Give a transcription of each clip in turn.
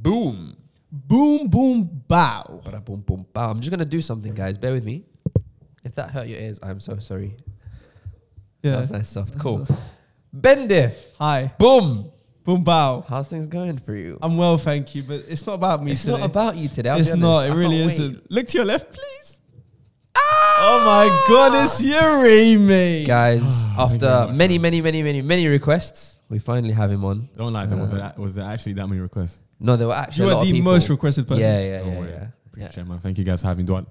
Boom. Boom, boom, bow. Boom, boom, bow. I'm just gonna do something, guys. Bear with me. If that hurt your ears, I'm so sorry. That Yeah. was nice, soft, cool. Bende, Hi. boom. Boom, bow. How's things going for you? I'm well, thank you, but it's not about me it's today. not about you today. I'll be it's honest. not. I It can't really wait. Ah! isn't. Look to your left, please. Oh my God, it's Yurimi. Guys, Oh you after very much, many, many, many, many, many requests, we finally have him on. Don't lie. There was Uh, that was there actually that many requests. No, there were actually You a lot are of the people. most requested person. yeah, yeah, Don't yeah, worry. yeah. Appreciate it, man. Thank you guys for having Duan.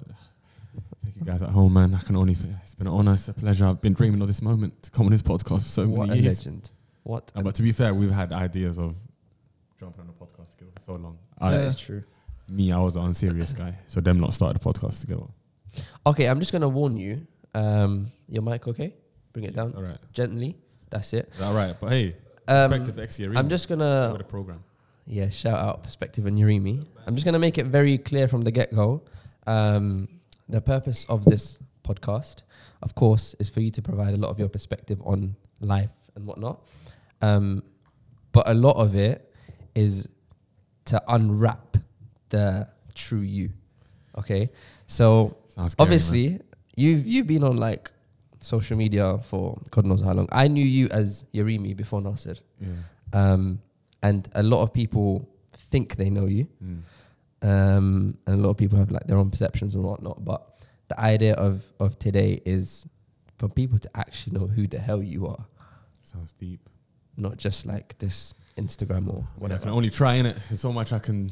Thank you guys at home, man. I can only. It's been an honor. It's a pleasure. I've been dreaming of this moment to come on this podcast for so what a many years. legend. What? Uh, but to be fair, we've had ideas of jumping on the podcast together for so long. I, That Yeah. is true. Me, I was an unserious guy, so them not started the podcast together. Um, Okay, I'm just gonna warn you. Um, your mic, okay? Bring it down It's all right. gently. That's it. It's all right. But hey, Um, perspective XC Arena. I'm just uh, with gonna a program. yeah shout out perspective and Yurimi. I'm just gonna make it very clear from the get go. Um, the purpose of this podcast, of course, is for you to provide a lot of your perspective on life and whatnot. Um, but a lot of it is to unwrap the true you. Okay, so Sounds scary, man. obviously you've you've been on like social media for God knows how long. I knew you as Yerimi before Nasir, Yeah. um, and a lot of people think they know you, Mm. um, and a lot of people have like their own perceptions and whatnot. But the idea of of today is for people to actually know who the hell you are, Sounds deep. not just like this Instagram or Well, I can whatever. only try in it. There's so much I can,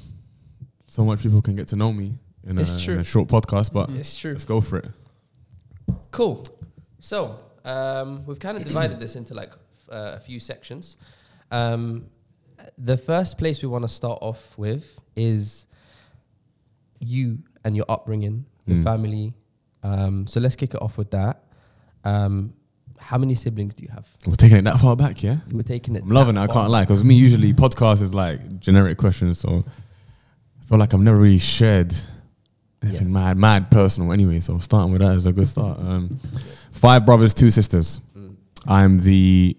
so much people can get to know me in, a, It's true. Mm-hmm. in a short podcast. But It's true. let's go for it. Cool. So um, we've kind of divided this into like uh, a few sections. Um, the first place we want to start off with is you and your upbringing, your Mm. family. Um, so let's kick it off with that. Um, how many siblings do you have? We're taking it that far back, yeah. You were taking it. I'm loving it. that I far. can't lie, because me usually podcast is like generic questions, so I feel like I've never really shared anything mad, mad personal. Anyway, so starting with that is a good start. Um, five brothers, two sisters. Mm. I'm the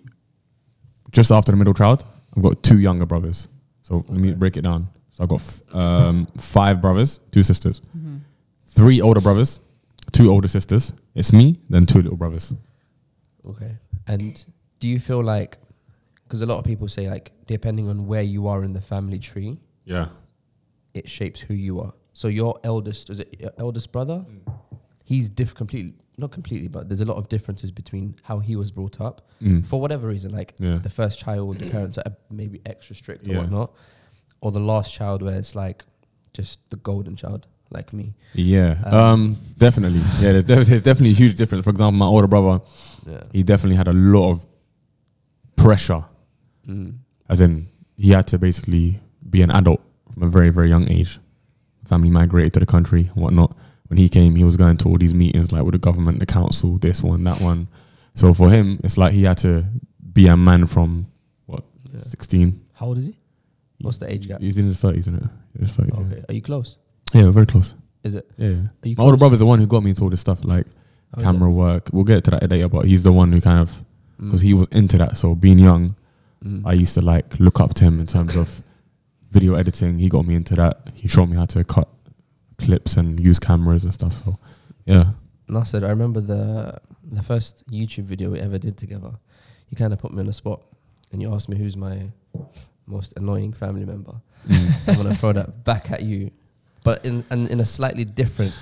just after the middle child. I've got two younger brothers. So let me Okay. break it down. So I've got f- um, five brothers, two sisters, Mhm. three older brothers, two older sisters. It's me, then two little brothers. Okay. And do you feel like, because a lot of people say like, depending on where you are in the family tree, Yeah. it shapes who you are. So your eldest is it your eldest brother? Mm. He's diff- completely not completely, but there's a lot of differences between how he was brought up Mm. for whatever reason. Like Yeah. the first child, the parents are maybe extra strict or Yeah. whatnot, or the last child where it's like just the golden child, like me. Yeah, Um, um, definitely. Yeah, there's, def- there's definitely a huge difference. For example, my older brother, Yeah. he definitely had a lot of pressure, Mm. as in he had to basically be an adult from a very, very young age. Family migrated to the country and whatnot. When he came, he was going to all these meetings, like with the government, the council, this one, that one. So for him, it's like he had to be a man from Yeah. 16. How old is he? What's the age gap? He's in his 30s, isn't it? In his 30s, yeah. Okay. Are you close? Yeah, we're very close. Is it? Yeah, yeah. Are you My close? older Oh, brother's the one who got me into all this stuff, like How is it? camera work. We'll get to that later, but he's the one who kind of Mm. because he was into that. So being young, Mm. I used to like look up to him in terms of video editing. He got me into that. He showed me how to cut clips and use cameras and stuff. So yeah, Nasser, I remember the the first YouTube video we ever did together. You kind of put me on the spot, and you asked me who's my most annoying family member. Mm. so I'm gonna throw that back at you, but in in, in a slightly different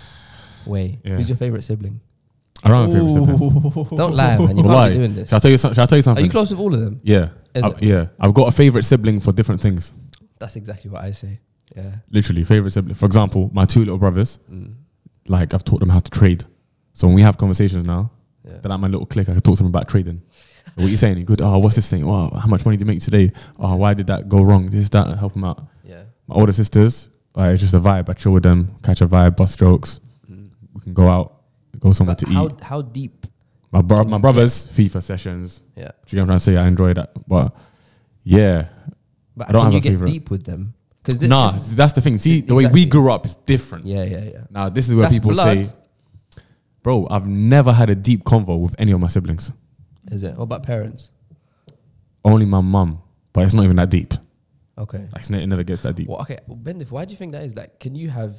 way. Yeah. Who's your favorite sibling? I don't have a favorite sibling. Don't lie, man. You can't Why? be doing this. Shall I tell you? Some, shall I tell you Are something? you close with all of them? Yeah, Is I- it? yeah. I've got a favorite sibling for different things. That's exactly what I say. Yeah. Literally, favorite sibling. For example, my two little brothers. Mm. Like I've taught them how to trade. So when we have conversations now, Yeah. Then at my little clique, I could talk to them about trading. what are you saying? You're good. Oh, what's this thing? Oh, how much money did you make today? Oh, why did that go wrong? This, that, and help them out. Yeah. My older sisters, like, it's just a vibe. I chill with them, catch a vibe, bust jokes. Mm. We can go out, go somewhere But to how eat. how deep? My, bro- can my you brothers, FIFA sessions. Yeah. Do you know what I'm trying to say? I enjoy that. But yeah, But I don't can have you a get favourite. deep with them? Because nah, that's the thing. See, the way Exactly. we grew up is different. Yeah, yeah, yeah. Now, this is where That's people blood. say, bro, I've never had a deep convo with any of my siblings, Is it? What about parents? only my mum, but it's not even that deep. Okay. Like, it's ne- it never gets that deep. Well, okay, Bendif, why do you think that is? Like, can you have?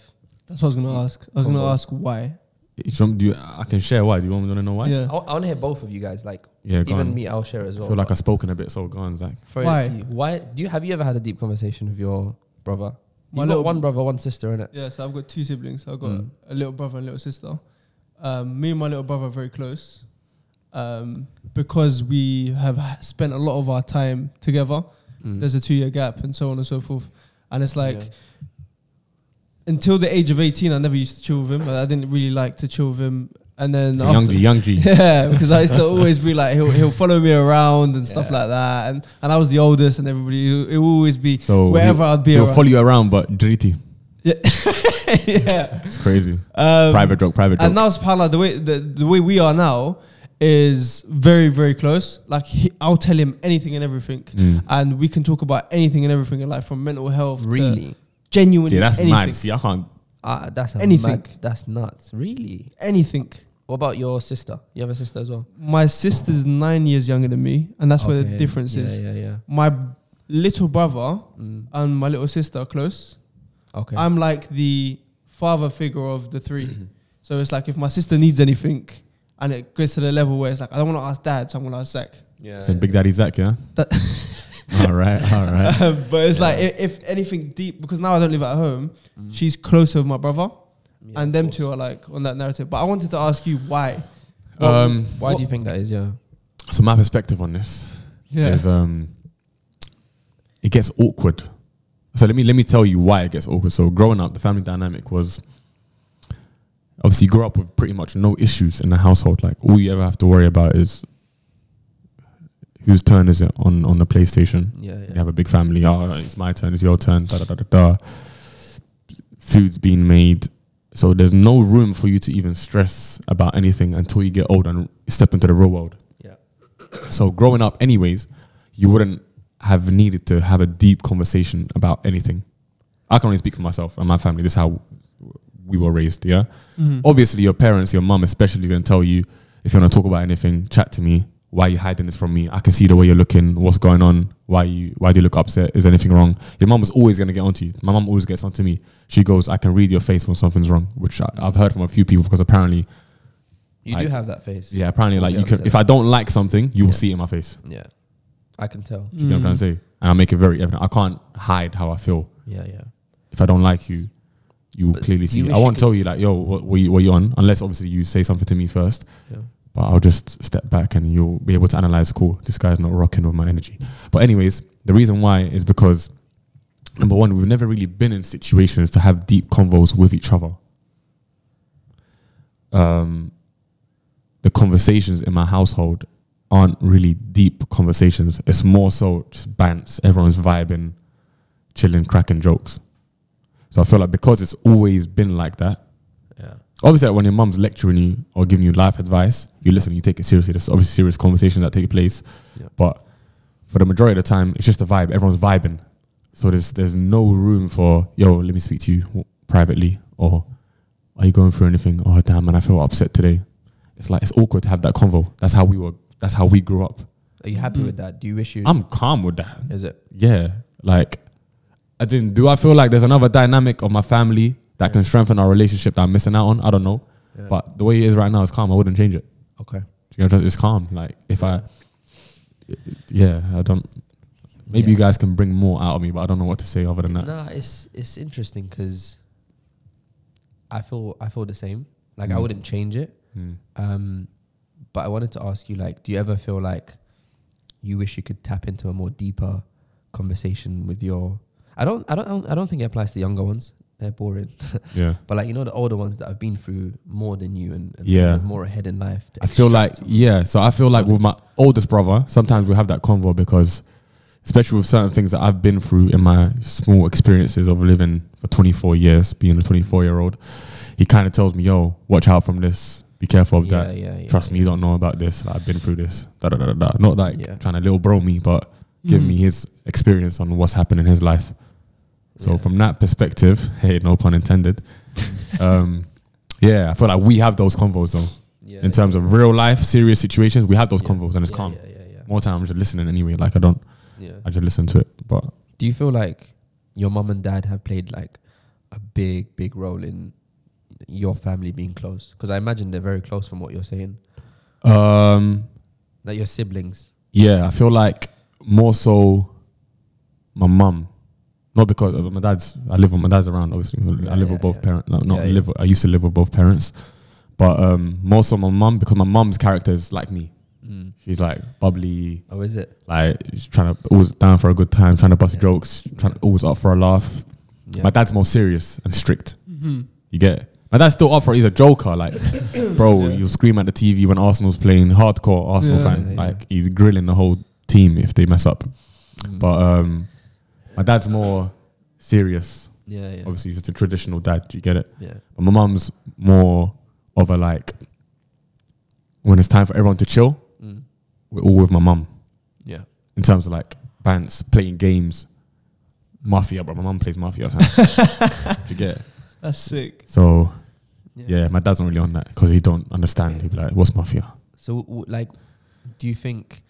That's what I was gonna ask. I was gonna Combo. ask why. It's from- do you- I can share why. Do you want me to know why? I, Yeah. want to hear both of you guys. Like, Yeah, go even on. me, I'll share as I well. feel like but I've spoken a bit, so go on, Zach. throw it Why? to you. Why do you have you ever had a deep conversation with your brother? My You little- got one brother, one sister, innit? Yeah, so I've got two siblings. I've got Mm. a little brother and little sister. Um, me and my little brother are very close um, because we have h- spent a lot of our time together. Mm. There's a two year gap and so on and so forth. And it's like Yeah. until the age of 18, I never used to chill with him. I didn't really like to chill with him. And then It's a young G, young G. Yeah, because I used to always be like, he'll, he'll follow me around and stuff Yeah. like that. And, and I was the oldest, and everybody, it will always be So wherever I'd be he'll around. follow you around, but dirty. yeah. It's crazy. Um, private joke, private joke. And now, subhanAllah, the way the, the way we are now is very, very close. Like he, I'll tell him anything and everything, Mm. and we can talk about anything and everything in life, from mental health to Really? genuinely Yeah, that's anything, mad. See, I can't. Ah, that's a Anything. mad- that's nuts. Really? anything. What about your sister? You have a sister as well. My sister's nine years younger than me, and that's where the Okay. difference yeah, is. Yeah, yeah, My little brother Mm. and my little sister are close. Okay. I'm like the father figure of the three. so it's like if my sister needs anything, and it gets to the level where it's like I don't want to ask dad, so I'm gonna ask Zach. yeah, Saying Big Daddy Zach, yeah? That- all right, all right. Um, but it's like i- if anything deep, because now I don't live at home, Mm-hmm. she's closer with my brother, Yeah, and of them course. two are like on that narrative. But I wanted to ask you why. Um, Why do you think that is? Yeah. so, my perspective on this Yeah, is um, it gets awkward. So, let me, let me tell you why it gets awkward. So, growing up, the family dynamic was obviously you grow up with pretty much no issues in the household. Like, all you ever have to worry about is whose turn is it on, on the PlayStation? Yeah, You yeah. have a big family. Oh, it's my turn. It's your turn. Da da da da da. Food's being made, so there's no room for you to even stress about anything until you get old and step into the real world. Yeah. So growing up, anyways, you wouldn't have needed to have a deep conversation about anything. I can only speak for myself and my family. This is how we were raised. Yeah. Mhm. Obviously, your parents, your mum especially, is going to tell you if you want to talk about anything, chat to me. Why are you hiding this from me? I can see the way you're looking. What's going on? Why you? Why do you look upset? Is anything wrong? Your mum was always going to get onto you. My mum always gets onto me. She goes, "I can read your face when something's wrong," which I, I've heard from a few people because apparently, You I- do have that face. yeah, apparently, like Yeah, you I'm can. saying If I don't like something, you will Yeah. see it in my face. Yeah. I can tell. Do you get what I'm Mm. trying to say? And I make it very evident. I can't hide how I feel. Yeah, yeah. If I don't like you, you will But clearly you see. it. wish I you won't could- tell you like, "Yo, what, what, you, what you on?" Unless obviously you say something to me first. Yeah. but I'll just step back and you'll be able to analyze. Cool, this guy's not rocking with my energy. But anyways, the reason why is because number one, we've never really been in situations to have deep convos with each other. Um, the conversations in my household aren't really deep conversations. It's more so just bants. Everyone's vibing, chilling, cracking jokes. So I feel like because it's always been like that, Yeah. obviously like, when your mum's lecturing you or giving you life advice, you listen, you take it seriously. There's obviously serious conversations that take place, Yeah. but for the majority of the time, it's just a vibe. Everyone's vibing, so there's there's no room for yo. Let me speak to you w- privately, or are you going through anything? Oh damn, man, I feel upset today. It's like it's awkward to have that convo. That's how we were. That's how we grew up. Are you happy Mm. with that? Do you wish you? I'm calm with that. is it? Yeah, like I didn't. Do I feel like there's another dynamic of my family that can strengthen our relationship that I'm missing out on? I don't know. Yeah. But the way it is right now is calm. I wouldn't change it. okay. Do You know, it's calm. Like if I, yeah, I don't. Maybe Yeah. you guys can bring more out of me, but I don't know what to say other than that. Nah, it's it's interesting because I feel I feel the same. Like I Mm. wouldn't change it. Mm. Um, but I wanted to ask you, like, do you ever feel like you wish you could tap into a more deeper conversation with your? I don't, I don't, I don't think it applies to younger ones. They're boring. Yeah, But like you know, the older ones that have been through more than you and, and Yeah. more ahead in life. to I feel like extract- yeah. So I feel like with my oldest brother, sometimes we have that convo because, especially with certain things that I've been through in my small experiences of living for 24 years, being a 24 year old, he kind of tells me, "Yo, watch out from this. Be careful of yeah, that." yeah, yeah, trust me, you don't know about this. Like, I've been through this. Da, da, da, da, da. Not like Yeah. trying to little bro me, but give Mm-hmm. me Mhm. his experience on what's happened in his life. So yeah. from that perspective, hey, no pun intended. um, yeah, I feel like we have those convos though. yeah, in terms of real life, serious situations, we have those yeah. convos and it's Yeah, calm. Yeah, yeah, yeah. More time, I'm just listening anyway. Like I don't, yeah. I just listen to it. But Do you feel like your mum and dad have played like a big, big role in your family being close? Because I imagine they're very close from what you're saying. Um, Like your siblings. Yeah, I feel like more so my mum. Not because of my dad's. I live with my dad's around. Obviously, Yeah, I live yeah, with both yeah. parents. No, not Yeah, yeah. live. with- I used to live with both parents, but um, more so my mum because my mum's character is like me. Mm. She's like bubbly, Oh, is it? like she's trying to always down for a good time, trying to bust Yeah. jokes, trying always up for a laugh. Yeah. My dad's more serious and strict. Mm-hmm. You get it? My dad's still up for it. He's a joker. Like, bro, Yeah. you'll scream at the TV when Arsenal's playing hardcore Arsenal Yeah. fan. Yeah, yeah. Like, he's grilling the whole team if they mess up. Mm. But um, my dad's more serious. yeah, yeah, Obviously, he's just a traditional dad. You get it? yeah. But my mum's more of a like, when it's time for everyone to chill, Mm. we're all with my mum Yeah. in terms of like bands, playing games, mafia, bro. My mum plays mafia. fam. you get it? Mm-hmm. That's sick. So, Yeah. yeah, my dad's not really on that because he don't understand. He'd be like, what's mafia? So, w- like, do you think,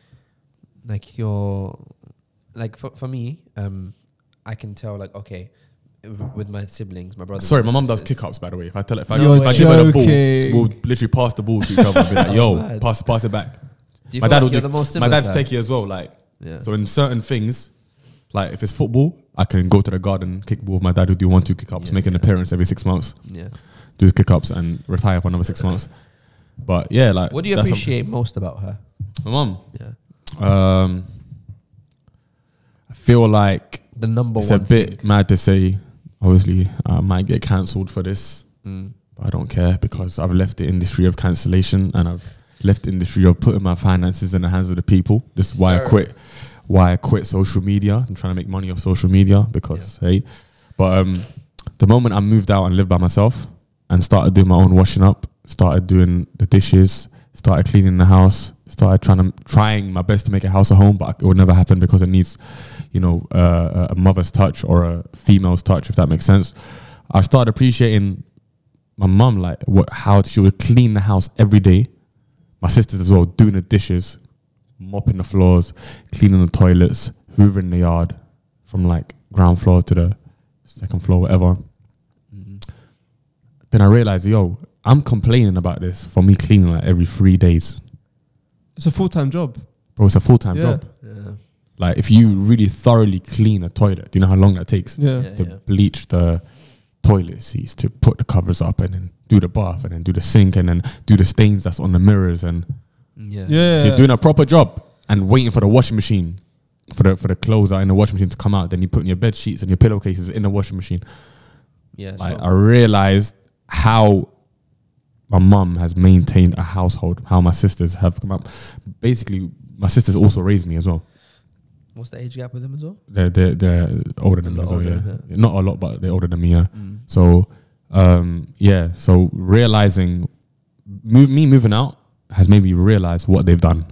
like, your, like, for, for me, um, I can tell, like, okay, w- with my siblings, my brother. Sorry, my mum does kick ups, by the way. If I tell it, if I, No if I give her the ball, joking. we'll literally pass the ball to each other and be like, yo, Mad. pass, pass it back. Do you My feel dad like will you're do. the most My similar dad's type? techie as well. Like, Yeah. so in certain things, like if it's football, I can go to the garden, kick ball with my dad who do one, two kick ups, Yeah, make an yeah. appearance every six months, yeah. do his kick ups and retire for another six months. But yeah, like What do you that's appreciate most about her? something- My mum. Yeah. Um I feel like The number it's a one. bit thing. mad to say, obviously, I might get cancelled for this. Mm. But I don't care because I've left the industry of cancellation and I've left the industry of putting my finances in the hands of the people. This is why Sir. I quit. Why I quit social media. I'm trying to make money off social media because hey, but um, the moment I moved out and lived by myself and started doing my own washing up, started doing the dishes, started cleaning the house, started trying to trying my best to make a house a home, but it would never happen because it needs, you know, uh, a mother's touch or a female's touch, if that makes sense. I started appreciating my mum like what how she would clean the house every day. My sisters as well doing the dishes, mopping the floors, cleaning the toilets, hoovering the yard from like ground floor to the second floor, whatever. Mm. Then I realized, yo, I'm complaining about this for me cleaning like every three days. It's a full time job. Bro, it's a full time Yeah. job. Yeah. Like if you really thoroughly clean a toilet, do you know how long that takes? Yeah. Yeah. to bleach the toilet seats, to put the covers up and then do the bath and then do the sink and then do the stains that's on the mirrors and Mm, Yeah. Yeah. So you're doing a proper job and waiting for the washing machine, for the for the clothes that are in the washing machine to come out. Then you putting your bed sheets and your pillowcases in the washing machine. Yeah, Like sure. I realized how my mum has maintained a household, how my sisters have come up. Basically, my sisters also raised me as well. What's the age gap with them as well? They're they're, they're older than A me lot as well. older, yeah. not a lot, but they're older than me. Yeah. Mm. So um, yeah, so realizing move, me moving out has made me realize what they've done.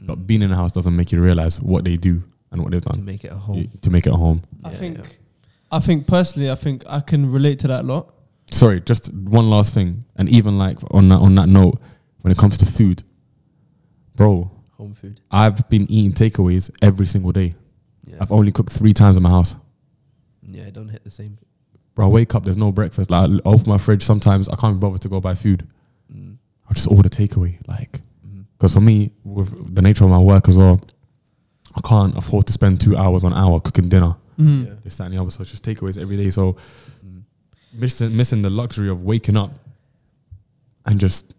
But being in a house doesn't make you realize what they do and what they've to done make it a y- home. to make it a home. I Yeah, think, yeah. I think personally, I think I can relate to that a lot. Sorry, just one last thing, and even like on that on that note, when it comes to food, bro, home food. I've been eating takeaways every single day. Yeah. I've only cooked three times in my house. yeah, it don't hit the same. Bro, I wake up, there's no breakfast. Like I open my fridge sometimes, I can't be bothered to go buy food. Mm. I just order takeaway, like Mm. because for me, with the nature of my work as well, I can't afford to spend two hours on hour cooking dinner. Mhm. Yeah. This, that, and the other. So it's just takeaways every day. So Mm. missing missing the luxury of waking up and just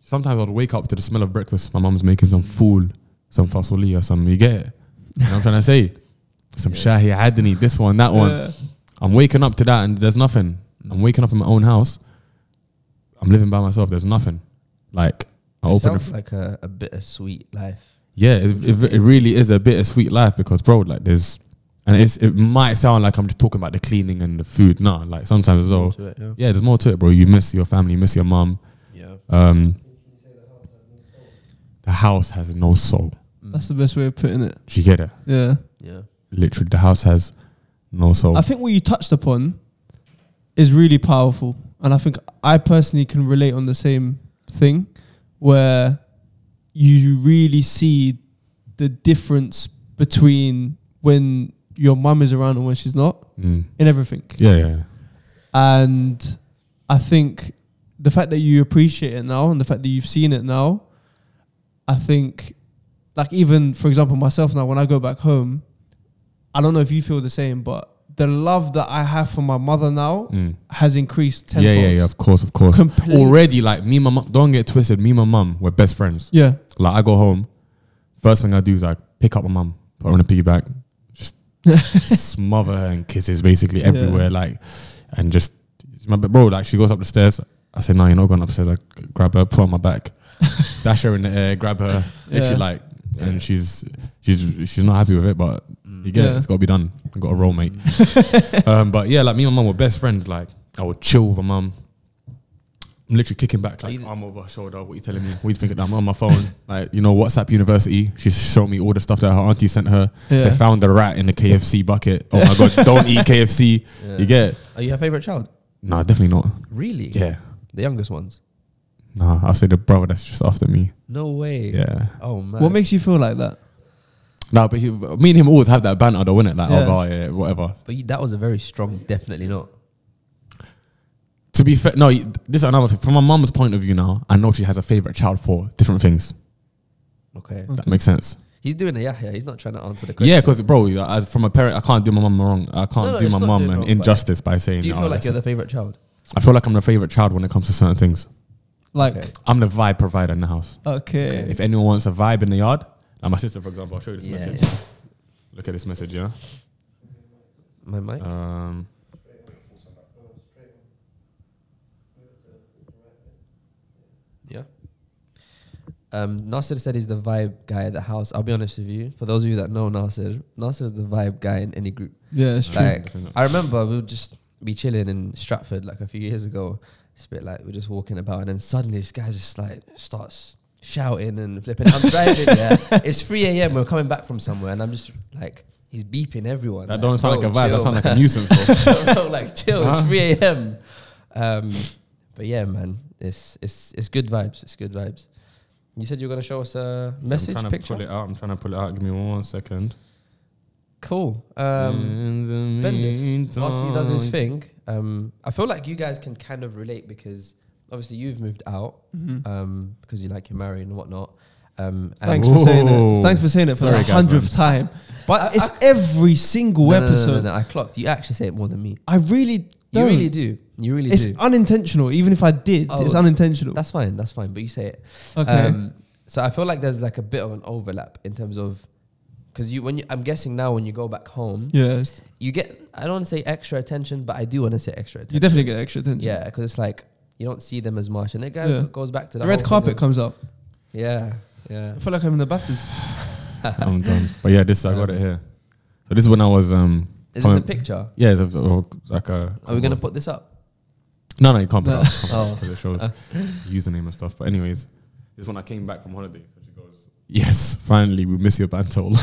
sometimes I'd wake up to the smell of breakfast. My mum's making some fool, some fasoli or some you get it. You know what I'm trying to say? Some Yeah. shahi adni, this one, that one. Yeah. I'm waking up to that and there's nothing. I'm Mm. waking up in my own house. I'm living by myself. There's nothing. Like I It open the sounds like a, a bittersweet life. yeah, it, it, it really is a bittersweet life because, bro, like there's, and it's it might sound like I'm just talking about the cleaning and the food. No, like sometimes as well, to it, yeah. yeah, there's more to it, bro. You miss your family, you miss your mom. yeah. Um, the house has no soul. Mm. That's the best way of putting it. Do you get it? Yeah. yeah. Literally, the house has no soul. I think what you touched upon is really powerful. And I think I personally can relate on the same thing where you really see the difference between when your mum is around and when she's not Mm. in everything. Yeah, yeah, yeah. And I think the fact that you appreciate it now and the fact that you've seen it now, I think, like, even for example, myself now, when I go back home, I don't know if you feel the same, but the love that I have for my mother now Mm. has increased yeah, tenfold. yeah, yeah. Of course, of course. Complete- Already, like me, and my mum. Don't get twisted. Me, and my mum, we're best friends. yeah. Like I go home, first thing I do is like pick up my mum, put her on a piggyback, just smother her and kisses basically Yeah. everywhere, like, and just it's my bro. Like she goes up the stairs, I say, "No, you're not going upstairs." I g- grab her, put her on my back, dash her in the air, grab her, literally Yeah. like, and she's she's she's not happy with it, but Mm. you get it. Yeah. It's got to be done. Got to roll, mate. um, but yeah, like me and my mum were best friends. Like I would chill with my mum. I'm literally kicking back, like you- arm over her shoulder. What are you telling me? What are you thinking? I'm on my phone. like you know, WhatsApp University. She's showing me all the stuff that her auntie sent her. Yeah. They found the rat in the KFC bucket. Oh my god! Don't eat KFC. You get it? Are you her favorite child? Nah, definitely not. Really? Yeah. The youngest ones? Nah, I'll say the brother that's just after me. No way. Yeah. Oh man. What makes you feel like that? No, but he, me and him always have that banter though, innit? Like, Yeah. oh, God, yeah, whatever. But you, that was a very strong. Definitely not. To be fair, no, y- this is another thing. From my mum's point of view now, I know she has a favorite child for different things. Okay. If that makes sense. He's doing a yahya. He's not trying to answer the question. Yeah, because, bro, as from a parent, I can't do my mum wrong. I can't No, no, do it's my not mum doing an wrong, but injustice by saying, Do you oh, feel like that's you're it. the favorite child? I feel like I'm the favorite child when it comes to certain things. Like, Okay. I'm the vibe provider in the house. okay. If anyone wants a vibe in the yard, like my sister, for example, I'll show you this Yeah, message. yeah. Look at this message, yeah? My mic. Um, Yeah. Um, Nasir said he's the vibe guy at the house. I'll be honest with you. For those of you that know Nasir, Nasir is the vibe guy in any group. yeah, it's true. Like I remember we would just be chilling in Stratford like a few years ago. It's a bit like we're just walking about, and then suddenly this guy just like starts shouting and flipping. I'm driving. yeah, it's 3 a.m. We're coming back from somewhere, and I'm just like. He's beeping everyone. that don't sound bro, like a vibe, chill. that sounds like a nuisance, bro. Bro, like chill. Huh? Uh-huh. It's 3 a.m. Um, but yeah, man, it's it's it's good vibes. It's good vibes. You said you were gonna show us a message I'm trying picture. to pull it out. I'm trying to pull it out. Give me one second. Cool. Um, In the Bendif, whilst he does his meantime- thing, um, I feel like you guys can kind of relate because obviously you've moved out Mhm. um, because you like your married and whatnot. Um, and Thanks for saying Whoa. it. Thanks for saying it for Sorry, the guys, man. hundredth time. But I- it's I- every single No, no, no, no, episode. no, no, I clocked. You actually say it more than me. I really You don't. really do. You really it's do. unintentional. Even if I did, Oh, it's unintentional. That's fine. That's fine. But you say it. Okay. Um, so I feel like there's like a bit of an overlap in terms of because you when you, I'm guessing now when you go back home yes. you get I don't want to say extra attention but I do want to say extra You attention. definitely get extra attention. Yeah, because it's like you don't see them as much, and it go, Yeah. goes back to The, that red whole carpet thing comes up. of- Yeah, yeah. I feel like I'm in the Baptist. I'm done. But yeah, this I got it Um, here. So this is when I was um. Is this a comment- picture? Yeah, it's a- or like a. Are we gonna put this up? No, no, you can't put No. it up Oh, because it shows username and stuff. But anyways, this is when I came back from holiday. So she goes, "Yes, finally we miss your banter." all."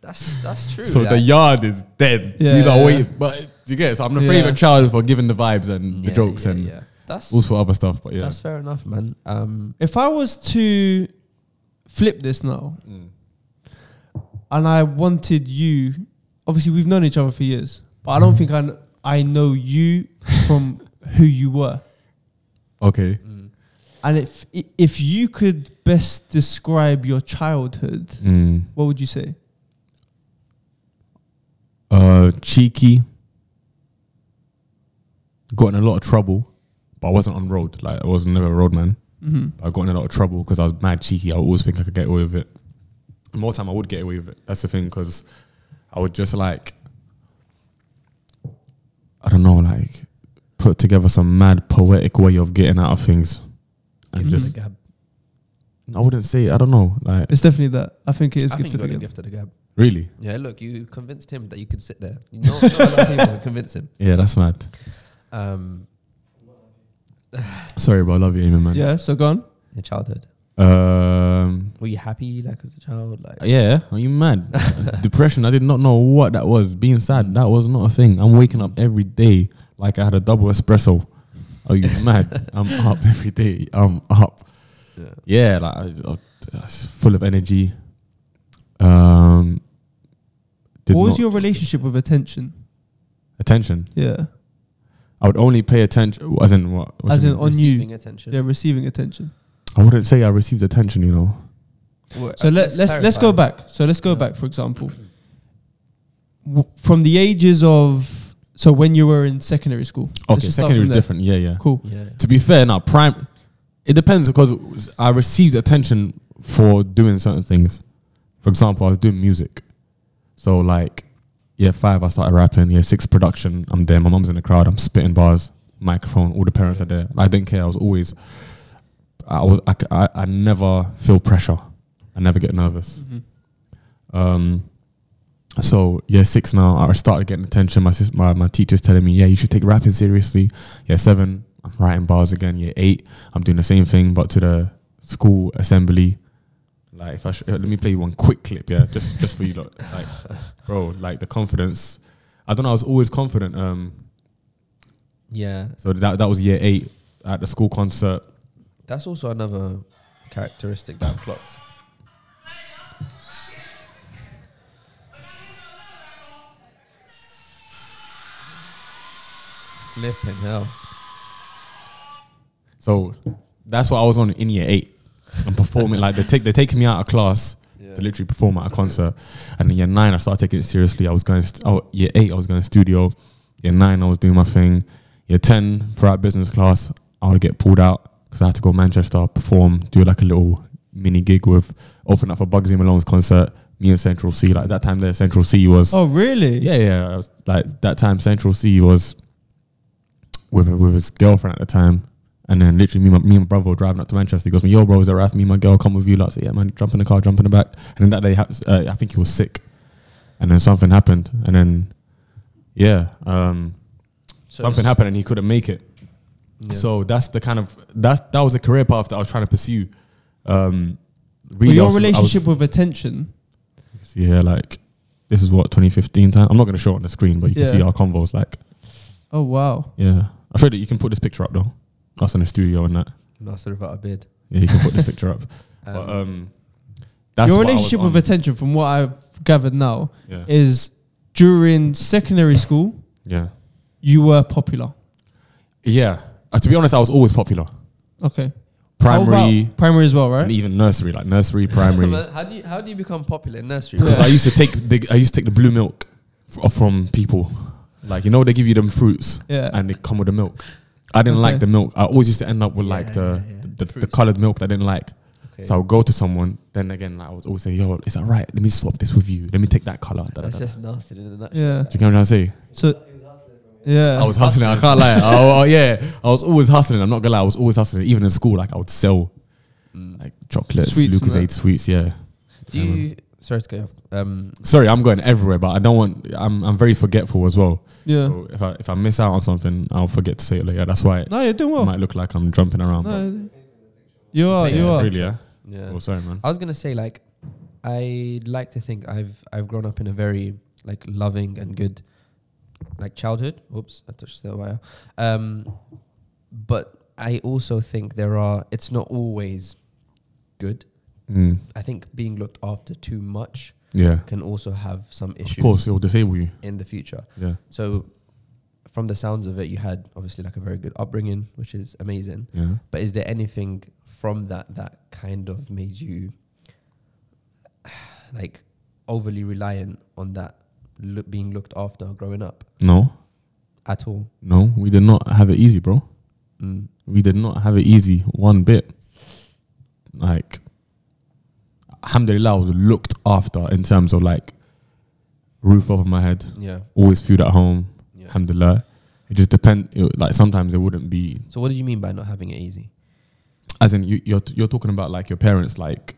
that's that's true. so like, the yard is dead. Yeah, These are yeah, wait, yeah. but you get. It. So I'm the Yeah. favorite child for giving the vibes and the Mm, yeah, jokes yeah, and yeah. That's all sort of other stuff. But yeah, that's fair enough, man. Um, If I was to flip this now, Mm. and I wanted you, obviously we've known each other for years, but I don't think I kn- I know you from who you were. okay. mm, And if i- if you could best describe your childhood, Mm. what would you say? uh, cheeky. Got in a lot of trouble, but I wasn't on road. Like I was never a road man. Mm-hmm. I got in a lot of trouble because I was mad cheeky. I always think I could get away with it. More time, I would get away with it. That's the thing because I would just like, I don't know, like put together some mad poetic way of getting out of things. And gift just, to the gab. I wouldn't say, I don't know, like It's definitely that. I think it is I gifted think you got a again. gift to the gab. really. Yeah, look, you convinced him that you could sit there. You know, not a lot of people convince him. Yeah, that's mad. Um, Sorry, bro. I love you, Amen, man. Yeah, so go on. your childhood. Um, Were you happy like as a child? Like Yeah, are you mad? Depression. I did not know what that was. Being sad, that was not a thing. I'm waking up every day like I had a double espresso. Are you mad? I'm up every day. I'm up. yeah. Yeah, like I, I, I was full of energy. Um, did what was not- your relationship with attention? attention. Yeah, I would only pay attention as in what? what As do you in mean? on you. Receiving attention. yeah, receiving attention. I wouldn't say I received attention. You know, Well, So uh, let, let's let's go clarify. back. So let's go Yeah. back. For example, w- from the ages of so when you were in secondary school. Let's okay, just start secondary from is there. different. Yeah, yeah. Cool. Yeah. To be fair, now prime, it depends because I received attention for doing certain things. For example, I was doing music, so like year five, I started rapping. Year six, production. I'm there. My mum's in the crowd. I'm spitting bars, microphone. All the parents are there. I didn't care. I was always, I was, I, c- I, I never feel pressure. I never get nervous. Um, so year six now, I started getting attention. My sis, my my teacher's telling me, yeah, you should take rapping seriously. Year seven, I'm writing bars again. Year eight, I'm doing the same thing, but to the school assembly. Like, if I sh- let me play you one quick clip, yeah, just just for you, lot. like, bro, like the confidence. I don't know. I was always confident. Um, Yeah. so that that was year eight at the school concert. That's also another characteristic that I clocked. Flipping hell. So that's what I was on in year eight. I'm performing like they take they take me out of class to literally perform at a concert. And in year nine, I started taking it seriously. I was going, st- oh, year eight, I was going to studio. Year nine, I was doing my thing. Year 10, throughout business class, I would get pulled out because I had to go Manchester, perform, do like a little mini gig with, open up for Bugsy Malone's concert, me and Central C. Like that time there, Central C was, Oh really? yeah, yeah. I was- like that time, Central C was with, with his girlfriend at the time. And then literally me, and my, me and my brother were driving up to Manchester. He goes, to me, yo, bro, is there Raf? Me and my girl come with you. Like, I said, yeah, man, jump in the car, jump in the back. And then that day, hap- uh, I think he was sick. And then something happened. And then, yeah, um, So something it's- happened and he couldn't make it. yeah. So that's the kind of, that's, that was a career path that I was trying to pursue. Um, But really, I your was- I was- relationship with attention. yeah, like, this is what, 2015 time? I'm not going to show it on the screen, but you Yeah. can see our convos. Like, Oh wow. yeah. I showed it. You can put this picture up, though. Us in the studio and that. Master without a beard. Yeah, you can put this picture up. Um, but, uh, um, that's your what I was relationship on. with attention, from what I've gathered now, Yeah. is during secondary school yeah. you were popular. Yeah. Uh, to be honest, I was always popular. Okay. How Primary about primary as well, and right? even nursery, like nursery, primary. how do you how do you become popular in nursery? Because Yeah. I used to take the I used to take the blue milk f- from people. Like you know, they give you them fruits Yeah. and they come with the milk. I didn't Okay. like the milk. I always used to end up with Yeah, like the yeah, yeah. the, the, Fruits. colored milk that I didn't like. Okay. So I would go to someone. Then again, I would always say, "Yo, is that right? Let me swap this with you. Let me take that color." Da, da, da, that's da. Do just nasty in a nutshell. yeah. you get what I'm trying to say? So yeah. I was hustling. I can't lie. Oh yeah, I was always hustling. I'm not gonna lie. I was always hustling. Even in school, like I would sell Mm. like chocolates, Sweets and Lucas Aid sweets. Yeah. Do you sorry to go off um Sorry, I'm going everywhere, but I don't want. I'm I'm very forgetful as well. yeah. So if I if I miss out on something, I'll forget to say it later. That's why it No, you're doing well. might look like I'm jumping around. but- Oh. No, you are. Yeah, you Yeah, are. really, yeah. yeah. Oh, sorry, man. I was gonna say like I like to think I've I've grown up in a very like loving and good like childhood. Oops, I touched the wire. Um, but I also think there are. It's not always good. Mm, I think being looked after too much yeah. can also have some Of issues course, it will disable you. in the future. Yeah. So, from the sounds of it, you had obviously like a very good upbringing, which is amazing. Yeah. But is there anything from that that kind of made you like overly reliant on that loo- being looked after growing up No, at all? no, we did not have it easy, bro. Mm. we did not have it easy one bit. Like, alhamdulillah, I was looked after in terms of like roof over my head, Yeah. always food at home. yeah. Alhamdulillah. It just depend. It, like sometimes it wouldn't be So, what did you mean by not having it easy? as in you, you're you're talking about like your parents. Like,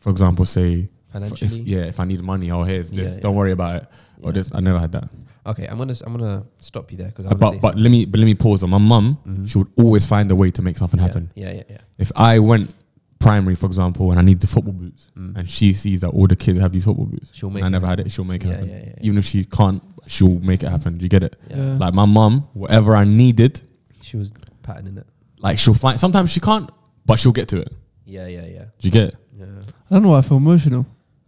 for example, say if, Financially? if- yeah, if I need money, oh here's Yeah, this. yeah. Don't worry about it. Or Yeah. this. I never had that. Okay, I'm gonna s- I'm gonna stop you there because I'm But but let me but let me pause on my mum. Mhm. She would always find a way to make something yeah, happen. Yeah, yeah, yeah. If I went primary, for example, and I needed football boots. Mm. and she sees that all the kids have these football boots. She'll make. And I never had it. She'll make it Yeah, happen. yeah, yeah, yeah. Even if she can't, she'll make it happen. Do you get it? Yeah. Yeah. Like my mom, whatever I needed, She was patterning it. like she'll find. Sometimes she can't, but she'll get to it. Do Yeah, yeah, yeah, you get it? yeah. I don't know why I feel emotional.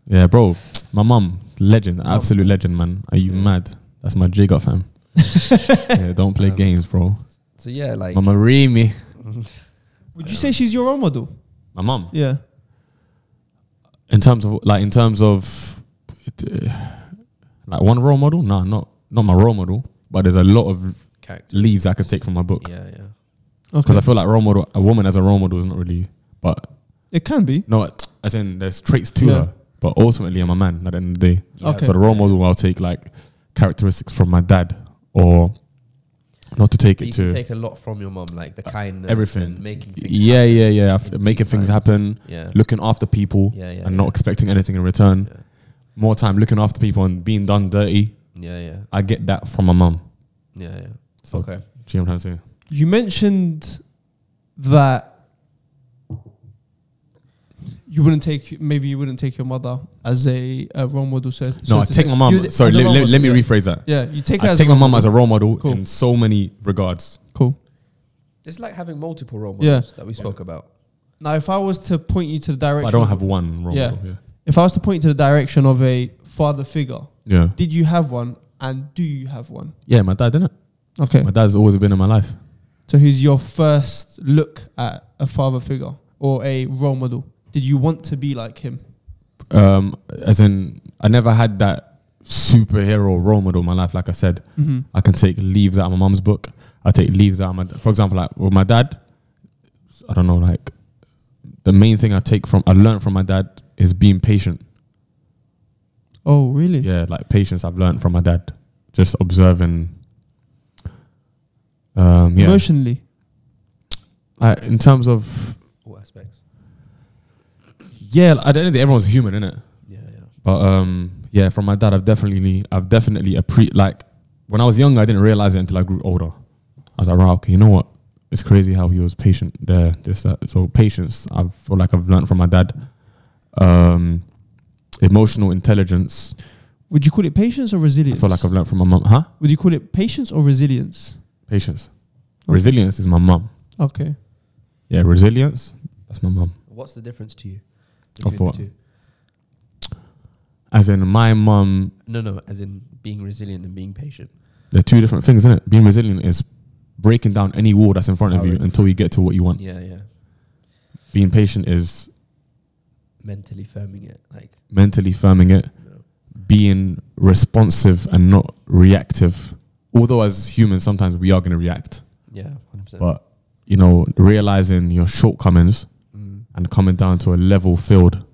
Yeah, bro. My mom, Legend, absolute legend, man. Are you Yeah. mad? That's my jig up, fam. yeah, don't play Um, games, bro. So yeah, like Mama Remy. Would you say she's your role model? My mum. Yeah. In terms of like, in terms of uh, like one role model, nah, not not my role model, but there's a lot of character. leaves I could take from my book Yeah, yeah. Okay. because I feel like role model, a woman as a role model is not really, but it can be. no, as in there's traits to Yeah. her, but ultimately I'm a man at the end of the day. Yeah, Okay. So the role model, I'll take like characteristics from my dad, or not to take But you it can to uh, take a lot from your mum, like the kindness, everything. and making things. yeah, yeah, yeah, F- in making deep things times. happen, yeah, looking after people, yeah, yeah, and yeah. not expecting anything in return. Yeah. More time looking after people and being done dirty. Yeah, yeah, I get that from my mum. yeah, yeah. So, okay. do you know what I'm saying? You mentioned that you wouldn't take maybe you wouldn't take your mother as a, a role model. So, No, I take my mum. Sorry, let, let, let me yeah. rephrase that. Yeah, you take her I as take a my role mum as a role model Cool. in so many regards. Cool. It's like having multiple role Yeah. models that we spoke about. Now, if I was to point you to the direction, I don't have one role Yeah. model. If I was to point you to the direction of a father figure, Yeah. yeah. did you have one, and do you have one? Yeah, my dad, didn't Okay. My dad's always been in my life. So, who's your first look at a father figure or a role model? Did you want to be like him? Um, as in, I never had that superhero role model in my life. Like I said, Mm-hmm. I can take leaves out of my mum's book. I take leaves out of my, for example, like with my dad, I don't know, like the main thing I take from, I learned from my dad is being patient. Oh, really? Yeah, like patience I've learned from my dad. Just observing. Um, yeah. Emotionally. Like, in terms of, All aspects. yeah, at the end of the day, everyone's human, innit? Yeah, yeah. But um, yeah, from my dad, I've definitely, I've definitely appre like when I was younger, I didn't realize it until I grew older. I was like, wow, okay, you know what? It's crazy how he was patient there, this that. So patience, I feel like I've learned from my dad. Um, emotional intelligence, Would you call it patience or I resilience? feel like I've learned from my mum. Huh? Would you call it patience or resilience? Patience, Okay. resilience is my mum. Okay. Yeah, resilience. That's my mum. What's the difference to you? Of between the what? two? As in my mum, No, no. As in being resilient and being patient. they're two different things, isn't it? Being resilient is breaking down any wall that's in front of Oh, you really? until you get to what you want. Yeah, yeah. Being patient is Mentally firming it, like mentally firming it, you know. being responsive and not reactive. Although as humans, sometimes we are going to react, yeah, hundred percent. but you know, realizing your shortcomings Mm. and coming down to a level field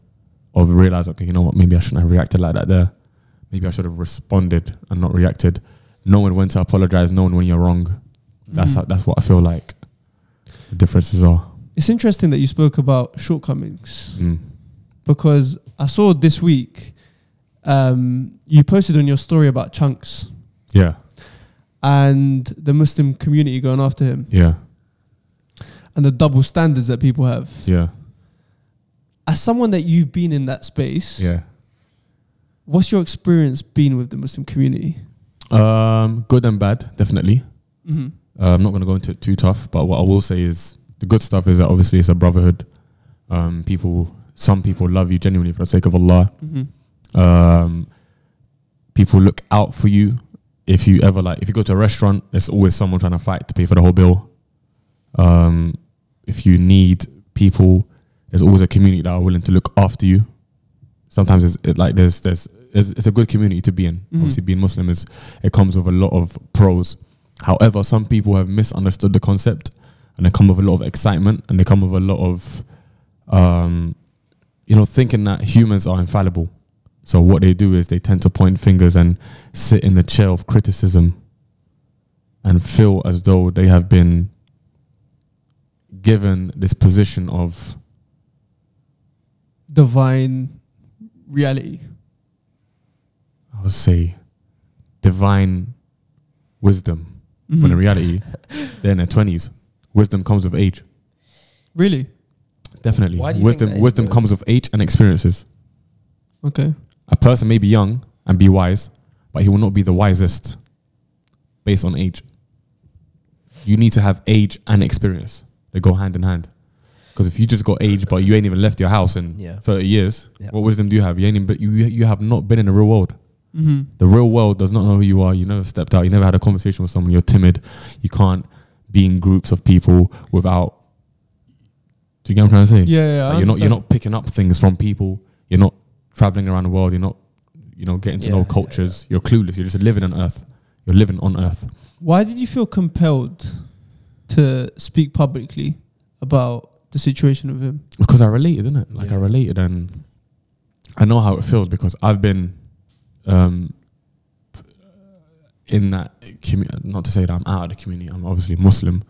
of realize, okay, you know what, maybe I shouldn't have reacted like that there. Maybe I should have responded and not reacted. Knowing when to apologize, knowing when you're wrong. That's Mhm. how, that's what I feel like the differences are. It's interesting that you spoke about shortcomings Mm. because I saw this week um, you posted on your story about Chunks Yeah, and the Muslim community going after him yeah, and the double standards that people have. yeah, As someone that you've been in that space, yeah. what's your experience been with the Muslim community? Um, good and bad, definitely. Mm-hmm. Uh, I'm not going to go into it too tough, but what I will say is the good stuff is that obviously it's a brotherhood. Um, people, some people love you genuinely for the sake of Allah. Mm-hmm. Um, people look out for you. If you ever like, if you go to a restaurant, there's always someone trying to fight to pay for the whole bill. Um, if you need people, there's always a community that are willing to look after you. Sometimes it's it, like there's there's it's, it's a good community to be in. Mhm. Obviously, being Muslim is it comes with a lot of pros. However, some people have misunderstood the concept, and they come with a lot of excitement, and they come with a lot of, um, you know, thinking that humans are infallible. So what they do is they tend to point fingers and sit in the chair of criticism and feel as though they have been given this position of Divine reality. I would say divine wisdom when in Mhm. reality they're in their twenties. Wisdom comes with age. really? Definitely. Why do you think that Wisdom is, wisdom though? comes with age and experiences. Okay. A person may be young and be wise, but he will not be the wisest based on age. You need to have age and experience. They go hand in hand. Because if you just got age, but you ain't even left your house in Yeah. 30 years, Yeah. what wisdom do you have? You ain't even, but you, you have not been in the real world. Mm-hmm. The real world does not know who you are. You never stepped out. You never had a conversation with someone. You're timid. You can't be in groups of people without. Do you get what I'm trying to say? Yeah, yeah. I Like, you're not you're understand. not picking up things from people. You're not traveling around the world. You're not you know getting to Yeah, know yeah, cultures. You're clueless. You're just living on Earth. You're living on Earth. Why did you feel compelled to speak publicly about the situation with him? because I related, isn't it? Like I Yeah. related, and I know how it feels because I've been um, in that community. Not to say that I'm out of the community. I'm obviously Muslim,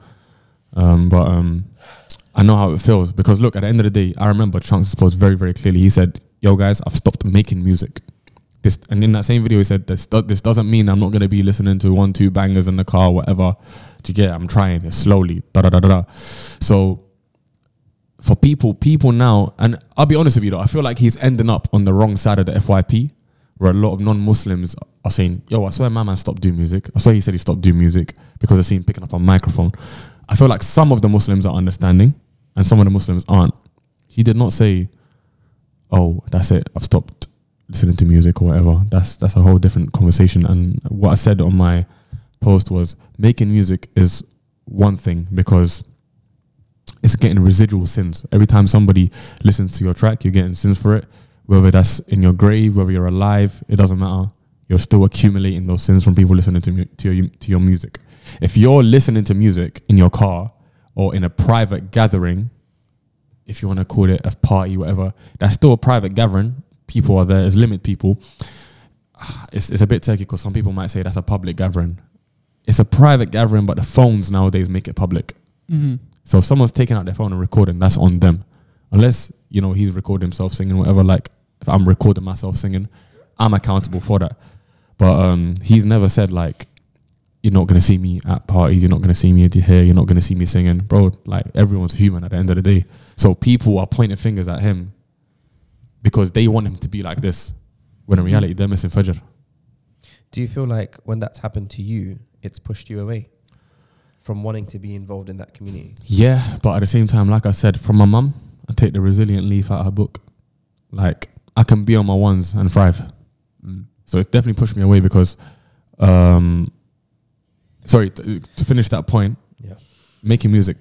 um, but um, I know how it feels because look, at the end of the day, I remember Chunks spoke very, very clearly. He said, "Yo, guys, I've stopped making music." This, and in that same video, he said, "This, do- this doesn't mean I'm not going to be listening to one, two bangers in the car, whatever." Do you get? it? I'm trying it slowly. Da da da da da. So for people, people now, and I'll be honest with you though, I feel like he's ending up on the wrong side of the FYP, where a lot of non-Muslims are saying, "Yo, I swear my man stopped doing music. I swear he said he stopped doing music because I see him picking up a microphone." I feel like some of the Muslims are understanding, and some of the Muslims aren't. He did not say, "Oh, that's it. I've stopped listening to music or whatever." That's that's a whole different conversation. And what I said on my post was, making music is one thing because it's getting residual sins. Every time somebody listens to your track, you're getting sins for it. Whether that's in your grave, whether you're alive, it doesn't matter. You're still accumulating those sins from people listening to, mu- to, your, to your music. If you're listening to music in your car or in a private gathering, if you want to call it a party, whatever, that's still a private gathering. People are there as limit people. It's, it's a bit turkey because some people might say that's a public gathering. It's a private gathering, but the phones nowadays make it public. Mm-hmm. So if someone's taking out their phone and recording, that's on them. Unless, you know, he's recording himself singing, whatever, like if I'm recording myself singing, I'm accountable for that. But um, he's never said like, you're not gonna see me at parties, you're not gonna see me at your hair, you're not gonna see me singing. Bro, like everyone's human at the end of the day. So people are pointing fingers at him because they want him to be like this. When in reality they're missing Fajr. Do you feel like when that's happened to you, it's pushed you away from wanting to be involved in that community? Yeah, but at the same time, like I said, from my mum, I take the resilient leaf out of her book. Like I can be on my ones and thrive. Mm. So it definitely pushed me away because, um, sorry, t- to finish that point, Yeah. making music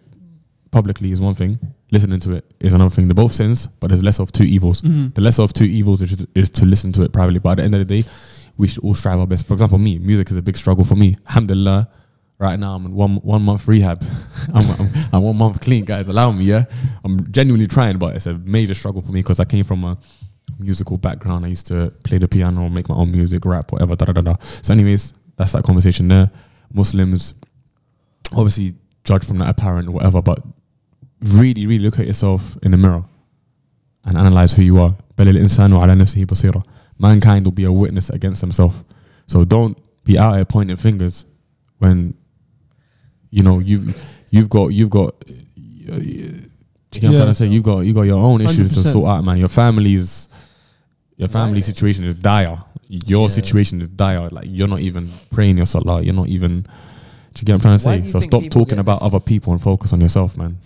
publicly is one thing, listening to it is another thing. They're both sins, but there's lesser of two evils. Mm-hmm. The lesser of two evils is, just- is to listen to it privately. But at the end of the day, we should all strive our best. For example, me, music is a big struggle for me. Alhamdulillah, right now I'm in one one month rehab. I'm, I'm, I'm one month clean, guys. Allow me, yeah. I'm genuinely trying, but it's a major struggle for me because I came from a musical background. I used to play the piano, make my own music, rap, whatever. Da da da da. So, anyways, that's that conversation there. Muslims, obviously, judge from that apparent or whatever, but really, really look at yourself in the mirror and analyze who you are. بل الإنسان على نفسه بصيرة. Mankind will be a witness against himself. So don't be out here pointing fingers when you know you've you've got you've got. Do you know what I'm trying to say? You've got you got your own issues to 100%. sort out, man. Your family's your family Right. situation is dire. Your Yeah. situation is dire. Like you're not even praying your salah. You're not even. Do you get what I'm Why do trying to say? you So think stop people talking get about this- other people and focus on yourself, man.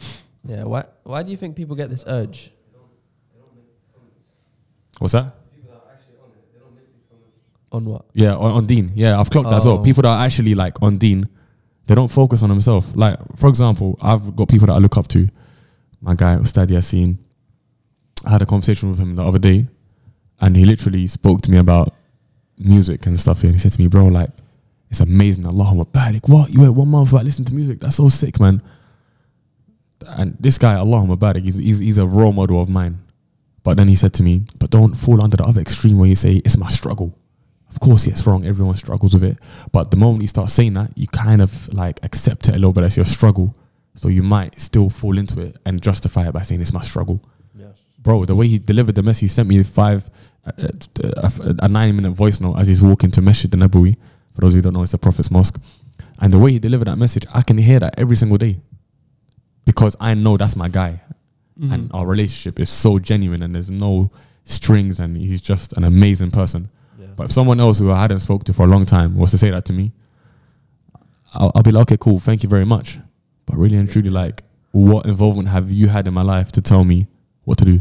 Yeah. Why? Why do you think people get this urge? What's that? On what? Yeah, on, on Dean. Yeah, I've clocked that as well. Oh. People that are actually like on Dean, they don't focus on themselves. Like, for example, I've got people that I look up to. My guy, Ustad Yassin. I had a conversation with him the other day, and he literally spoke to me about music and stuff. And he said to me, Bro, like, it's amazing. Allahumma barik. What? You went one month without listening to music? That's so sick, man. And this guy, Allahumma barik, he's, he's, he's a role model of mine. But then he said to me, But don't fall under the other extreme where you say, It's my struggle. Of course, yeah, it's wrong. Everyone struggles with it. But the moment you start saying that, you kind of like accept it a little bit as your struggle. So you might still fall into it and justify it by saying it's my struggle. Yeah. Bro, the way he delivered the message, he sent me five, uh, uh, a, a nine minute voice note as he's walking to Masjid al Nabawi. For those who don't know, it's the Prophet's mosque. And the way he delivered that message, I can hear that every single day because I know that's my guy Mm-hmm. Mm. and our relationship is so genuine and there's no strings and he's just an amazing person. Yeah. But if someone else who I hadn't spoke to for a long time was to say that to me, I'll, I'll be like, okay, cool, thank you very much. But really and truly, like, what involvement have you had in my life to tell me what to do?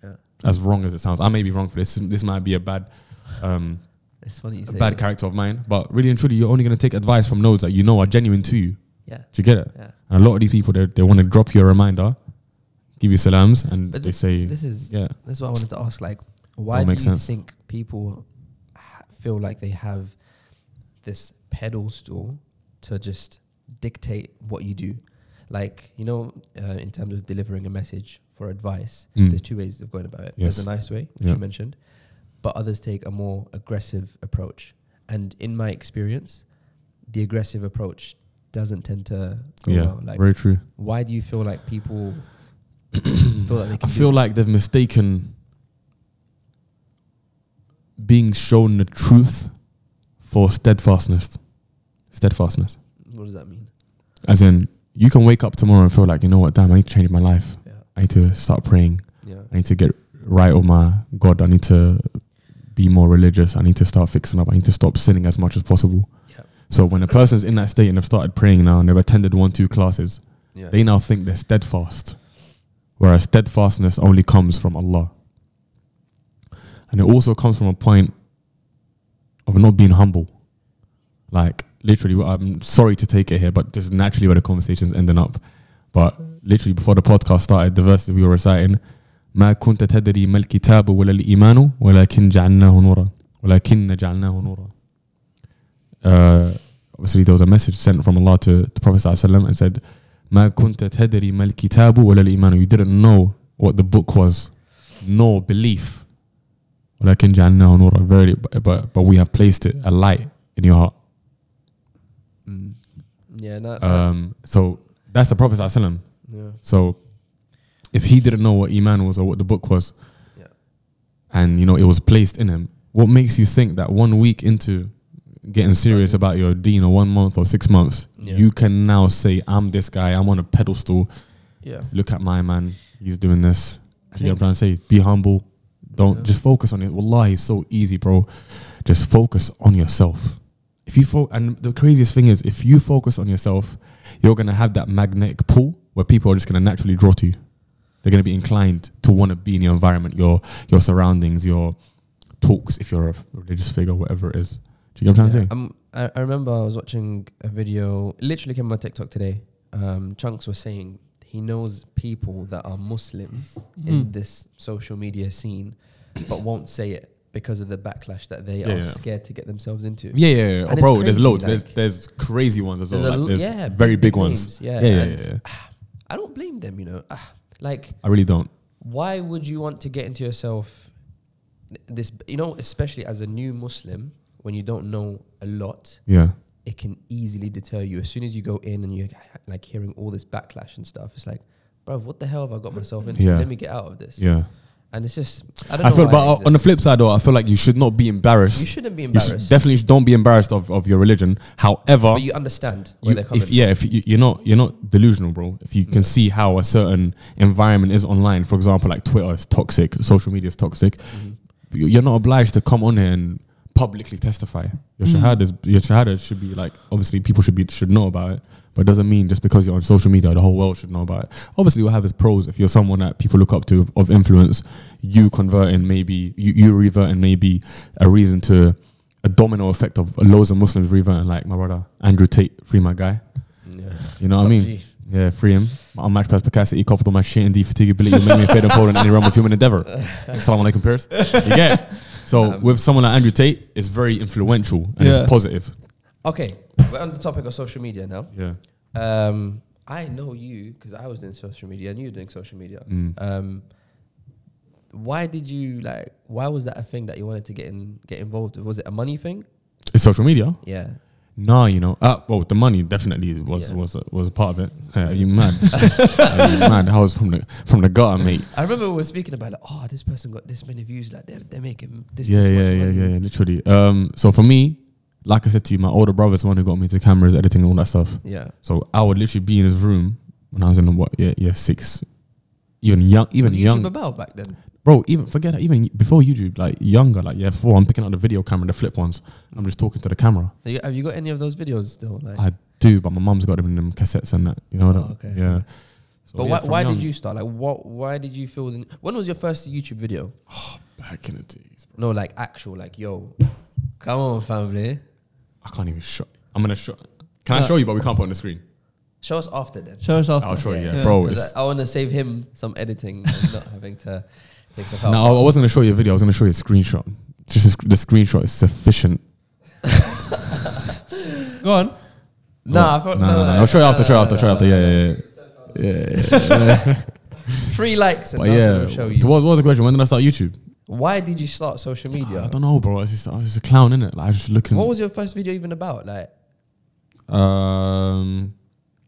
Yeah. As wrong as it sounds, I may be wrong for this. This might be a bad, um, It's funny you a say bad that. character of mine. But really and truly, you're only going to take advice from those that you know are genuine to you. Yeah. Do you get it? Yeah. And a lot of these people, they, they want to drop you a reminder, give you salams, and But they say, This is yeah, That's what I wanted to ask. Like, why That do you makes sense. think people ha- feel like they have this pedal stool to just dictate what you do? Like, you know, uh, in terms of delivering a message for advice, Mm. there's two ways of going about it. Yes. There's a nice way, which Yeah. you mentioned, but others take a more aggressive approach. And in my experience, the aggressive approach doesn't tend to go yeah, well. Like, very true. why do you feel like people feel that they I can do feel that? like they've mistaken being shown the truth for steadfastness. Steadfastness. What does that mean? As in, you can wake up tomorrow and feel like, you know what, damn, I need to change my life. Yeah. I need to start praying. Yeah. I need to get right with my God. I need to be more religious. I need to start fixing up. I need to stop sinning as much as possible. Yeah. So when a person's in that state and they've started praying now and they've attended one, two classes, Yeah. they now think they're steadfast, whereas steadfastness only comes from Allah. And it also comes from a point of not being humble. Like, literally, well, I'm sorry to take it here, but just naturally where the conversation's ending up. But literally, before the podcast started, the verses we were reciting, ما كنت تدري ما الكتاب ولا الإيمان ولكن جعلناه نورا ولكن جعلناه نورا uh, Obviously, there was a message sent from Allah to the Prophet صلى الله عليه وسلم and said, ما كنت تدري ما الكتاب ولا الإيمان You didn't know what the book was nor belief ولكن جعلناه نورا Verily, but, but, but we have placed it a light in your heart Mm. Yeah, no, no, um, So that's the Prophet صلى الله عليه وسلم yeah, So if he didn't know what Iman was or what the book was, Yeah. and you know it was placed in him, what makes you think that one week into getting serious about your deen or one month or six months, Yeah. you can now say, I'm this guy, I'm on a pedestal, yeah. look at my man, he's doing this. I Do you get what I'm think, trying to say? Be humble. Don't Yeah. just focus on it. Wallahi, it's so easy, bro. Just focus on yourself. If you fo- and the craziest thing is, if you focus on yourself, you're gonna have that magnetic pull where people are just gonna naturally draw to you. They're gonna be inclined to want to be in your environment, your your surroundings, your talks. If you're a religious figure, whatever it is. Do you get what I'm yeah, trying to say? um, I, I remember I was watching a video, it literally came on my TikTok today. Um, Chunks was saying he knows people that are Muslims in Mhm. this social media scene, but won't say it because of the backlash that they Yeah, are yeah. scared to get themselves into. Yeah, yeah, yeah. And it's bro. There's crazy, loads. there's like- there's crazy ones as well. There's Like, a, l- there's yeah very big names, ones. Yeah, Yeah, yeah, and yeah, yeah. I don't blame them, you know. Ah, like, I really don't. why would you want to get into yourself th- this you know especially as a new muslim when you don't know a lot Yeah. it can easily deter you as soon as you go in and you're like hearing all this backlash and stuff it's like bro what the hell have i got myself into Yeah. let me get out of this Yeah. and it's just i don't I know feel, why but it on the flip exists. side, though, I feel like you should not be embarrassed. you shouldn't be You should- embarrassed definitely don't be embarrassed of, of your religion. However, but you understand where you- they're coming if yeah, if you, you're not you're not delusional, bro. If you can Yeah. see how a certain environment is online, for example, like Twitter is toxic, social media is toxic. Mhm. you- You're not obliged to come on here and publicly testify. Your Mm. shahada is your shahada should be like obviously people should be should know about it, but it doesn't mean just because you're on social media, the whole world should know about it. Obviously, we'll have its pros if you're someone that people look up to of influence. You converting maybe you you reverting maybe a reason to a domino effect of loads of Muslims reverting like my brother Andrew Tate, free my guy. yeah. You know what I Top mean? G. Yeah, free him. I'm match past capacity, covered all my shit and defatigability will make me fit and forward in any realm of human endeavor. Assalamu alaikum, Paris. You get it? So, Um, with someone like Andrew Tate, it's very influential and Yeah. it's positive. okay we're on the topic of social media now Yeah. um i know you because i was doing social media and you were doing social media Mm. um why did you like why was that a thing that you wanted to get in get involved with was it a money thing It's social media. yeah No, you know. Uh, well, the money definitely was Yeah. was was a part of it. Yeah, are you mad? are you mad? I was from the from the gutter, mate. i remember we were speaking about like oh this person got this many views like they're, they're making this this yeah, yeah, much yeah, money. yeah, yeah, literally. Um, so for me, like I said to you, my older brother's the one who got me into cameras, editing, and all that stuff. yeah So I would literally be in his room when I was in the what yeah yeah six, even young even was YouTube young about back then bro even forget that even before YouTube like younger like yeah four I'm picking up the video camera the flip ones I'm just talking to the camera Have you- have you got any of those videos still like I do, but my mum's got them in them cassettes and that. You know, Oh, that- okay. yeah. So, But yeah, why, from why young- did you start? Like, what? Why did you feel? The, when was your first YouTube video? back in the days? Bro. No, like actual, like yo, come on, family. I can't even show. I'm gonna show. Can I Uh, No. show you? But we can't put it on the screen. Show us after then. Show us after. I'll show you. Yeah. Yeah. Yeah, bro. 'Cause It's, I, want to save him some editing and not having to take stuff out. no, I wasn't gonna show you a video. I was gonna show you a screenshot. Just a sc- the screenshot is sufficient. Go on. Nah, I thought- no, no, no, no, no. I'll show you no, after. no, Show you no, after. no, Show you after. no, Yeah, yeah, yeah. yeah. Three likes and But that's what yeah, we'll show you. what was, what was the question? When did I start YouTube? Why did you start social media? I don't know, bro. I was just, I was just a clown, innit? Like, I was just looking. what was your first video even about? Like, Um,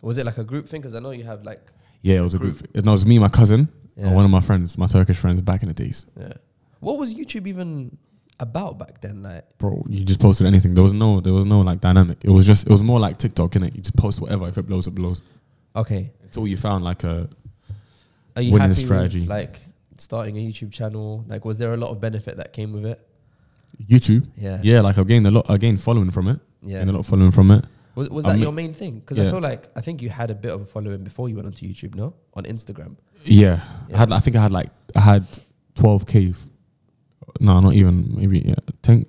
was it like a group thing? Because I know you have like, yeah, it was a group. No, it was me, and my cousin, Yeah. and one of my friends, my Turkish friends back in the days. yeah. What was YouTube even about back then? Like, Bro, you just posted anything. There was no, there was no like dynamic. It was just, it was more like TikTok, innit? You just post whatever. If it blows, it blows. okay, Until you found like a are you Winning happy strategy. with like starting a YouTube channel? Like, was there a lot of benefit that came with it? YouTube. Yeah, Yeah, like I gained a lot. I gained following from it. yeah. Gained a lot of following from it. Was was I that mean- your main thing? Because I Yeah. feel like I think you had a bit of a following before you went onto YouTube. No, on Instagram. Yeah, Yeah. I had. I think I had like I had 12k. f- No, not even. Maybe yeah, 10.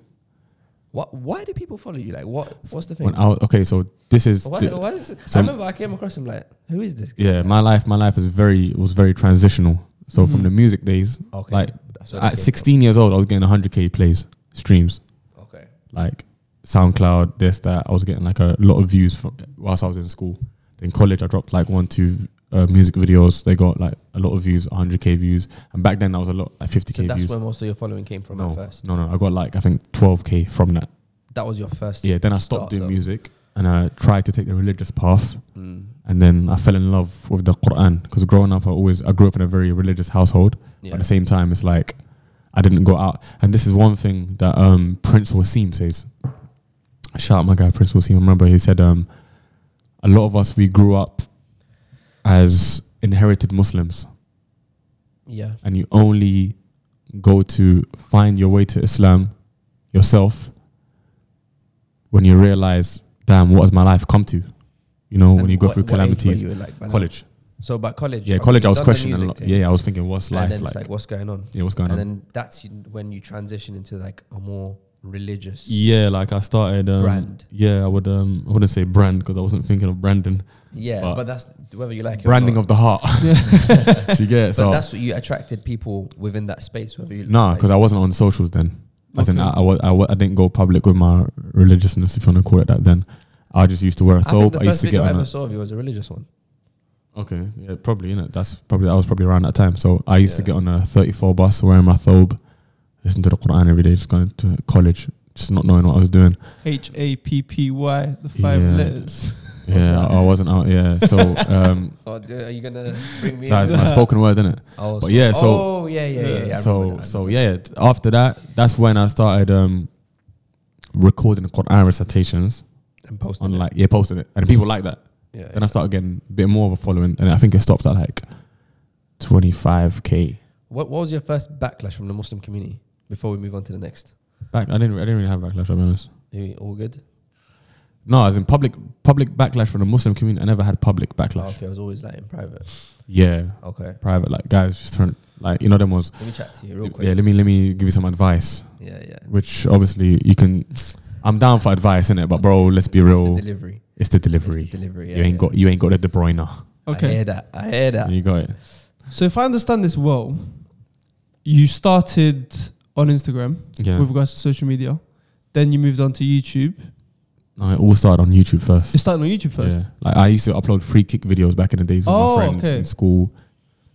What? Why do people follow you? Like, what? What's the thing? When I was, okay, so this is. Why, thi- why is it- I some- remember I came across him like, who is this? guy? yeah, my life, my life is very was very transitional. So from Mhm. the music days, Mm-hmm. okay. like, That's where that at came 16 years old, I was getting 100k plays, streams, from. Okay. like SoundCloud, this, that. I was getting like a lot of views from whilst I was in school. In college, I dropped like one, two uh, music videos. They got like a lot of views, 100k views, and back then that was a lot, like 50k So that's views. where most of your following came from no, at first. no, no, I got like I think 12k from that. That was your first. Yeah, then I stopped start, doing though. music and I tried to take the religious path. Mm, and then I fell in love with the Quran because growing up, I always I grew up in a very religious household. But yeah. At the same time, it's like I didn't go out, and this is one thing that um, Prince Wasim says. Shout out my guy Prince Wasim. I remember he said, um, "A lot of us we grew up as inherited Muslims, Yeah. and you only go to find your way to Islam yourself when you realize, damn, what has my life come to? You know, when And you go what- through what age were calamities." you in, like, by now? College, So, by college. yeah, okay, college. I you've was done the questioning a music lot. thing, Yeah, yeah, I was thinking, what's And life then like? it's like, what's going on? Yeah, what's going And on? then that's you- when you transition into like a more religious. Yeah, like I started. Um, Brand. Yeah, I would. Um, I wouldn't say brand because I wasn't thinking of branding. Yeah, but- but, that's whether you like it Branding or of the heart. she gets. But So that's what you attracted people within that space. Whether you nah, like- because I wasn't on socials then. As in, uh, Okay. I, I, wa- I, wa- I didn't go public with my religiousness, if you want to call it that. Then I just used to wear a I think thobe. the I used first to get video I on. ever A, saw of you was a religious one. okay, yeah, probably. You know, that's probably. I was probably around that time. So I used to Yeah. get on a 34 bus wearing my thobe, listen to the Quran every day, just going to college, just not knowing what I was doing. H A P P Y. The five Yeah. letters. Yeah, I wasn't out. Yeah, so um, Oh, d- are you gonna bring me? that is in? my spoken word, isn't it? Oh, but yeah, so- oh yeah, yeah, yeah. yeah I remember so that. so yeah. t- After that, that's when I started um, recording the Quran recitations and posted on it. like yeah, posting it, and people like that. yeah, Then I started getting a bit more of a following, and I think it stopped at like twenty five k. What What was your first backlash from the Muslim community before we move on to the next? Back, I didn't I didn't really have backlash. I'll be honest. Are you all good? No, I was in public public backlash from the Muslim community. I never had public Oh, backlash. okay, I was always like in private. Yeah, Okay, private like guys just turned like you know them was. let me chat to you real Yeah, quick. let me let me give you some advice. Yeah, yeah. which obviously you can. I'm down for advice, innit? But bro, let's be It's the real. delivery. It's the It's the delivery. delivery. you yeah, ain't yeah. got you ain't got the De Bruyne. I Okay. hear that. I hear that. You got it. So if I understand this well, you started on Instagram Yeah. with regards to social media, then you moved on to YouTube. No, it all started on YouTube first. You started on YouTube first. Yeah. Like I used to upload free kick videos back in the days with Oh, my friends okay. in school.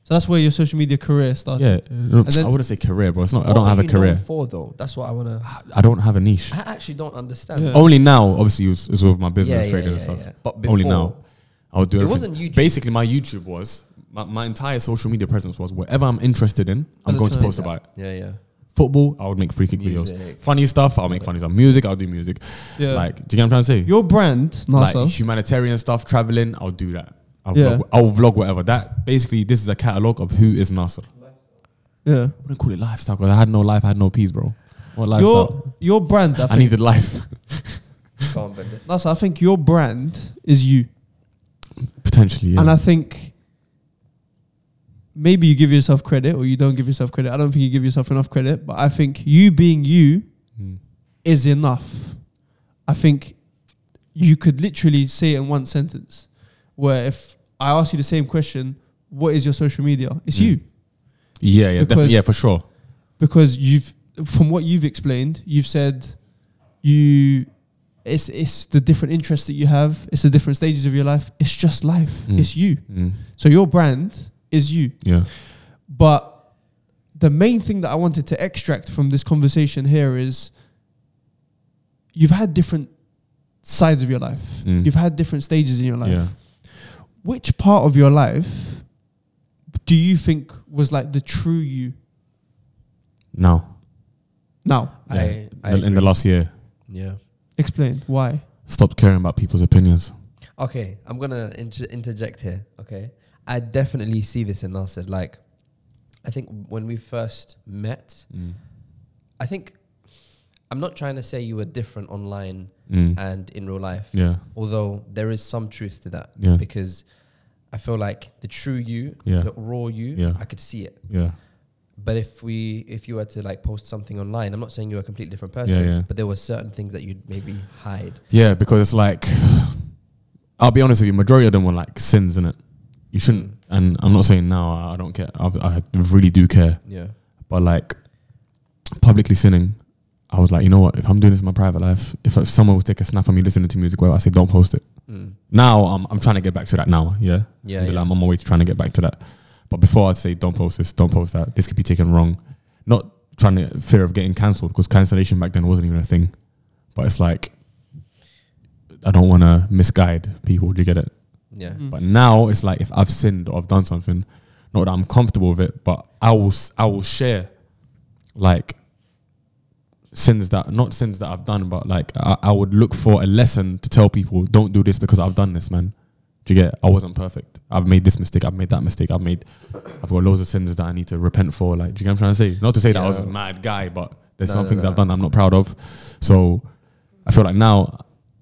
So that's where your social media career started. Yeah. then- I wouldn't say career, bro. It's not. I What don't are have a you known career. For though, that's what I wanna. I don't have a niche. I actually don't understand. Yeah. Only now, obviously, it was, it was with my business trading and stuff. But before, Only now. I would do it everything. wasn't YouTube. Basically, my YouTube was my, my entire social media presence was whatever I'm interested in, I'm Other going to channels. post about it. yeah, yeah. Football, I would make free kick videos. Music. funny stuff, I'll make funny stuff. Music, I'll do music. Yeah. Like, do you get what I'm trying to say? your brand, Like Nasser. humanitarian stuff, traveling, I'll do that. I'll, Yeah. vlog, I'll vlog whatever. That basically, this is a catalog of who is Nasser. I yeah. wouldn't call it lifestyle because I had no life, I had no peace, bro. What lifestyle? Your your brand. I, I think, needed life. Can't bend it. That's I think your brand is you. Potentially, yeah. And I think maybe you give yourself credit or you don't give yourself credit. I don't think you give yourself enough credit, but I think you being you Mm. is enough. I think you could literally say it in one sentence where if I ask you the same question, what is your social media? It's Mm. you. yeah, yeah, Because- definitely, yeah, for sure. Because you've from what you've explained, you've said you it's it's the different interests that you have, it's the different stages of your life. It's just life. Mm. It's you. Mm. So your brand is you. Yeah, But the main thing that I wanted to extract from this conversation here is you've had different sides of your life, Mm. you've had different stages in your life. yeah. Which part of your life do you think was like the true you Now, now? I, I in the agree. last year, yeah. Explain why. stopped caring about people's opinions. Okay, I'm gonna inter- interject here. Okay, I definitely see this in Nasser. Like, I think when we first met, Mm. I think I'm not trying to say you were different online Mm. and in real life, Yeah, although there is some truth to that yeah, because I feel like the true you, Yeah. the raw you, Yeah. I could see it. yeah, But if we, if you were to like post something online, I'm not saying you're a completely different person, yeah. but there were certain things that you'd maybe hide. yeah. Because it's like, I'll be honest with you, majority of them were like sins, in it. You shouldn't. Mm. And I'm not saying now I I don't care. I've, I really do care. Yeah, but like publicly sinning, I was like, you know what? If I'm doing this in my private life, if, if someone would take a snap of me listening to music, well, I say don't post it. mm. Now I'm, I'm trying to get back to that now. Yeah, yeah, Like, yeah. I'm on my way to trying to get back to that. But before I'd say don't post this, don't post that. This could be taken wrong. Not trying to fear of getting cancelled because cancellation back then wasn't even a thing. But it's like I don't want to misguide people. Do you get it? yeah. Mm. But now it's like if I've sinned or I've done something, not that I'm comfortable with it, but I will s- I will share like sins that not sins that I've done, but like I, I would look for a lesson to tell people don't do this because I've done this, man. Do you get? It? I wasn't perfect. I've made this mistake. I've made that mistake. I've made. I've got loads of sins that I need to repent for. Like, do you get what I'm trying to say? Not to say that I was Yeah. a mad guy, but there's No, some no, things no. I've done I'm not proud of. So I feel like now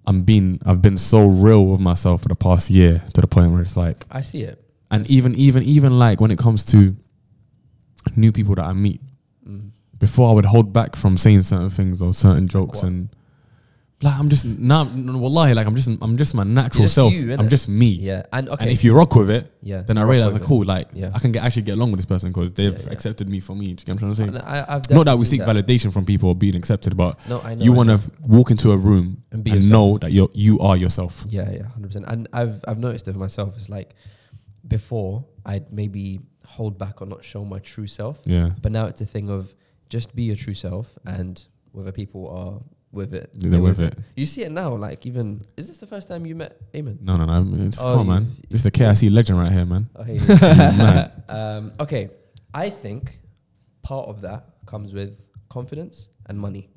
I'm being I've been so real with myself for the past year to the point where it's like I see it. and even even even like when it comes to new people that I meet Mm. before I would hold back from saying certain things or certain jokes what? and like I'm just now wallahi like I'm just I'm just my natural just self you, innit? I'm just me Yeah, and okay. and if you rock with it yeah, then I rock realize with it. like cool like Yeah. I can get, actually get along with this person because they've Yeah, yeah. accepted me for me do you get what I'm trying to say And I, I've not that definitely we seen seek validation from people or being accepted but No, I know. you I want know. to walk into a room And and, be yourself. know that you're you are yourself. Yeah, yeah, hundred percent. And I've I've noticed it for myself. It's like before I'd maybe hold back or not show my true self, Yeah, but now it's a thing of just be your true self, and whether people are with it, they're, with it. Mm. You see it now. Like even is this the first time you met Eamon? No, no, no. It's, Oh, come on, you- man. It's the KIC legend right here, man. Oh, hey, hey. man. um, okay, I think part of that comes with confidence and money.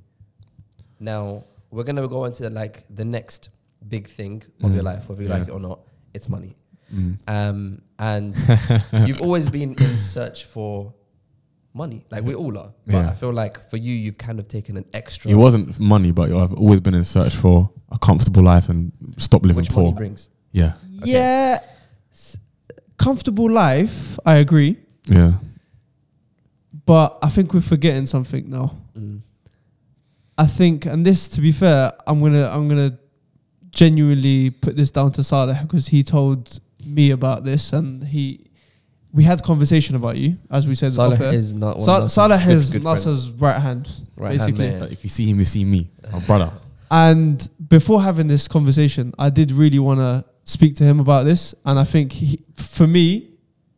Now we're gonna go into like the next big thing of Mm, your life, whether you like it yeah. or not. It's money, Mm. um, and you've always been in search for money, like we all are. But Yeah. I feel like for you, you've kind of taken an extra. It wasn't money, but I've always been in search for a comfortable life and stop living which poor. money brings. yeah, Yeah. S- Comfortable life, I agree. yeah, But I think we're forgetting something now. Mm. I think, and this, to be fair, I'm gonna, I'm gonna genuinely put this down to Saleh because he told me about this, and he, we had conversation about you, as we said. Salah off air. is not one Sa- of Nasser's Salah good- is good Nasser's right hand, friends. basically. Right-hand man. Like, if you see him, you see me, my brother. and before having this conversation, I did really want to speak to him about this, and I think he, for me.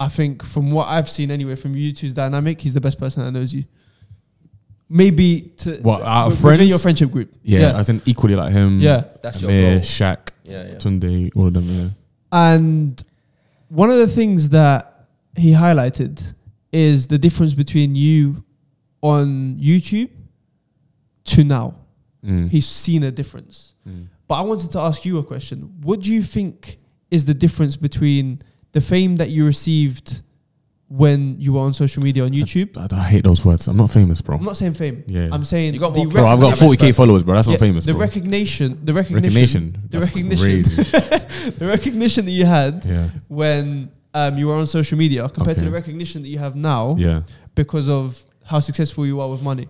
I think from what I've seen anyway, from you two's dynamic, he's the best person that knows you. Maybe to What, out wi- of within friends? your friendship group. Yeah, yeah, as in equally like him. yeah. That's your Amir, goal. Shaq, Yeah, yeah. Tunde, all of them. Yeah. And one of the things that he highlighted is the difference between you on YouTube to now. Mm. He's seen a difference. Mm. But I wanted to ask you a question. What do you think is the difference between the fame that you received when you were on social media on YouTube. I, I hate those words. I'm not famous, bro. I'm not saying fame. Oh. yeah. I'm saying You got the more- bro, I've got recognition- 40k followers, bro. That's Yeah, not famous, The bro. recognition, the recognition, recognition. the That's recognition. crazy. the recognition that you had yeah. when um, you were on social media compared to Okay. the recognition that you have now Yeah. because of how successful you are with money.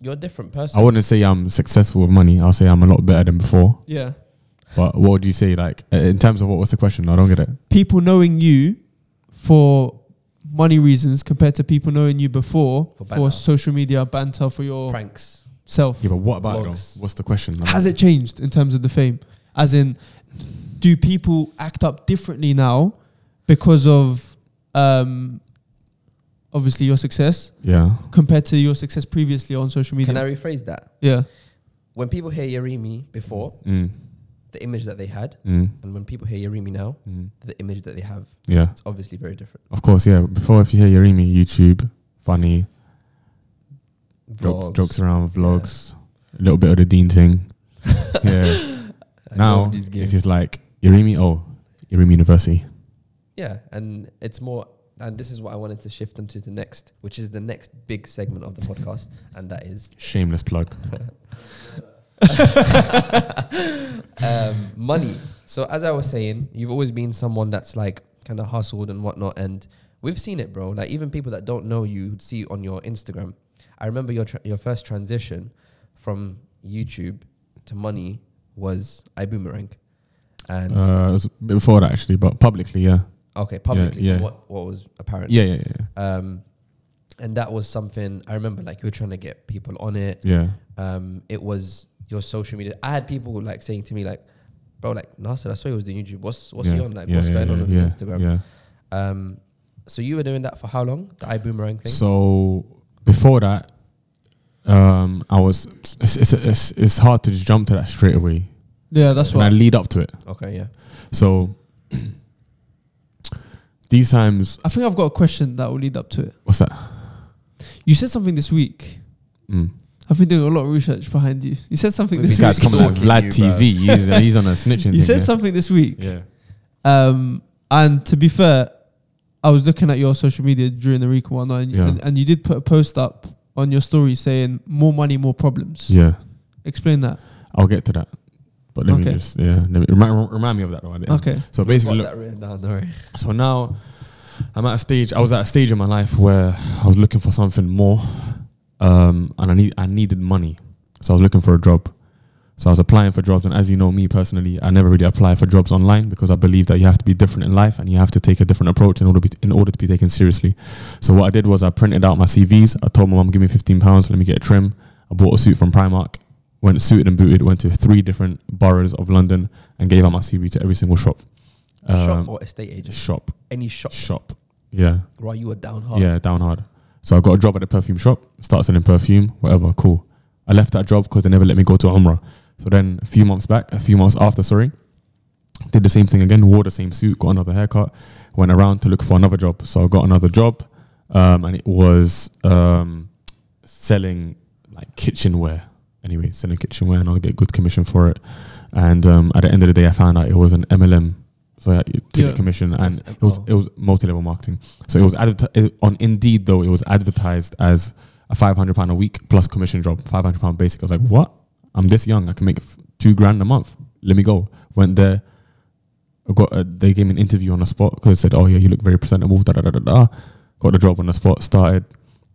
You're a different person. I wouldn't say I'm successful with money. I'll say I'm a lot better than before. Yeah. But what would you say, like, uh, in terms of what was the question? I don't get it. People knowing you for money reasons compared to people knowing you before For for, banter. social media banter for yourself. Pranks. Yeah, but what about it Vlogs. though? What's the question? Like, Has it changed in terms of the fame? As in, do people act up differently now because of um, obviously your success Yeah. compared to your success previously on social media? Can I rephrase that? yeah. When people hear Yerimi before, Mm. the image that they had, Mm. and when people hear Yerimi now, Mm. the image that they have, Yeah. it's obviously very different. Of course. Yeah. Before, if you hear Yerimi, YouTube, funny jokes, Vlogs. uh, jokes around vlogs, a little bit of the Dean thing. yeah. I now love it's these games. just like Yerimi. Oh, Yerimi University. Yeah, and it's more, and this is what I wanted to shift into the next, which is the next big segment of the podcast, and that is Shameless plug. um, money. So as I was saying, you've always been someone that's like kind of hustled and whatnot, and we've seen it, bro. Like even people that don't know you would see on your Instagram. I remember your tra- your first transition from YouTube to money was I boomerang, and Uh, it was a bit before that actually, but publicly, yeah. okay, publicly yeah. From what what was apparent, Yeah, yeah, yeah, yeah. Um, and that was something I remember. Like you were trying to get people on it, Yeah. um, it was your social media. I had people like saying to me like, "Bro, like Nasser, I saw you was doing YouTube. What's what's yeah, he on? Like, yeah, what's yeah, going on yeah, on his yeah, Instagram?" Yeah. Um, so you were doing that for how long? The iBoomerang thing. So before that, um, I was it's, it's it's it's hard to just jump to that straight away, Yeah, that's and I what. lead up to it. okay, yeah. So these times, I think I've got a question that will lead up to it. what's that? You said something this week. Mm. I've been doing a lot of research behind you. You said something We've this This been week. guy's coming out of stalking Vlad you, bro. TV. He's, uh, he's on a snitching. You thing, said yeah. something this week. Yeah. Um, and to be fair, I was looking at your social media during the week and whatnot, and, Yeah. and, and you did put a post up on your story saying "more money, more problems." Yeah. Explain that. I'll get to that, but let Okay. me just yeah. Let me, remind, remind me of that though. at the end. Okay. So Got basically, look, that written down. Don't worry. So now I'm at a stage. I was at a stage in my life where I was looking for something more, um, and I need I needed money. So I was looking for a job. So I was applying for jobs, and as you know me personally, I never really apply for jobs online because I believe that you have to be different in life and you have to take a different approach in order to be, in order to be taken seriously. So what I did was I printed out my CVs. I told my mum, "Give me fifteen pounds, let me get a trim." I bought a suit from Primark, went suited and booted, went to three different boroughs of London, and gave out my CV to every single shop. shop Um, or estate agent? shop Any shop? shop. Yeah, Right, you were down hard. yeah, down hard. So I got a job at a perfume shop, started selling perfume, whatever, cool. I left that job because they never let me go to Umrah. So then a few months back, a few months after, sorry, did the same thing again, wore the same suit, got another haircut, went around to look for another job. So I got another job um, and it was um, selling like kitchenware. Anyway, selling kitchenware and I'll get good commission for it. And um, at the end of the day, I found out it was an MLM. So I took Yeah. a commission and Yes, it was, oh. it was multi-level marketing. So it was adver- it- on Indeed though. It was advertised as a five hundred pound a week plus commission job, five hundred pound basic. I was like, what? I'm this young. I can make f- two grand a month. Let me go. Went there. I got. A, they gave me an interview on the spot because they said, oh yeah, you look very presentable. Da da da da da. Got the job on the spot. Started,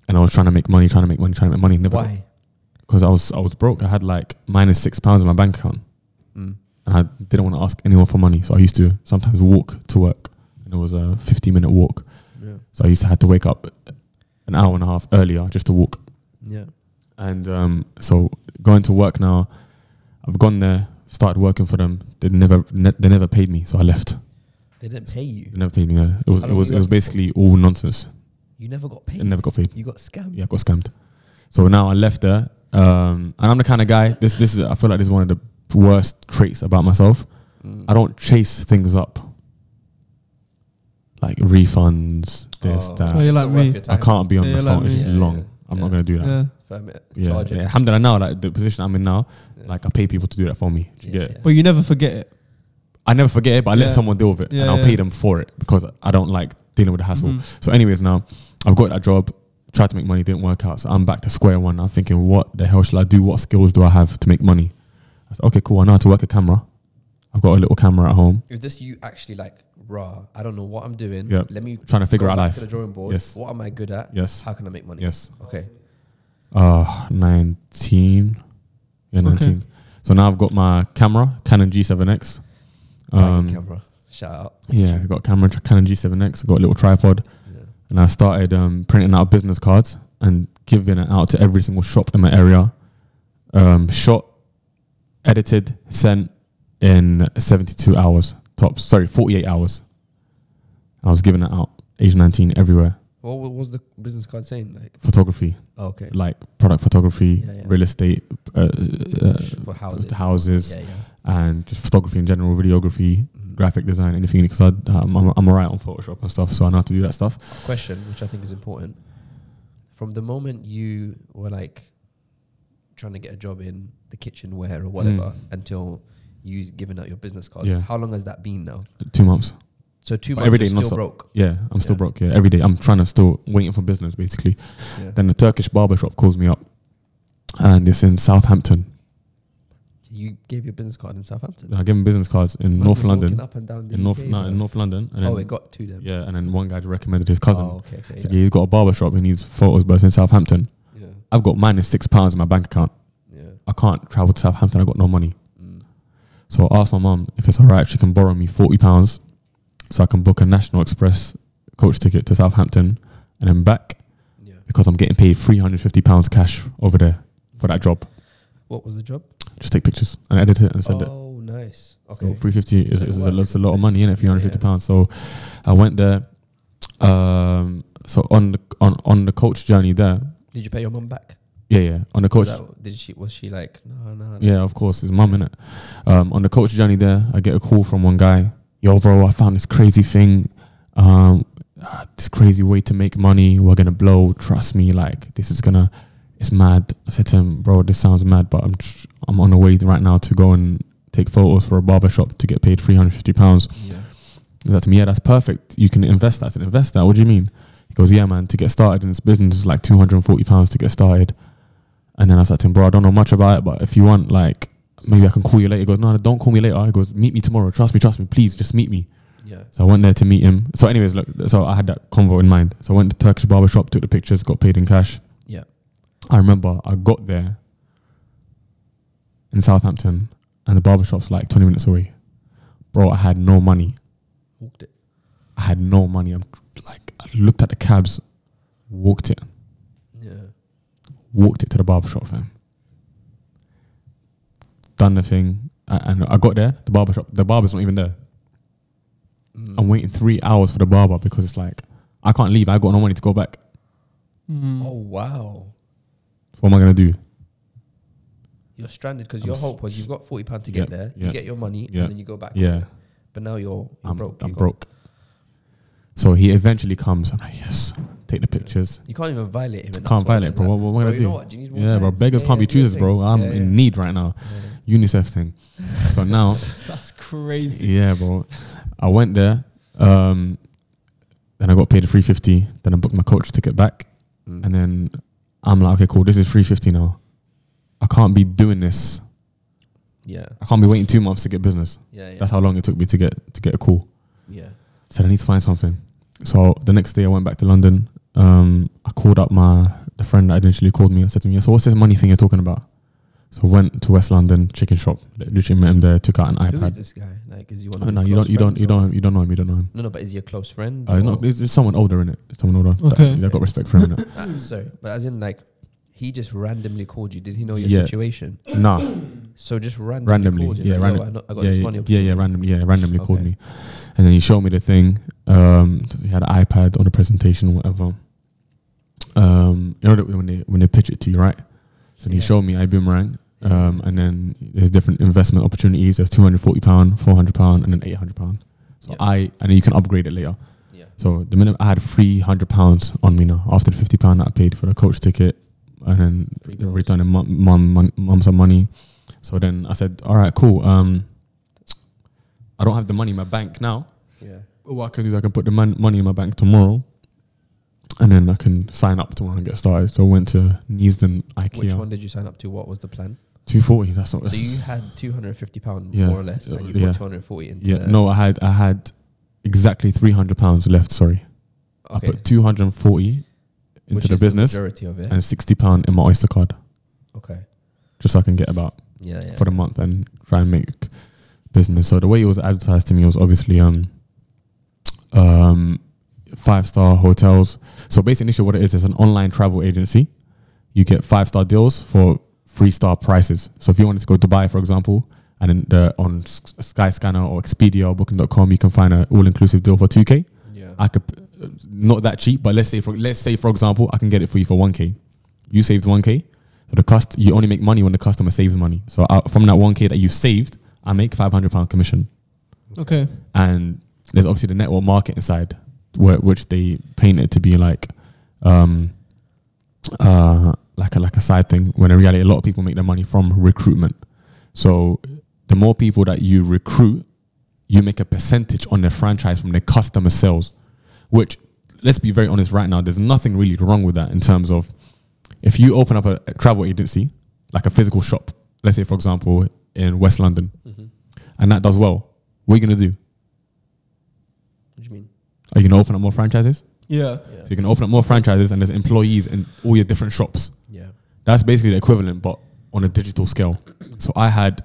and I was trying to make money, trying to make money, trying to make money. Never Why? because I was I was broke. I had like minus six pounds in my bank account Mm. and I didn't want to ask anyone for money. So I used to sometimes walk to work, and it was a 15 minute walk. Yeah. So I used to have to wake up an hour and a half earlier just to walk. Yeah. And um, so going to work now, I've gone there, started working for them. They never ne- they never paid me, so I left. They didn't pay you. They never paid me. no. It was How it long was were you it working was for? basically all nonsense. You never got It paid. never got paid. You got scammed. Yeah, I got scammed. So now I left there, um, and I'm the kind of guy. This this is I feel like this is one of the worst traits about myself. Mm. I don't chase things up. Like refunds, this, Oh, that. Oh, you're it's like not worth me. your I time. can't be on Yeah, the like phone. It's me. just Yeah, long. yeah, I'm yeah. not gonna do that. Yeah. Firm it. Yeah, Charge yeah. it. Alhamdulillah now, like the position I'm in now, Yeah. like I pay people to do that for me. Do you Yeah, get it? yeah. But you never forget it. I never forget it, but I let Yeah. someone deal with it, Yeah, and I'll yeah. pay them for it because I don't like dealing with the hassle. Mm-hmm. Mhm. So, anyways, now I've got that job. Tried to make money, didn't work out. So I'm back to square one. I'm thinking, what the hell shall I do? What skills do I have to make money? I said, okay, cool. I know how to work a camera. I've got a little camera at home. Is this you actually like raw? I don't know what I'm doing. Yeah. Let me Trying to figure go out back life. to the drawing board. Yes. What am I good at? Yes. How can I make money? Yes. Okay. Uh, 19. Yeah, 19. So now I've got my camera, Canon G7X. Um, Um, camera. Shout out. yeah, I got a camera, tr- Canon G7X. I got a little tripod, Yeah. and I started um, printing out business cards and giving it out to every single shop in my area. Um, shot, edited, sent in 72 hours tops. Sorry, 48 hours. I was giving it out, age 19, everywhere. What wa- was the business card saying? Like, Photography, oh, okay. like product photography, Yeah, yeah. real estate, uh, uh, For houses. houses, Yeah, yeah. and just photography in general, videography, Mhm. graphic design, anything. Because I'm, I'm, I'm alright on Photoshop and stuff, so I know how to do that stuff. question, which I think is important. From the moment you were like trying to get a job in the kitchenware or whatever until you giving out your business cards, Mm. Yeah. how long has that been now? Two months. So two But months every every day day still nonstop. broke. Yeah, I'm still Yeah. broke. Yeah, every day I'm trying to still waiting for business basically. Yeah. Then the Turkish barber shop calls me up, and it's in Southampton. You gave your business card in Southampton. I give him business cards in Man, North you're walking London, Up and down the in North, UK, no, in bro. North London, and then, Oh, it got to them. yeah, and then one guy recommended his cousin. Oh, okay, okay. So yeah. he's got a barber shop and he's photos burst in Southampton. Yeah. I've got minus six pounds in my bank account. yeah. I can't travel to Southampton. I got no money. Mm. So I asked my mum if it's all right, if she can borrow me forty pounds, so I can book a National Express coach ticket to Southampton and then back yeah. because I'm getting paid three hundred fifty pounds cash over there for that job. What was the job? Just take pictures and edit it and send it. oh, nice. So Okay. three fifty is, So it is, a, works. that's a lot of money, is it? Three hundred fifty pounds. So I went there. Um, so on the on on the coach journey there, Did you pay your mum back? yeah, yeah, on the Was coach that- did she? Was she like no, no? no. Yeah, of course, his mum in it. Um, on the coach journey there, I get a call from one guy. Yo, bro, I found this crazy thing, um, ah, this crazy way to make money. We're gonna blow. Trust me, like this is gonna, it's mad. I said to him, bro, this sounds mad, but I'm tr- I'm on the way right now to go and take photos for a barber shop to get paid three hundred fifty pounds. Yeah. He's like to me, yeah, that's perfect. You can invest that. I said, invest that. What do you mean? He goes, yeah, man, to get started in this business is like £240 to get started. And then I said to him, bro, I don't know much about it, but if you want, like, maybe I can call you later. He goes, no, no, don't call me later. He goes, meet me tomorrow. Trust me, trust me. Please, just meet me. Yeah. So I went there to meet him. So anyways, look, so I had that convo in mind. So I went to Turkish barber shop, took the pictures, got paid in cash. Yeah. I remember I got there in Southampton and the barber shop's like 20 minutes away. Bro, I had no money. Walked it. I had no money. I'm like, I looked at the cabs, walked it, Yeah. walked it to the barbershop, fam. Done the thing, a- and I got there. The barbershop, the barber's not even there. Mm. I'm waiting three hours for the barber because it's like, I can't leave. I got no money to go back. Oh Mm. wow, So what am I gonna do? you're stranded because I'm your s- hope was you've got forty pound to get Yeah, there. yeah, You get your money yeah, and then you go back. Yeah, But now you're, you're I'm broke. broke. I'm you got- broke. So he eventually comes. I'm like, yes, take the pictures. You can't even violate him. and that's Can't what violate, it bro. is. What, what am I Bro, gonna you know do? what? Do you need more Yeah, bro. time? Beggars Yeah, can't be yeah, do your choosers, bro. thing. I'm Yeah, yeah. in need right now. Yeah. UNICEF thing. So now That's crazy. Yeah, bro. I went there. Um, then I got paid three fifty. Then I booked my coach ticket back, Mm. and then I'm like, okay, cool. This is three fifty now. I can't be doing this. yeah, I can't be waiting two months to get business. yeah, yeah. That's how long it took me to get to get a call. yeah. Said I need to find something. So the next day I went back to London. Um, I called up my the friend that initially called me. I said to him, yeah, so what's this money thing you're talking about? So went to West London chicken shop. Literally met him there. Took out an Who is iPad. this guy? Like, is he one? Oh, of no, your you close don't. You don't. friends You or- don't. You don't know him. You don't know him. No, no, but is he a close friend? Uh, or- not, it's, it's someone older in it. Someone older. Okay. That, I've got respect for him. innit? Ah, sorry, but as in like. He just randomly called you. Did he know your Yeah. situation? nah. So just randomly, Randomly, called you. yeah, like, yo, random- I, know, I got Yeah, this yeah, money. yeah, yeah, randomly, yeah, randomly called Okay. me, and then he showed me the thing. Um, he had an iPad on a presentation, or whatever. Um, you know that when they when they pitch it to you, right? So he Yeah. showed me iBoomerang, um, and then there's different investment opportunities. There's two hundred forty pound, four hundred pound, and then eight hundred pound. So Yeah. I and then you can upgrade it later. Yeah. So the minimum I had three hundred pounds on me now after the fifty pound that I paid for the coach ticket, and then Free the goals. return of mum mum mum mum some money. So then I said, all right, cool. Um, I don't have the money in my bank now. Yeah. But what I can do is I can put the mon- money in my bank tomorrow, and then I can sign up tomorrow and get started. So I went to Neasden Which IKEA. one did you sign up to? What was the plan? Two forty. That's not. So That's, you had two hundred and fifty pound Yeah. more or less, and you put Yeah. two hundred and forty into. yeah. No, I had I had exactly three hundred pounds left. Sorry, Okay. I put two hundred and forty into Which the is business majority of it. and sixty pound in my Oyster card, okay. just so I can get about Yeah. Yeah. for the month and try and make business. So the way it was advertised to me was obviously um um five star hotels. So basically initially what it is is an online travel agency. You get five star deals for three star prices. So if you wanted to go to Dubai for example and in the, on S- Skyscanner or Expedia or booking.com you can find an all inclusive deal for 2k. yeah. I could uh, not that cheap, but let's say for let's say for example, I can get it for you for one k. You saved one k, so the cost you only make money when the customer saves money. So out from that one k that you saved, I make five hundred pound commission. Okay. And there's obviously the network marketing side, where, which they paint it to be like, um, uh, like a like a side thing. When in reality, a lot of people make their money from recruitment. So the more people that you recruit, you make a percentage on their franchise from their customer sales. Which, let's be very honest, right now there's nothing really wrong with that in terms of if you open up a, a travel agency, like a physical shop. Let's say, for example, in West London, Mhm. and that does well. What are you gonna do? What do you mean? Are you gonna open up more franchises? Yeah. Yeah. So you can open up more franchises and there's employees in all your different shops. yeah. That's basically the equivalent, but on a digital scale. So I had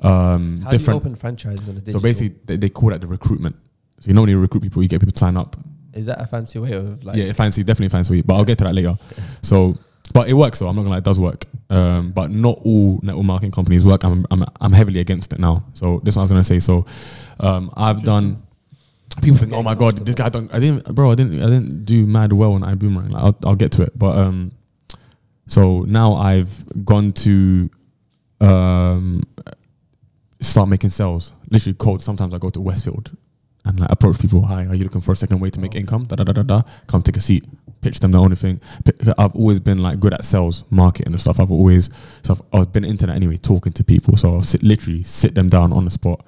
um, How do you different. open franchises on a digital? so basically, they, they call that the recruitment. So you normally recruit people, you get people to sign up. is that a fancy way of like? yeah, fancy, definitely fancy, but I'll get to that later. So, but it works though. I'm not gonna lie, it does work. Um, but not all network marketing companies work. I'm, I'm, I'm heavily against it now. So this is what I was gonna say. So, um, I've done. People think, oh my god, this guy don't. I didn't, bro. I didn't. I didn't do mad well on iBoomerang. Like, I'll, I'll get to it. But um, so now I've gone to um, start making sales. Literally cold. Sometimes I go to Westfield and like approach people. Hi, are you looking for a second way to make Oh. income? Da da da da da. Come take a seat. Pitch them the only thing. P- I've always been like good at sales, marketing and stuff. I've always so I've, I've been into that anyway, talking to people. So I'll sit, literally sit them down on the spot.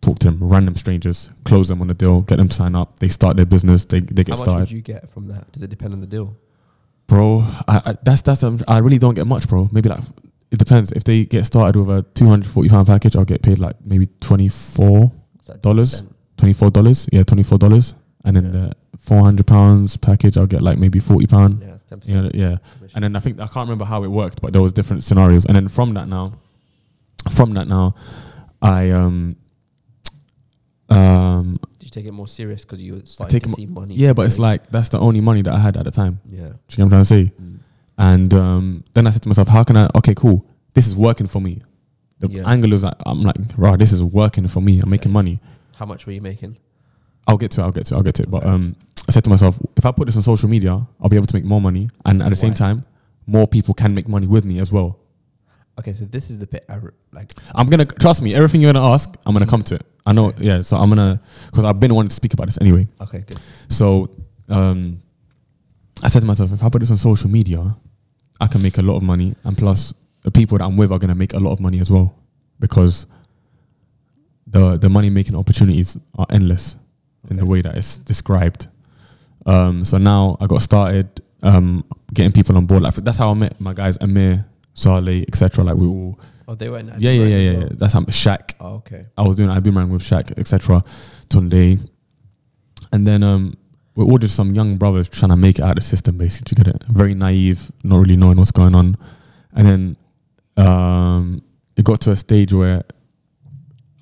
Talk to them, random strangers, close them on the deal, get them to sign up. They start their business, they, they How get much started would you get from that? Does it depend on the deal? bro. I, I that's that's um, I really don't get much, bro. Maybe like it depends. If they get started with a two hundred forty pound package, I'll get paid like maybe twenty four, Is that Dollars? 10%? twenty four dollars. Yeah, twenty four dollars. And then Yeah. the four hundred pounds package, I'll get like maybe forty pound. Yeah, it's ten Yeah. yeah, percent. Mm. And then I think I can't remember how it worked, but there was different scenarios. And then from that now, from that now, I um um Did you take it more serious because you were take starting to it mo- see money? yeah, but it's coming like that's the only money that I had at the time. in? yeah. Do you know what I'm trying to say? Mm. And um, then I said to myself, how can I? Okay, cool. This is working for me. The Yeah. angle is like, I'm like, rah, this is working for me. I'm making Okay. money. How much were you making? I'll get to it. I'll get to it. I'll get to it. But Okay. um, I said to myself, if I put this on social media, I'll be able to make more money. And at the same Why? time, more people can make money with me as well. Okay, so this is the bit I re- like. I'm going to, trust me, everything you're going to ask, I'm going to come to it. I know, Okay. yeah. So I'm going to, because I've been wanting to speak about this anyway. Okay, good. So um, I said to myself, if I put this on social media, I can make a lot of money. And plus, the people that I'm with are going to make a lot of money as well because the, the money making opportunities are endless in the Okay. way that it's described. Um, so now I got started um, getting people on board. Like, that's how I met my guys, Amir, Saleh, etc. Like we all, Oh, they were in yeah, yeah, Adelaide yeah, as yeah, yeah. well. That's how Shaq. Oh, okay. I was doing I Boomerang with Shaq, etc. Tunde. And then um, we're all just some young brothers trying to make it out of the system, basically. Do you get it? Very naive, not really knowing what's going on. And then um, it got to a stage where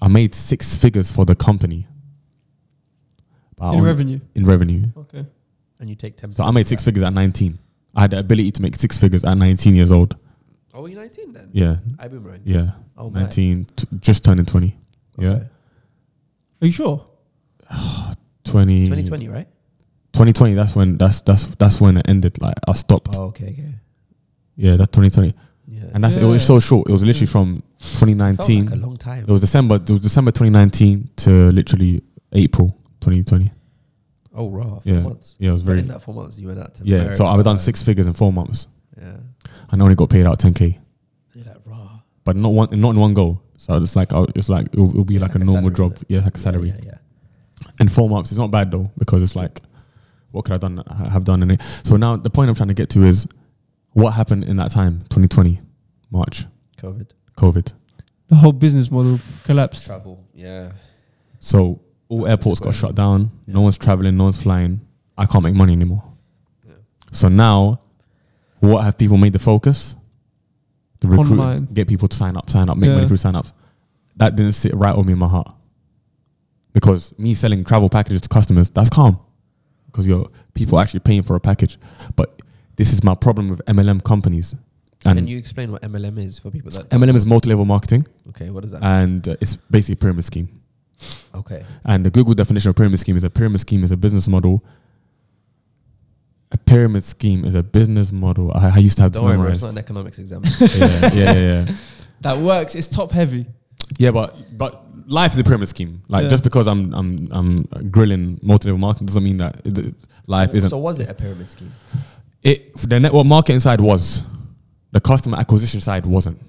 I made six figures for the company. But I In only- revenue. in revenue. And you take ten. So I made six figures at 19. I had the ability to make six figures at 19 years old. Oh, were you nineteen then? Yeah, I boomerang. yeah. Oh, my. 19, t- just turning 20. Yeah. Okay. Are you sure? 20. 2020, right? 2020 that's when that's that's that's when it ended like i stopped Oh, okay, okay. yeah that's 2020 Yeah. and that's it was Yeah. so short it was literally from It felt like 2019 a long time. it was december it was december 2019 to literally april 2020 oh, raw. Four Yeah. months. yeah it was But very in that four months, you went out to. yeah America. so i've done six figures in four months Yeah. and I only got paid out 10k You're like raw. but not one not in one go So it's like I'll- it's like it'll, it'll be Yeah, like, like a a normal salary, job. innit? Yeah, it's like a salary. Yeah, yeah. And four months, it's not bad though because it's like, what could I done I have done in it? So now the point I'm trying to get to is, what happened in that time, 2020, March, COVID. COVID. The whole business model collapsed. Travel. Yeah. So all That's airports got disappointing. shut down. No Yeah. one's traveling. No one's flying. I can't make money anymore. Yeah. So now, what have people made the focus? The recruit Online. get people to sign up, sign up, make money Yeah. through sign ups. That didn't sit right with me in my heart because me selling travel packages to customers that's calm because your people are actually paying for a package. But this is my problem with MLM companies and, Can you explain what MLM is for people that MLM is multi-level marketing Okay, what does that? and uh, it's basically a pyramid scheme. mean? Okay. And the Google definition of pyramid scheme is a pyramid scheme is a business model. A pyramid scheme is a business model. I, I used to have this Don't worry, bro, it's memorized. not an economics example. yeah, yeah, yeah, yeah. That works. It's top heavy. Yeah, but but life is a pyramid scheme. Like Yeah. just because I'm I'm I'm grilling multi-level marketing doesn't mean that it, life isn't. So was it a pyramid scheme? it the network marketing side was, the customer acquisition side wasn't.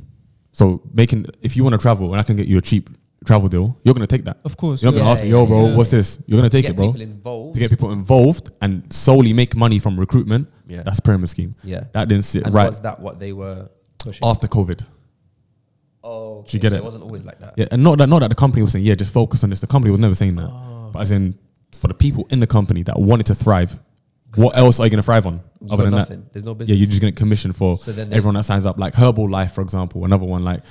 So making if you want to travel and I can get you a cheap travel deal, you're gonna take that. Of course. You're not gonna Yeah, ask me, yeah, yo, bro, yeah. what's this? You're gonna take Get it, bro. People involved. to get people involved and solely make money from recruitment. yeah. That's a pyramid scheme. yeah. That didn't sit And right was that what they were pushing? after COVID. oh, Do you get so it? it wasn't always like that. Yeah, and not that not that the company was saying, yeah, just focus on this. The company was never saying that, Oh. but as in for the people in the company that wanted to thrive, what else are you gonna thrive on You've got other than that? nothing. There's no business. Yeah, you're just gonna commission for so then they- everyone that signs up, like Herbal Life, for example. Another one, like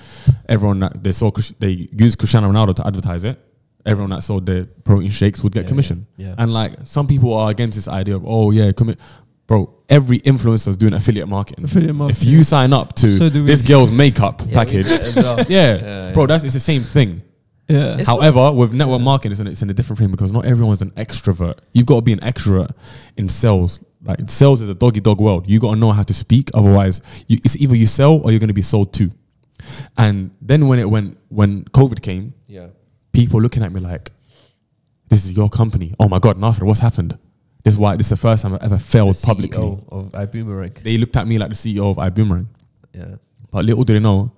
everyone that they saw, Crish- they used Cristiano Ronaldo to advertise it. Everyone that sold their protein shakes would get Yeah, commission. Yeah. And like some people are against this idea of oh yeah, commit, bro. Every influencer is doing affiliate marketing. Affiliate If marketing. you sign up to So do we. this girl's makeup Yeah, we package, did it as well. yeah, Yeah, bro, yeah. that's it's the same thing. yeah. It's- However, with network Yeah. marketing, it's in, it's in a different thing because not everyone's an extrovert. You've got to be an extrovert in sales. Like sales is a doggy dog world. You got to know how to speak. Otherwise, you, it's either you sell or you're going to be sold to. And then when it went when COVID came, yeah. people looking at me like, "This is your company." Oh my god, Nasser, what's happened? This is why this is the first time I've ever The E failed CEO publicly. of iBoomerang. They looked at me like the CEO of iBoomerang, Yeah. but little do they know,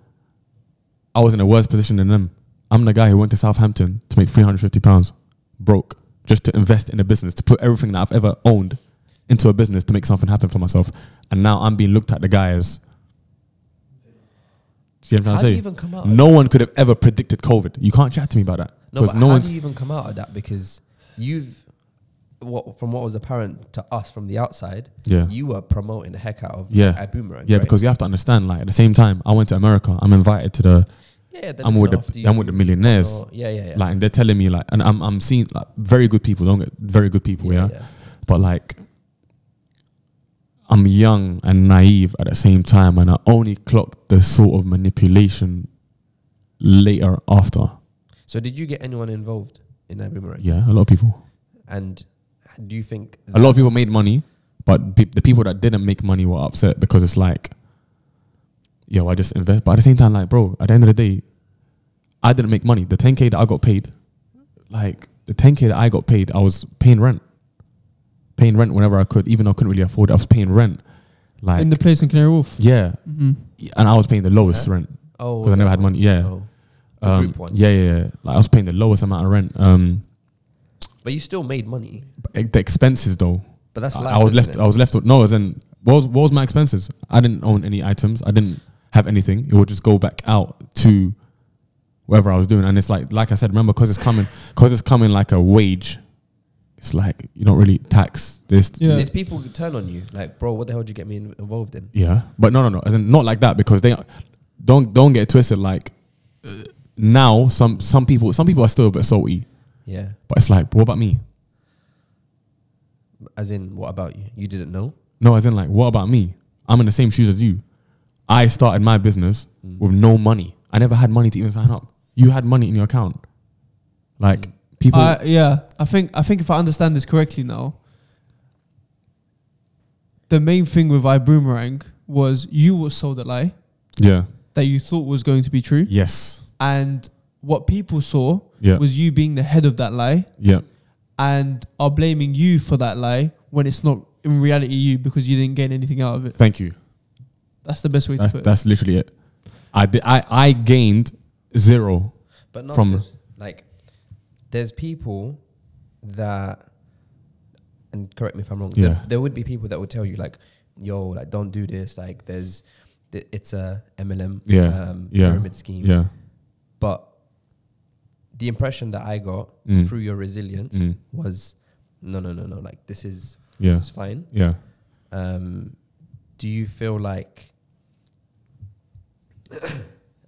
I was in a worse position than them. I'm the guy who went to Southampton to make 350 pounds, broke, just to invest in a business, to put everything that I've ever owned into a business to make something happen for myself, and now I'm being looked at the guy as. Do you know what I'm How do you trying to say? even come out? of No one could have ever predicted COVID. You can't chat to me about that No, because but no how one. do you even come out of that? Because you've, what from what was apparent to us from the outside, Yeah. you were promoting the heck out of Yeah. a boomerang. Yeah, right? because you have to understand. Like at the same time, I went to America. I'm invited to the. yeah, yeah, they're I'm looking with after the. you. I'm with the millionaires. Oh, yeah, yeah, yeah. Like and they're telling me like, and I'm I'm seeing like very good people. Don't get very good people. Yeah, but like. I'm young and naive at the same time, and I only clocked the sort of manipulation later after. So did you get anyone involved in a boomerang? Yeah, a lot of people. And do you think A lot of that people was- made money, but pe- the people that didn't make money were upset because it's like, yo, I just invest. But at the same time, like, bro, at the end of the day, I didn't make money. The 10K that I got paid, like, the 10K that I got paid, I was paying rent. Paying rent whenever I could, even though I couldn't really afford it, I was paying rent. Like, in the place in Canary Wharf. yeah. Mhm. And I was paying the lowest Huh? rent. Oh, 'Cause I never that had one. money, yeah. Oh. The Um, group one. yeah, yeah, yeah. Like, I was paying the lowest amount of rent. Um, but you still made money. but the expenses, though, But that's I, life, I was isn't left. it? I was left with no. As in, what was what was my expenses? I didn't own any items. I didn't have anything. It would just go back out to whatever I was doing. And it's like, like I said, remember, because it's coming, because it's coming like a wage. It's like you don't really tax this. Yeah. Did people turn on you? Like, bro, what the hell did you get me in- involved in? Yeah, but no, no, no. As in, not like that because they don't don't get it twisted. Like uh, now, some some people some people are still a bit salty, Yeah. but it's like, what about me? As in, what about you? You didn't know? No, as in, like, what about me? I'm in the same shoes as you. I started my business Mm. with no money. I never had money to even sign up. You had money in your account. Like Mm. people, I, yeah, I think I think if I understand this correctly now, the main thing with iBoomerang was you were sold a lie yeah, that you thought was going to be true, yes, and what people saw yeah, was you being the head of that lie yeah, and are blaming you for that lie when it's not in reality you because you didn't gain anything out of it. thank you. That's the best way That's to put that's literally it. I did, I I gained Zero. But not From- so- like there's people that and correct me if I'm wrong. there- Yeah. There, would be people that would tell you like, "Yo, like don't do this." Like there's th- it's a MLM Yeah. um, Yeah. pyramid scheme. Yeah. But the impression that I got Mm. through your resilience Mm. was no, no, no, no. Like this is Yeah. this is fine. Yeah. Um, do you feel like?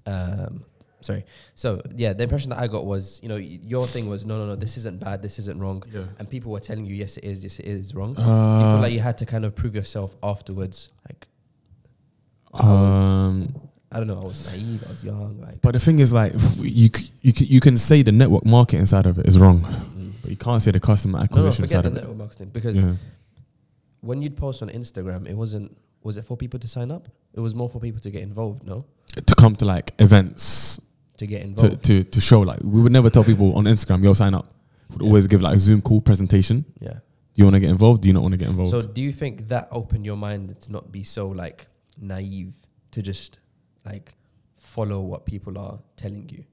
um, sorry. So yeah, the impression that I got was, you know, y- your thing was no, no, no. This isn't bad. This isn't wrong. Yeah. And people were telling you, yes, it is. Yes, it is wrong. you Uh, feel like you had to kind of prove yourself afterwards. Like I was- um, I don't know, I was naive. I was young. Like but the thing is, like, you c- you c- you can say the network marketing side of it is wrong, mm. but you can't say the no, customer no, acquisition forget side the of it. network marketing because Yeah. when you'd post on Instagram, it wasn't. Was it for people to sign up? It was more for people to get involved. No, To come to like events to get to, involved. to to show like we would never tell people on Instagram, yo, sign up. We'd Yeah. always give like a Zoom call presentation. yeah. Do you want to get involved? Do you not want to get involved? So do you think that opened your mind to not be so like naive to just like follow what people are telling you?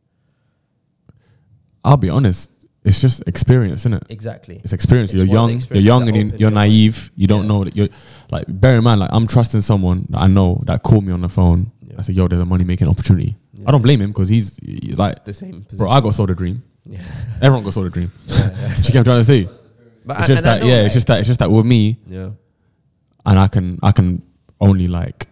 I'll be honest, it's just experience, isn't it? Exactly. It's experience. It's you're one of the young. experiences you're young that and you- opened you're your mind. naive. You don't Yeah. know that you're like. Bear in mind, like I'm trusting someone that I know that called me on the phone. Yeah. I said, "Yo, there's a money making opportunity." Yeah. I don't blame him because he's he- like, It's the same position. bro. I got sold a dream. yeah. Everyone got sold a dream. yeah, yeah. She kept trying to say, But "It's I- just and I that, know, yeah. like- It's just that. It's just that with me, yeah. and I can, I can only like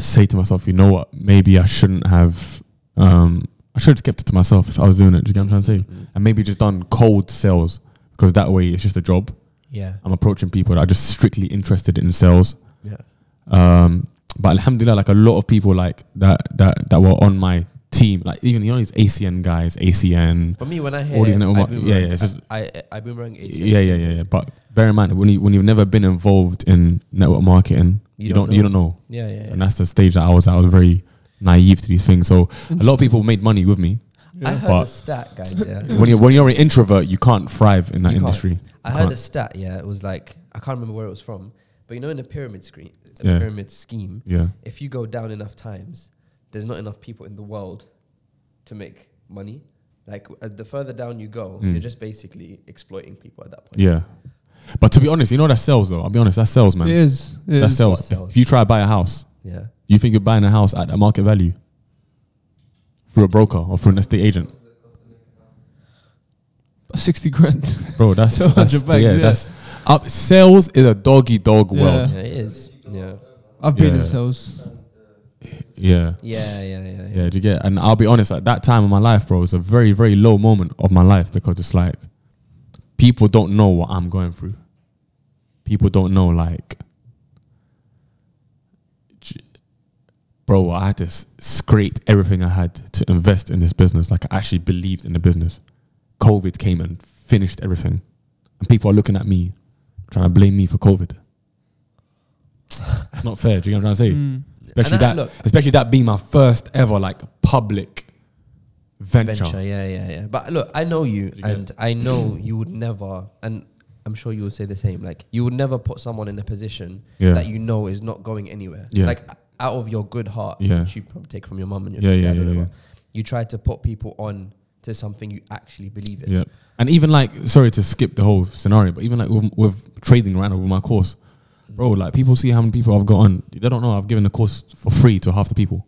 say to myself, you know what? Maybe I shouldn't have. um I should have kept it to myself if I was doing it. Do you get what I'm trying to say? Mm. And maybe just done cold sales because that way it's just a job. Yeah. I'm approaching people that are just strictly interested in sales. Yeah. Um, but alhamdulillah, like a lot of people like that that that were on my team, like even you know these ACN guys, ACN. For me, when I hear All these network I mar- boomerang, yeah, yeah, it's just- I I, I boomerang. AC, Yeah, yeah, yeah, yeah. But bear in mind when you when you've never been involved in network marketing, you, don't, you don't know, Yeah, yeah. yeah. and that's the stage that I was. at. I was very naive to these things. So a lot of people made money with me. I Yeah. heard But- a stat, guys. Yeah. When you when you're an introvert, you can't thrive in that You can't. industry. I You heard can't. a stat. Yeah, it was like I can't remember where it was from, but you know, in the pyramid screen, the Yeah. pyramid scheme, Yeah, if you go down enough times, there's not enough people in the world to make money. Like uh, the further down you go, Mm. you're just basically exploiting people at that point. yeah. But to be honest, you know that sells though. I'll be honest, that sells, man. It is. It That is. sell- sells. What sells? If you try to buy a house, yeah, you think you're buying a house at a market value through a broker or through an estate agent, Sixty grand. bro. That's, So that's 100 bags, yeah, yeah. That's up. Sales is a doggy dog Yeah. world. Yeah, it is. Yeah, I've been Yeah. in sales. Yeah. yeah, yeah, yeah. yeah. Yeah, do you get? And I'll be honest, at that time of my life, bro, it's a very, very low moment of my life because it's like people don't know what I'm going through. People don't know, like, j- bro, I had to s- scrape everything I had to invest in this business. Like, I actually believed in the business. COVID came and finished everything. And people are looking at me, trying to blame me for COVID. it's not fair. Do you get what I'm trying to say? Mm. Especially And I- that, look- especially that being my first ever like public venture. Venture. yeah, yeah, yeah. But look, I know you, you get and I know you would never, and I'm sure you would say the same. Like you would never put someone in a position Yeah. that you know is not going anywhere. Yeah. Like out of your good heart, Yeah. which you probably take from your mum and your Yeah, dad, yeah, yeah, whatever, You try to put people on to something you actually believe in. Yeah. And even like, sorry to skip the whole scenario, but even like with, with trading right now with my course, bro, like people see how many people I've got on. They don't know I've given the course for free to half the people.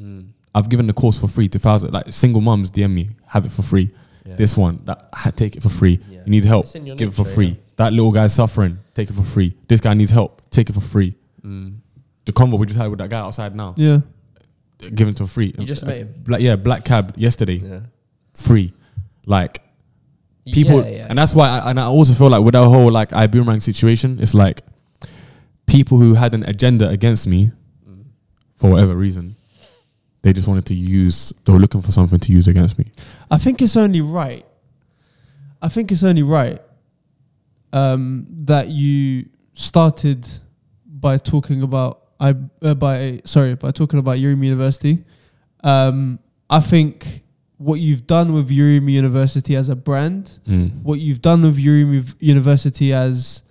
Mm, I've given the course for free to thousand like single mums DM me, have it for free. yeah. This one that ha- take it for free. Yeah. You need help, It's in your give it for nature, free. That little guy's suffering, take it for free. This guy needs help, take it for free. Mm. The combo we just had with that guy outside now, Yeah. given to free. You just Uh, met him. Black, yeah, black cab yesterday, Yeah. free. Like people, Yeah, yeah. and that's why. I, and I also feel like with that whole like I boomerang situation, it's like people who had an agenda against me Mm. for whatever reason, they just wanted to use. They were looking for something to use against me. I think it's only right. I think it's only right um, that you started by talking about I uh, by sorry by talking about Urim University. Um, I think what you've done with Urim University as a brand, Mm. what you've done with Urim Uv- University as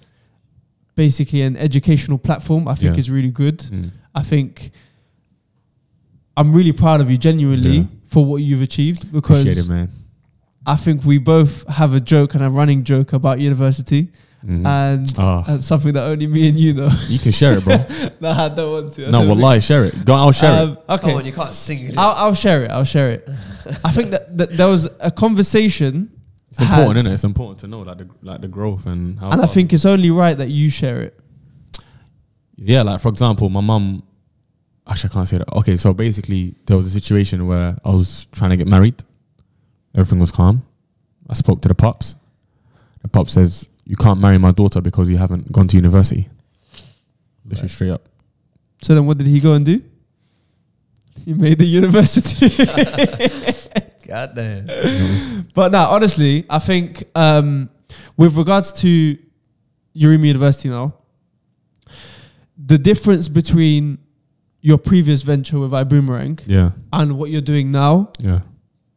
basically an educational platform, I think Yeah. is really good. Mm. I think I'm really proud of you genuinely Yeah. for what you've achieved Appreciate it, because man. I think we both have a joke and a running joke about university Mhm. and Ah. that's something that only me and you know. you can share it, bro. no, I don't want to. I no, don't think- wallahi, share it. Go, I'll share it. Um, okay. Come on, you can't sing. it. I'll, I'll share it. I'll share it. I think that, that there was a conversation, It's important, had- isn't it? It's important to know like the like the growth and how. and I far- think it's only right that you share it. yeah, like for example, my mum. Actually, I can't say that. Okay, so basically, there was a situation where I was trying to get married. Everything was calm. I spoke to the pops. The pop says, "You can't marry my daughter because you haven't gone to university." Literally Right. straight up. So then, what did he go and do? He made the university. God damn. but no, honestly, I think um, with regards to Urim University now, the difference between your previous venture with iBoomerang Yeah, and what you're doing now, yeah,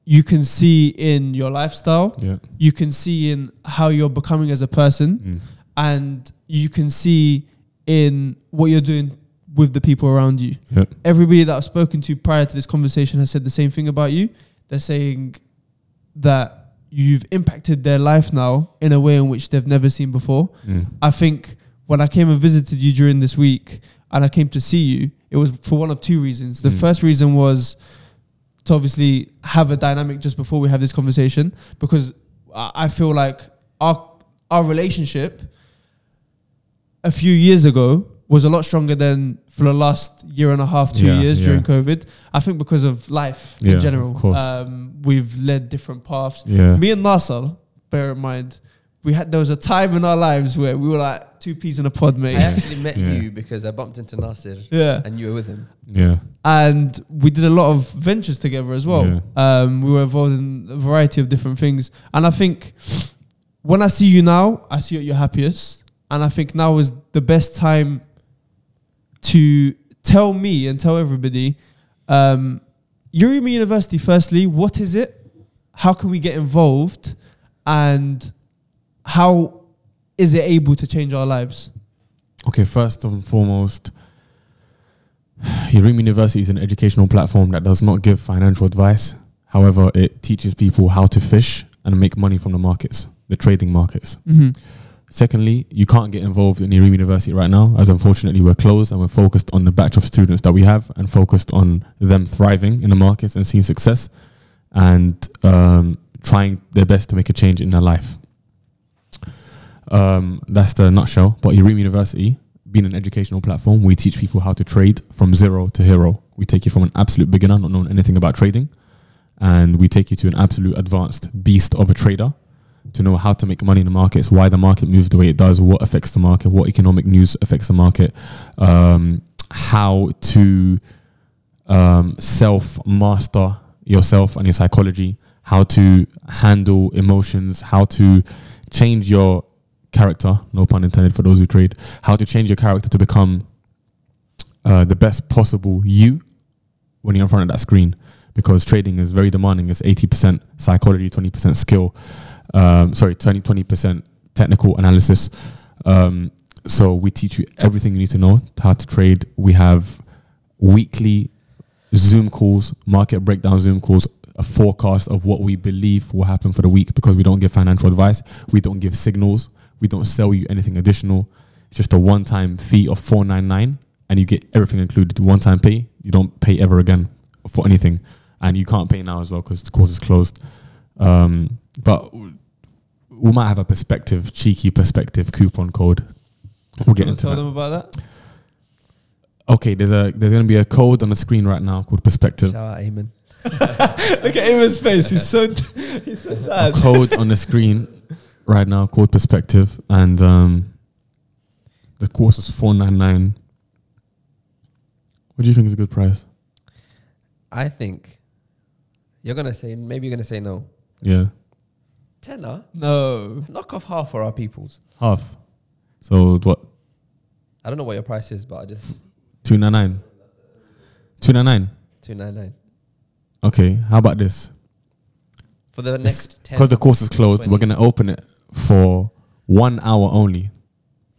you can see in your lifestyle. yeah. you can see in how you're becoming as a person Mm. and you can see in what you're doing with the people around you. Yep. Everybody that I've spoken to prior to this conversation has said the same thing about you. They're saying that you've impacted their life now in a way in which they've never seen before. Mm. I think when I came and visited you during this week and I came to see you, it was for one of two reasons. The Mm. first reason was to obviously have a dynamic just before we have this conversation because I I feel like our our relationship a few years ago was a lot stronger than for the last year and a half, two Yeah, years yeah. during COVID. I think because of life Yeah, in general, of course. um, we've led different paths. Yeah. Me and Nasser, bear in mind, we had there was a time in our lives where we were like two peas in a pod, I mate. actually met Yeah. you because I bumped into Nasir yeah, and you were with him. yeah. and we did a lot of ventures together as well. Um, we were involved in a variety of different things, and I think when I see you now, I see you at your happiest, and I think now is the best time to tell me and tell everybody. Um, Urimi University, firstly, what is it? How can we get involved? And how is it able to change our lives? Okay, first and foremost, Urim University is an educational platform that does not give financial advice. However, it teaches people how to fish and make money from the markets, the trading markets. Mm-hmm. Secondly, you can't get involved in Urim University right now, as unfortunately we're closed and we're focused on the batch of students that we have and focused on them thriving in the markets and seeing success and um, trying their best to make a change in their life. Um, that's the nutshell. But Urim University, being an educational platform, we teach people how to trade from zero to hero. We take you from an absolute beginner, not knowing anything about trading, and we take you to an absolute advanced beast of a trader to know how to make money in the markets, why the market moves the way it does, what affects the market, what economic news affects the market, um, how to um, self master yourself and your psychology, how to handle emotions, how to change your character, no pun intended for those who trade, how to change your character to become uh, the best possible you when you're in front of that screen. Because trading is very demanding. It's 80% psychology, 20% skill, um, sorry, 20, 20% technical analysis. Um, so we teach you everything you need to know how to trade. We have weekly Zoom calls, market breakdown Zoom calls, a forecast of what we believe will happen for the week because we don't give financial advice, we don't give signals, we don't sell you anything additional. It's just a one-time fee of 499 and you get everything included. One-time pay, you don't pay ever again for anything. And you can't pay now as well because the course is closed. Um, but we might have a perspective, cheeky perspective coupon code. We'll get into tell that. them about that. Okay, there's a there's gonna be a code on the screen right now called perspective. Shout out, Eamon. Look at Eva's face. He's so he's so A sad. code on the screen right now called perspective, and um, the course is four nine nine. What do you think is a good price? I think you're gonna say maybe you're gonna say no. Yeah, Tenner, No. knock off half for our peoples. half. So what? I don't know what your price is, but I just Two nine nine. Two nine nine. two nine nine Okay, how about this? for the next ten Because the course is closed, we're 20. gonna open it for one hour only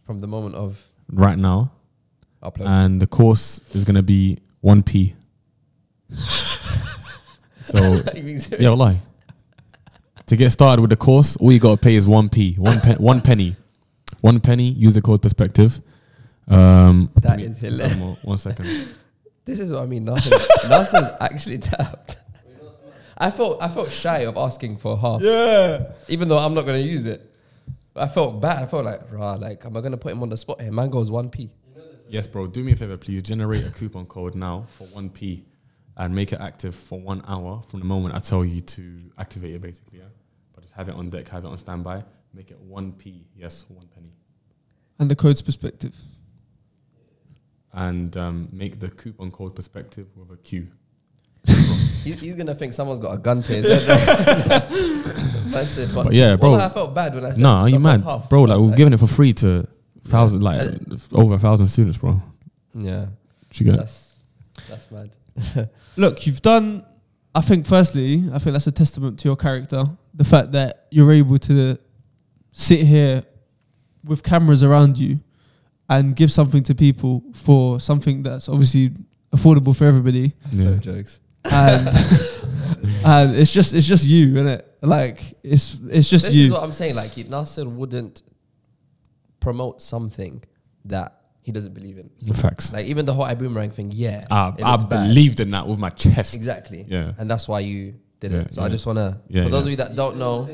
from the moment of right now, Uh, upload. and the course is gonna be one p. So You being serious? yeah, well, lie. To get started with the course, all you gotta pay is one p, one pen, one penny, one penny. Use the code perspective. Um, That is hilarious. one more- One second. This is what I mean. Nasser, Nasser's actually tapped. I felt I felt shy of asking for half, Yeah. even though I'm not gonna use it. I felt bad. I felt like, rah, like, am I gonna put him on the spot here? Man goes one p. Yes, bro. Do me a favor, please. Generate a coupon code now for one p, and make it active for one hour from the moment I tell you to activate it. Basically, yeah. But just have it on deck, have it on standby. Make it one p. Yes, one penny. And the code's perspective. And um, make the coupon code perspective with a Q. He's, he's gonna think someone's got a gun to his head. That's it. But, But yeah, bro. wallah, I felt bad when I said. Nah, are you drop off mad, half. bro? Like we're Like- giving it for free to thousand, like Uh, over a thousand students, bro. Yeah, What you get? that's that's mad. Look, you've done. I think firstly, I think that's a testament to your character. The fact that you're able to sit here with cameras around you and give something to people for something that's obviously affordable for everybody. Yeah. So jokes. And and it's just it's just you, isn't it? Like it's it's just this you. is what I'm saying. Like Nasser wouldn't promote something that he doesn't believe in. Facts. Like even the whole I boomerang thing. Yeah, I, it Ah, I looks bad. believed in that with my chest. exactly. Yeah. and that's why you did Yeah, it. So I yeah. just wanna Yeah, for those yeah. of you that don't know.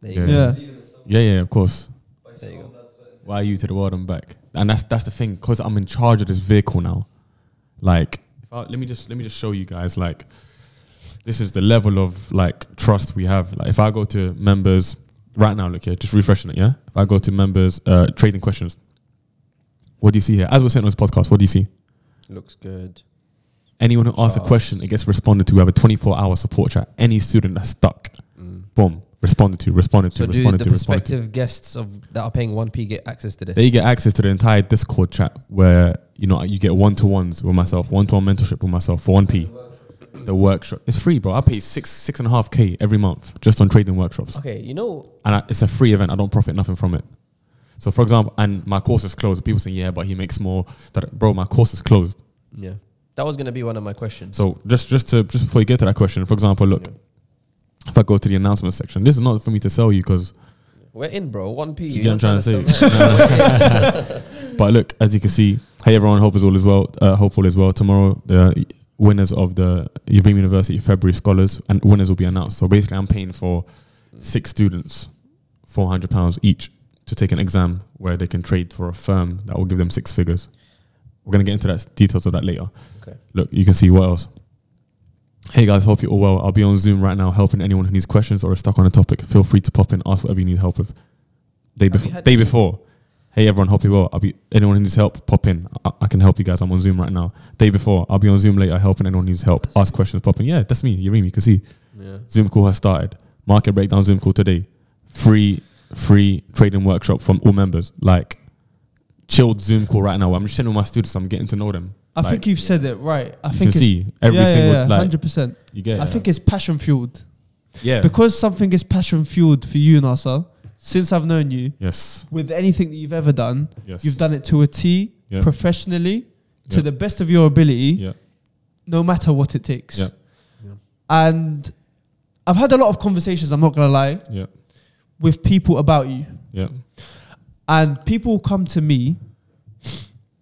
There you Yeah. go. yeah. Yeah, yeah, of course. There you go. Why are you to the world and back? And that's that's the thing, because I'm in charge of this vehicle now. Like, if I, let me just let me just show you guys. Like, this is the level of like trust we have. Like, if I go to members right now, look here, just refreshing it. Yeah, if I go to members uh, trading questions, what do you see here? As we're saying on this podcast, what do you see? Looks good. Anyone who asks a Charts. question, it gets responded to. We have a 24 hour support chat. Any student that's stuck, Mm. boom, responded to, responded to, So do responded the to, responded to. prospective guests of that are paying one p get access to this? They get access to the entire Discord chat where you know you get one to ones with myself, one to one mentorship with myself for one p. The workshop it's free, bro. I pay six six and a half k every month just on trading workshops, okay, you know. and I, it's a free event. I don't profit nothing from it. So, for example, and my course is closed. People say, "Yeah, but he makes more." That bro, my course is closed. Yeah, that was gonna be one of my questions. So just just to just before you get to that question, for example, look, Yeah. if I go to the announcement section, this is not for me to sell you because We're in, bro. One p. You you're get not what I'm trying to sell that. But look, as you can see, hey everyone, hope is all as well. Uh, hopeful as well. Tomorrow, the winners of the Yvrim University February Scholars and winners will be announced. So basically, I'm paying for six students, four hundred pounds each to take an exam where they can trade for a firm that will give them six figures. We're gonna get into that details of that later. Okay. Look, you can see what else. Hey guys, hope you're all well. I'll be on Zoom right now helping anyone who needs questions or is stuck on a topic. Feel free to pop in, ask whatever you need help with. Have Day you before, had day any- before. Hey everyone, hope you're well. I'll be anyone who needs help, pop in. I, I can help you guys. I'm on Zoom right now. Day before, I'll be on Zoom later helping anyone who needs help. Ask questions, pop in. Yeah, that's me. You mean you can see. yeah. Zoom call has started. Market breakdown Zoom call today. Free, free trading workshop from all members. Like chilled Zoom call right now. I'm just sitting with my students. I'm getting to know them. I Like, think you've said it right. I you think can it's see every yeah, yeah, single yeah, like 100%. you get. I think it's passion fueled. yeah. Because something is passion fueled for you, Nasser, since I've known you, yes. with anything that you've ever done, Yes. you've done it to a T, Yeah. professionally, to Yeah. the best of your ability, Yeah. no matter what it takes. Yeah. Yeah. And I've had a lot of conversations, I'm not going to lie, Yeah. with people about you. Yeah. And people come to me,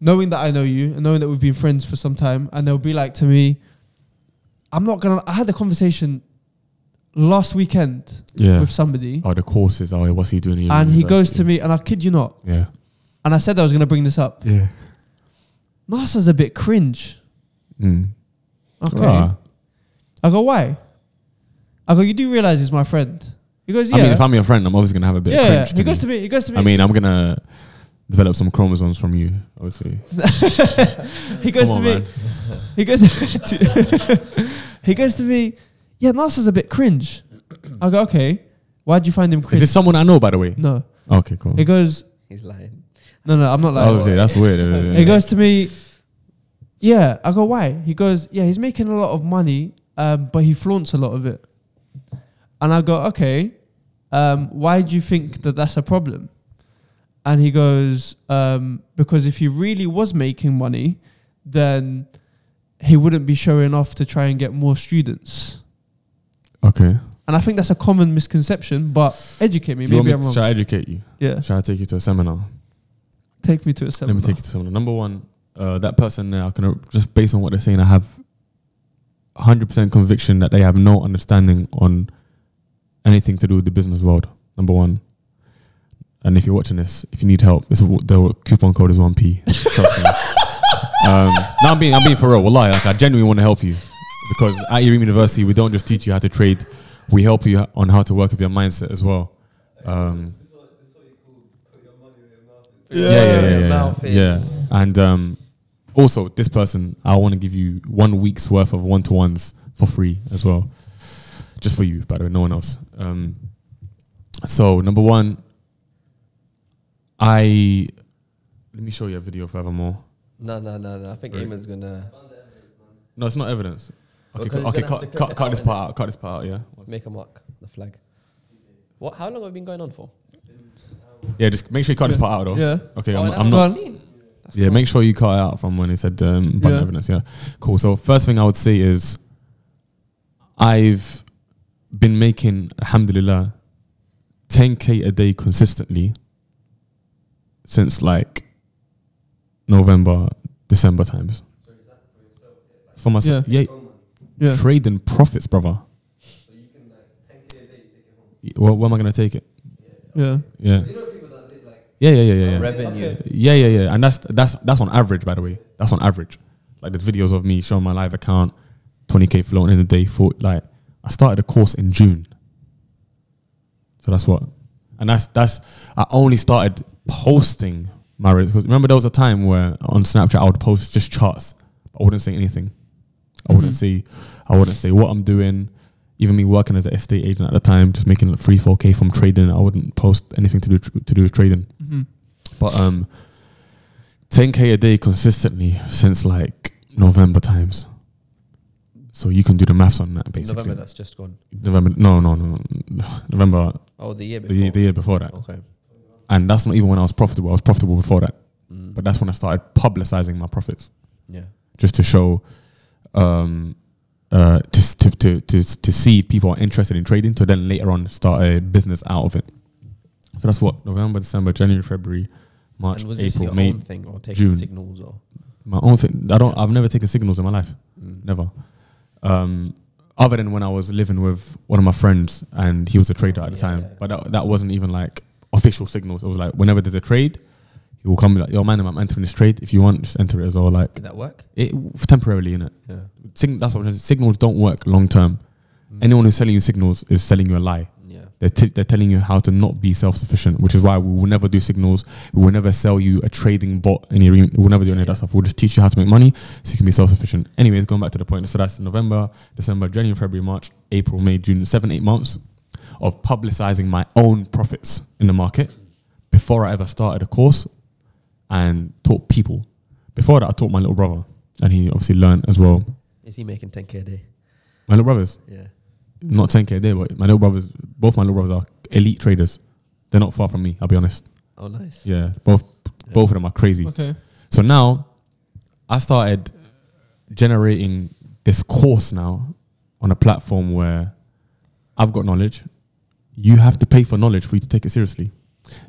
knowing that I know you and knowing that we've been friends for some time, and they'll be like to me, I'm not going to. I had a conversation last weekend Yeah. with somebody. Oh, the courses. Oh, what's he doing? here in and he goes to university? me, and I kid you not, Yeah. and I said that I was going to bring this up. Yeah. NASA's a bit cringe. Mm. Okay. Ah. I go, why? I go, you do realize he's my friend. He goes, yeah. I mean, if I'm your friend, I'm obviously gonna have a bit. yeah, Of cringe he to goes me. to me. He goes to me. I mean, I'm gonna develop some chromosomes from you, obviously. he goes Come to me. on, man. He goes. to, he goes to me. Yeah, NASA's a bit cringe. I go, okay. Why would you find him Is cringe? this someone I know, by the way? no. Okay, cool. He goes, He's lying. no, no, I'm not like. Oh, yeah, that's weird. Yeah, yeah, He yeah. goes to me, yeah. I go, why? He goes, yeah, he's making a lot of money, um, but he flaunts a lot of it. And I go, okay, um, why do you think that that's a problem? And he goes, um, because if he really was making money, then he wouldn't be showing off to try and get more students. Okay. And I think that's a common misconception, but educate me. Do you want Maybe me I'm to wrong. try to educate you? Yeah, Shall I take you to a seminar? take me to a seminar. Let me take you to seminar. Number one, uh, that person there, I can uh, just based on what they're saying, I have 100% conviction that they have no understanding on anything to do with the business world. Number one. And if you're watching this, if you need help, it's, the coupon code is 1P. Trust me. Um, no, I'm being, I'm being for real. Wallahi, like, I genuinely want to help you because at Irim University, we don't just teach you how to trade, we help you on how to work with your mindset as well. Um, yeah, yeah, yeah, Your yeah, yeah, mouth yeah. is- And um, also, this person, I want to give you one week's worth of one to ones for free as well, just for you. By the way, no one else. Um, so number one, I let me show you a video forevermore. No, no, no, no. I think Right. Eamon's gonna No, it's not evidence. Okay, Because cut- he's gonna okay, have cut, to clip cut, it cut out, this innit? part out. Cut this part out. Yeah, make a mark the flag. What? How long have we been going on for? yeah. Just make sure you cut this Yeah. part out, though. Yeah. Okay, Oh, I'm, an I'm hour not- not. and 15. That's yeah, cool. make sure you cut it out from when he said um, button Yeah. evidence. Yeah, cool. So first thing I would say is, I've been making alhamdulillah 10k a day consistently since like November, December times. For myself, yeah, Yeah. trading profits, brother. Y- Well, where am I gonna take it? Yeah. Yeah. Yeah, yeah, yeah, yeah, yeah. revenue. Yeah, yeah, yeah. And that's that's that's on average, by the way. That's on average. Like there's videos of me showing my live account, 20k floating in a day. For like, I started a course in June. So that's what, and that's that's. I only started posting my rates because remember there was a time where on Snapchat I would post just charts. But I wouldn't say anything. I wouldn't Mhm. say I wouldn't say what I'm doing. Even me working as an estate agent at the time, just making like three, four k from trading. I wouldn't post anything to do to do with trading. Mhm. But um, 10k a day consistently since like November times. So you can do the maths on that basically. November. That's just gone. November no, no, no, no. November Oh, the year the before. year, the year before that, Okay. and that's not even when I was profitable. I was profitable before that, Mm. but that's when I started publicizing my profits yeah. just to show, um, uh, to to to to, to see if people are interested in trading. To then later on start a business out of it. So that's what November, December, January, February, March, and was this April, your May, own thing or taking June. signals or? My own thing. I don't. I've never taken signals in my life. Mm. Never. Um, other than when I was living with one of my friends, and he was a trader at the Yeah, time. yeah. But that, that wasn't even like official signals. It was like whenever there's a trade, he will come be like, "Yo, man, I'm entering this trade. If you want, just enter it as well." Like Did that work? it temporarily, innit? Yeah. Sig- that's what I'm saying. Signals don't work long term. Mm. Anyone who's selling you signals is selling you a lie. Yeah. They're, t- they're telling you how to not be self sufficient, which is why we will never do signals. We will never sell you a trading bot. Any re- we'll never do any of that stuff. We'll just teach you how to make money so you can be self sufficient. Anyways, going back to the point. So that's November, December, January, February, March, April, May, June, seven, eight months of publicizing my own profits in the market before I ever started a course and taught people. Before that, I taught my little brother, and he obviously learned as well. Is he making 10k a day? My little brothers, Yeah. not 10k a day, but my little brothers, both my little brothers are elite traders. They're not far from me, I'll be honest. Oh, nice. Yeah, both both of them are crazy. Okay. So now I started generating this course now on a platform where I've got knowledge. You have to pay for knowledge for you to take it seriously.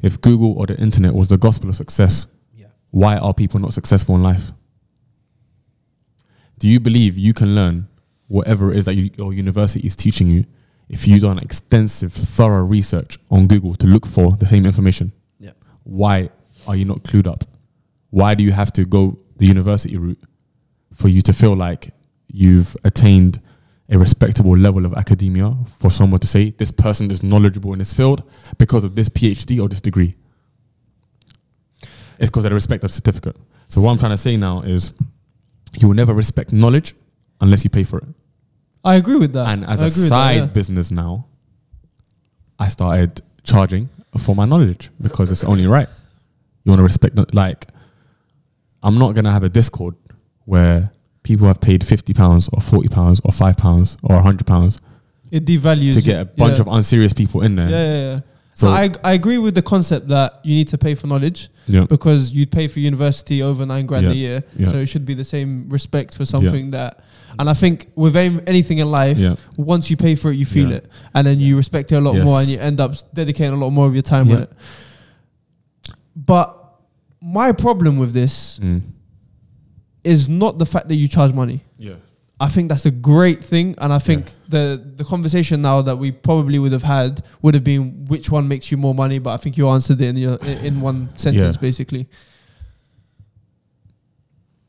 If Google or the internet was the gospel of success, Yeah. why are people not successful in life? Do you believe you can learn whatever it is that you, your university is teaching you if you've done extensive, thorough research on Google to look for the same information? Yeah. Why are you not clued up? Why do you have to go the university route for you to feel like you've attained a respectable level of academia for someone to say this person is knowledgeable in this field because of this PhD or this degree? It's because they respect the certificate. So what I'm trying to say now is, you will never respect knowledge unless you pay for it. I agree with that. and as Uh, I a agree with side that, yeah. business now, I started charging for my knowledge because it's only right. You want to respect the- like. I'm not gonna have a Discord where people have paid fifty pounds or forty pounds or five pounds or hundred pounds it devalues to you. get a bunch yeah. of unserious people in there. Yeah, yeah, yeah. So I, I agree with the concept that you need to pay for knowledge yeah, because you'd pay for university over nine grand Yeah, a year. yeah. So it should be the same respect for something that. And I think with aim, anything in life, yeah, once you pay for it, you feel Yeah. it, and then you respect it a lot Yes. more, and you end up s- dedicating a lot more of your time Yeah. with it. But my problem with this mm. is not the fact that you charge money. yeah, I think that's a great thing, and I think the the conversation now that we probably would have had would have been which one makes you more money. But I think you answered it in your, in in one sentence, Yeah. basically.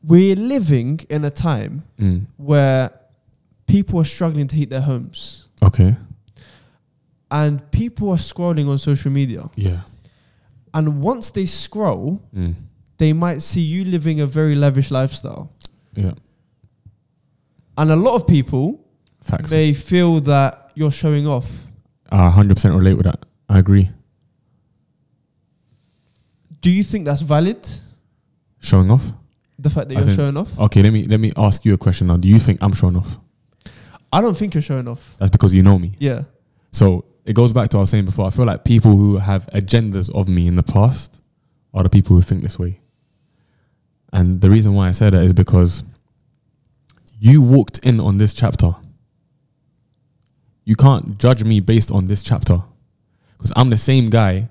We're living in a time mm. where people are struggling to heat their homes, okay, and people are scrolling on social media. yeah, And once they scroll, mm. they might see you living a very lavish lifestyle, yeah, and a lot of people facts. may feel that you're showing off. I hundred percent relate with that. I agree. Do you think that's valid? Showing off. The fact that As you're in- showing off? Okay, let me let me ask you a question now. Do you think I'm showing off? I don't think you're showing off. That's because you know me. Yeah. So it goes back to what I was saying before. I feel like people who have agendas of me in the past are the people who think this way. And the reason why I say that is because you walked in on this chapter. You can't judge me based on this chapter because I'm the same guy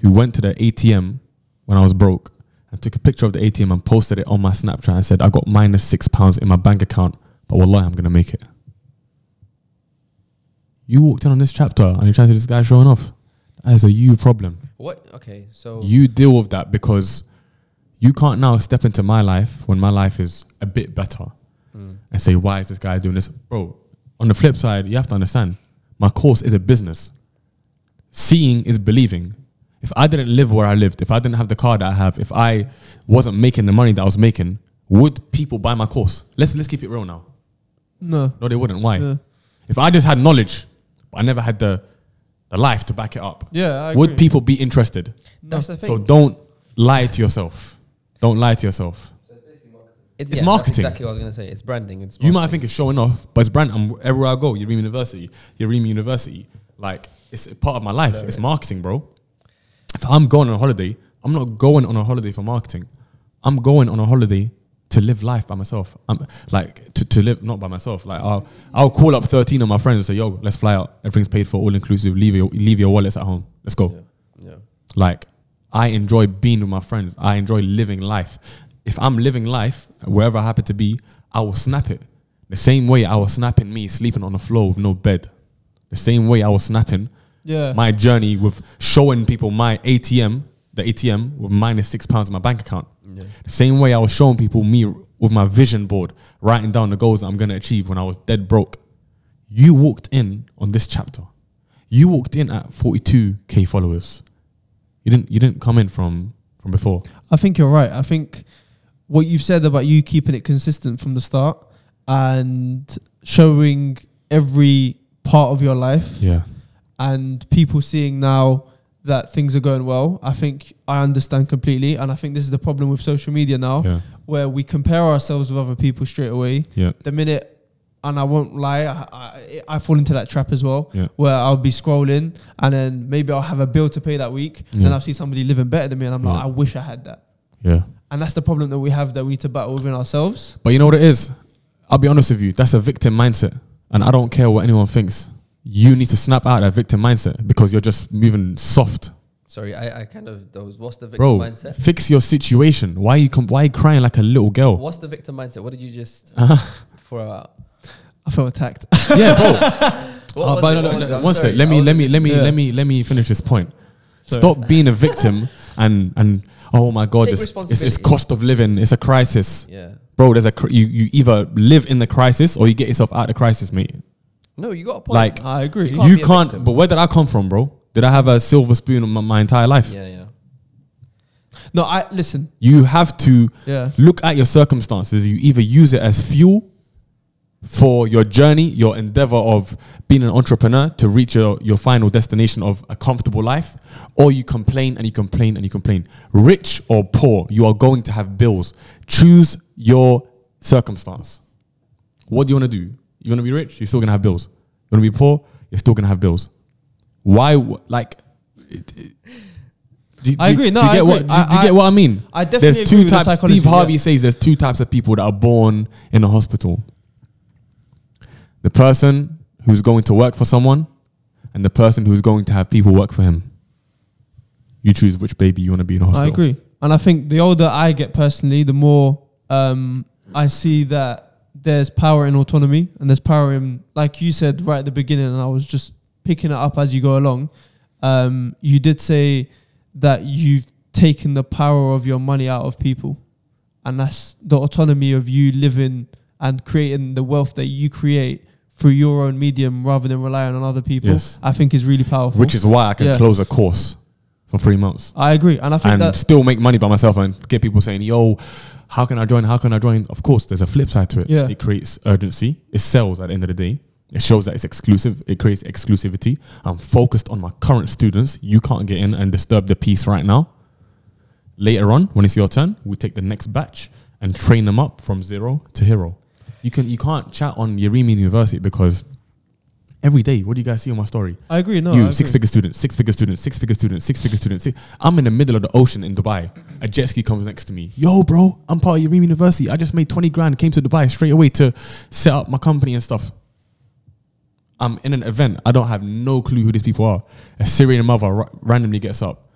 who went to the ATM when I was broke and took a picture of the ATM and posted it on my Snapchat and said, I got minus six pounds in my bank account, but wallah, I'm going to make it you walked in on this chapter and you're trying to this guy showing off. That is a you problem. What? Okay, so You deal with that because you can't now step into my life when my life is a bit better Mm. and say, why is this guy doing this? Bro, on the flip side, you have to understand my course is a business. Seeing is believing. If I didn't live where I lived, if I didn't have the car that I have, if I wasn't making the money that I was making, would people buy my course? Let's let's keep it real now. No. No, they wouldn't. Why? Yeah. If I just had knowledge, but I never had the the life to back it up, Yeah. I would agree. people be interested? that's the thing. So don't lie to yourself. Don't lie to yourself. it's it's that's marketing. exactly what I was gonna say. It's branding. It's You might think it's showing off, but it's brand. I'm everywhere I go. You're Ream University. You're Ream University. Like it's a part of my life. It's marketing, bro. If I'm going on a holiday, I'm not going on a holiday for marketing. I'm going on a holiday to live life by myself. I'm like to, to live not by myself. Like I'll I'll call up 13 of my friends and say, "Yo, let's fly out. Everything's paid for, all inclusive. Leave your leave your wallets at home. Let's go." Yeah. Yeah. Like, I enjoy being with my friends. I enjoy living life. If I'm living life, wherever I happen to be, I will snap it. The same way I was snapping me sleeping on the floor with no bed. The same way I was snapping Yeah. my journey with showing people my ATM, the ATM with minus six pounds in my bank account. Yeah. The same way I was showing people me with my vision board, writing down the goals that I'm going to achieve when I was dead broke. You walked in on this chapter. You walked in at 42k followers. You didn't. You didn't come in from from before. I think you're right. I think what you've said about you keeping it consistent from the start and showing every part of your life Yeah. and people seeing now that things are going well, I think I understand completely. And I think this is the problem with social media now Yeah. where we compare ourselves with other people straight away. Yeah. the minute, and I won't lie, I, I, I fall into that trap as well, Yeah. where I'll be scrolling and then maybe I'll have a bill to pay that week, and Yeah. then I'll see somebody living better than me, and I'm like, Yeah. I wish I had that. Yeah. And that's the problem that we have that we need to battle within ourselves. But you know what it is? I'll be honest with you, that's a victim mindset. And I don't care what anyone thinks. You need to snap out of that victim mindset because you're just moving soft. Sorry, I, I kind of those. What's the victim Bro, mindset? fix your situation. Why you com- why you crying like a little girl? What's the victim mindset? What did you just Uh-huh. throw out? I felt attacked. yeah, bro. What Uh, was but it? no, What no, no, was it? I'm one sec. sorry. Let I me, was let me, let me, Yeah. let me, let me finish this point. Sorry. Stop being a victim and and oh my god, Take it's, it's, it's responsibility. cost of living. It's a crisis, Yeah. bro. There's a cr- you you either live in the crisis or you get yourself out of the crisis, mate. No, you got a point. Like I agree. You can't you be a can't. victim. But where did I come from, bro? Did I have a silver spoon my, my entire life? yeah, yeah. no, I listen. You have to Yeah, look at your circumstances. You either use it as fuel for your journey, your endeavor of being an entrepreneur to reach your, your final destination of a comfortable life, or you complain and you complain and you complain. Rich or poor, you are going to have bills. Choose your circumstance. What do you want to do? You want to be rich? You're still going to have bills. You want to be poor? You're still going to have bills. Why, w- like, Do, I do- agree. No, do you I get agree. what do, I- you I- get what I mean? I definitely There's agree two with the types. psychology, Steve Harvey yeah. says there's two types of people that are born in a hospital. The person who's going to work for someone, and the person who's going to have people work for him. You choose which baby you want to be in a I hospital. agree, and I think the older I get personally, the more um, I see that there's power in autonomy and there's power in, like you said right at the beginning, and I was just picking it up as you go along. Um, you did say that you've taken the power of your money out of people, and that's the autonomy of you living and creating the wealth that you create through your own medium rather than relying on other people. Yes. I think is really powerful. Which is why I can Yeah. close a course for three months I agree, and I think and that still make money by myself and get people saying, "Yo, how can I join? How can I join?" Of course, there's a flip side to it. Yeah. It creates urgency. It sells at the end of the day. It shows that it's exclusive. It creates exclusivity. I'm focused on my current students. You can't get in and disturb the peace right now. Later on, when it's your turn, we take the next batch and train them up from zero to hero. You can you can't chat on Yerimi University because every day, what do you guys see on my story? I agree. No, I you agree. six figure student, six figure student, six figure student, six figure student. Six, I'm in the middle of the ocean in Dubai. A jet ski comes next to me. Yo, bro, I'm part of Yareem University. I just made 20 grand, came to Dubai straight away to set up my company and stuff. I'm in an event. I don't have no clue who these people are. A Syrian mother ra- randomly gets up.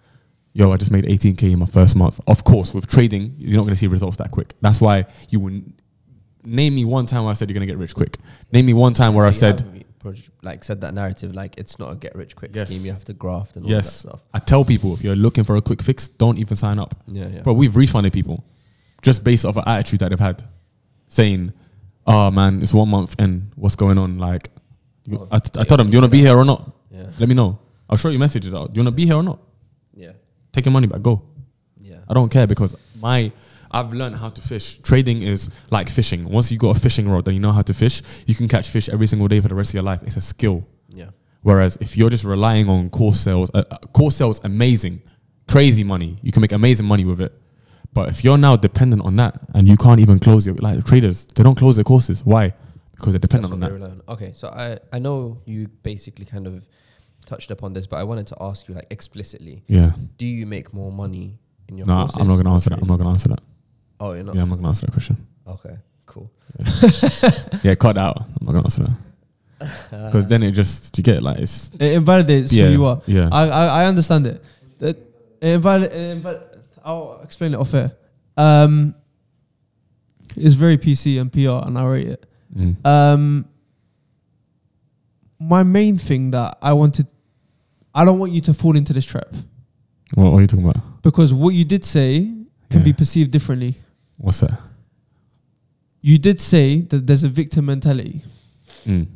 Yo, I just made 18K in my first month. Of course, with trading, you're not going to see results that quick. That's why you will name me one time where I said you're going to get rich quick. Name me one time where I You said, have proj- like said that narrative, like it's not a get rich quick Yes. scheme. You have to graft and all Yes. that stuff. I tell people if you're looking for a quick fix, don't even sign up. Yeah, yeah. But we've refunded people just based off an attitude that they've had, saying, "Oh man, it's one month and what's going on?" Like, Oh, you- I, I told them, "Do you want to be here or not? yeah, Let me know. I'll show you messages out. Do you want to be here or not? yeah, Take your money back. Go. yeah. I don't care because my." I've learned how to fish. Trading is like fishing. Once you got a fishing rod and you know how to fish, you can catch fish every single day for the rest of your life. It's a skill. yeah. Whereas if you're just relying on course sales, uh, uh, course sales amazing, crazy money. You can make amazing money with it. But if you're now dependent on that and you can't even close your like traders, they don't close their courses. Why? Because they're dependent That's on what that. they rely on. Okay, so I I know you basically kind of touched upon this, but I wanted to ask you like explicitly: Yeah. Do you make more money in your? No, courses I'm not gonna or answer that. I'm trading? not gonna answer that. Oh, you're not. Yeah, I'm not gonna answer that question. Okay, cool. Yeah, cut that out. I'm not gonna answer that Uh, because then it just you get it, like it's It invalidates yeah who you are. yeah I, I, I understand it. That it invali- it invali- I'll explain it off air. Um, it's very PC and PR, and I rate it. Mm. Um, my main thing that I wanted, I don't want you to fall into this trap What, what are you talking about? because what you did say can be Yeah. perceived differently. What's that? You did say that there's a victim mentality. Mm.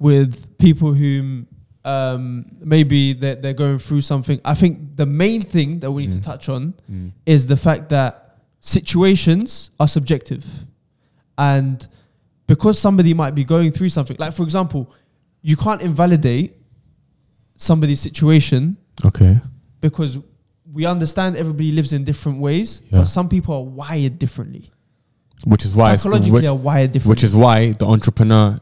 with people whom um, maybe they're, they're going through something. I think the main thing that we need to Mm. touch on Mm. is the fact that situations are subjective. And because somebody might be going through something, like for example, you can't invalidate somebody's situation Okay. because we understand everybody lives in different ways, Yeah. but some people are wired differently. Which is why it's- Psychologically which, are wired differently. which is why the entrepreneur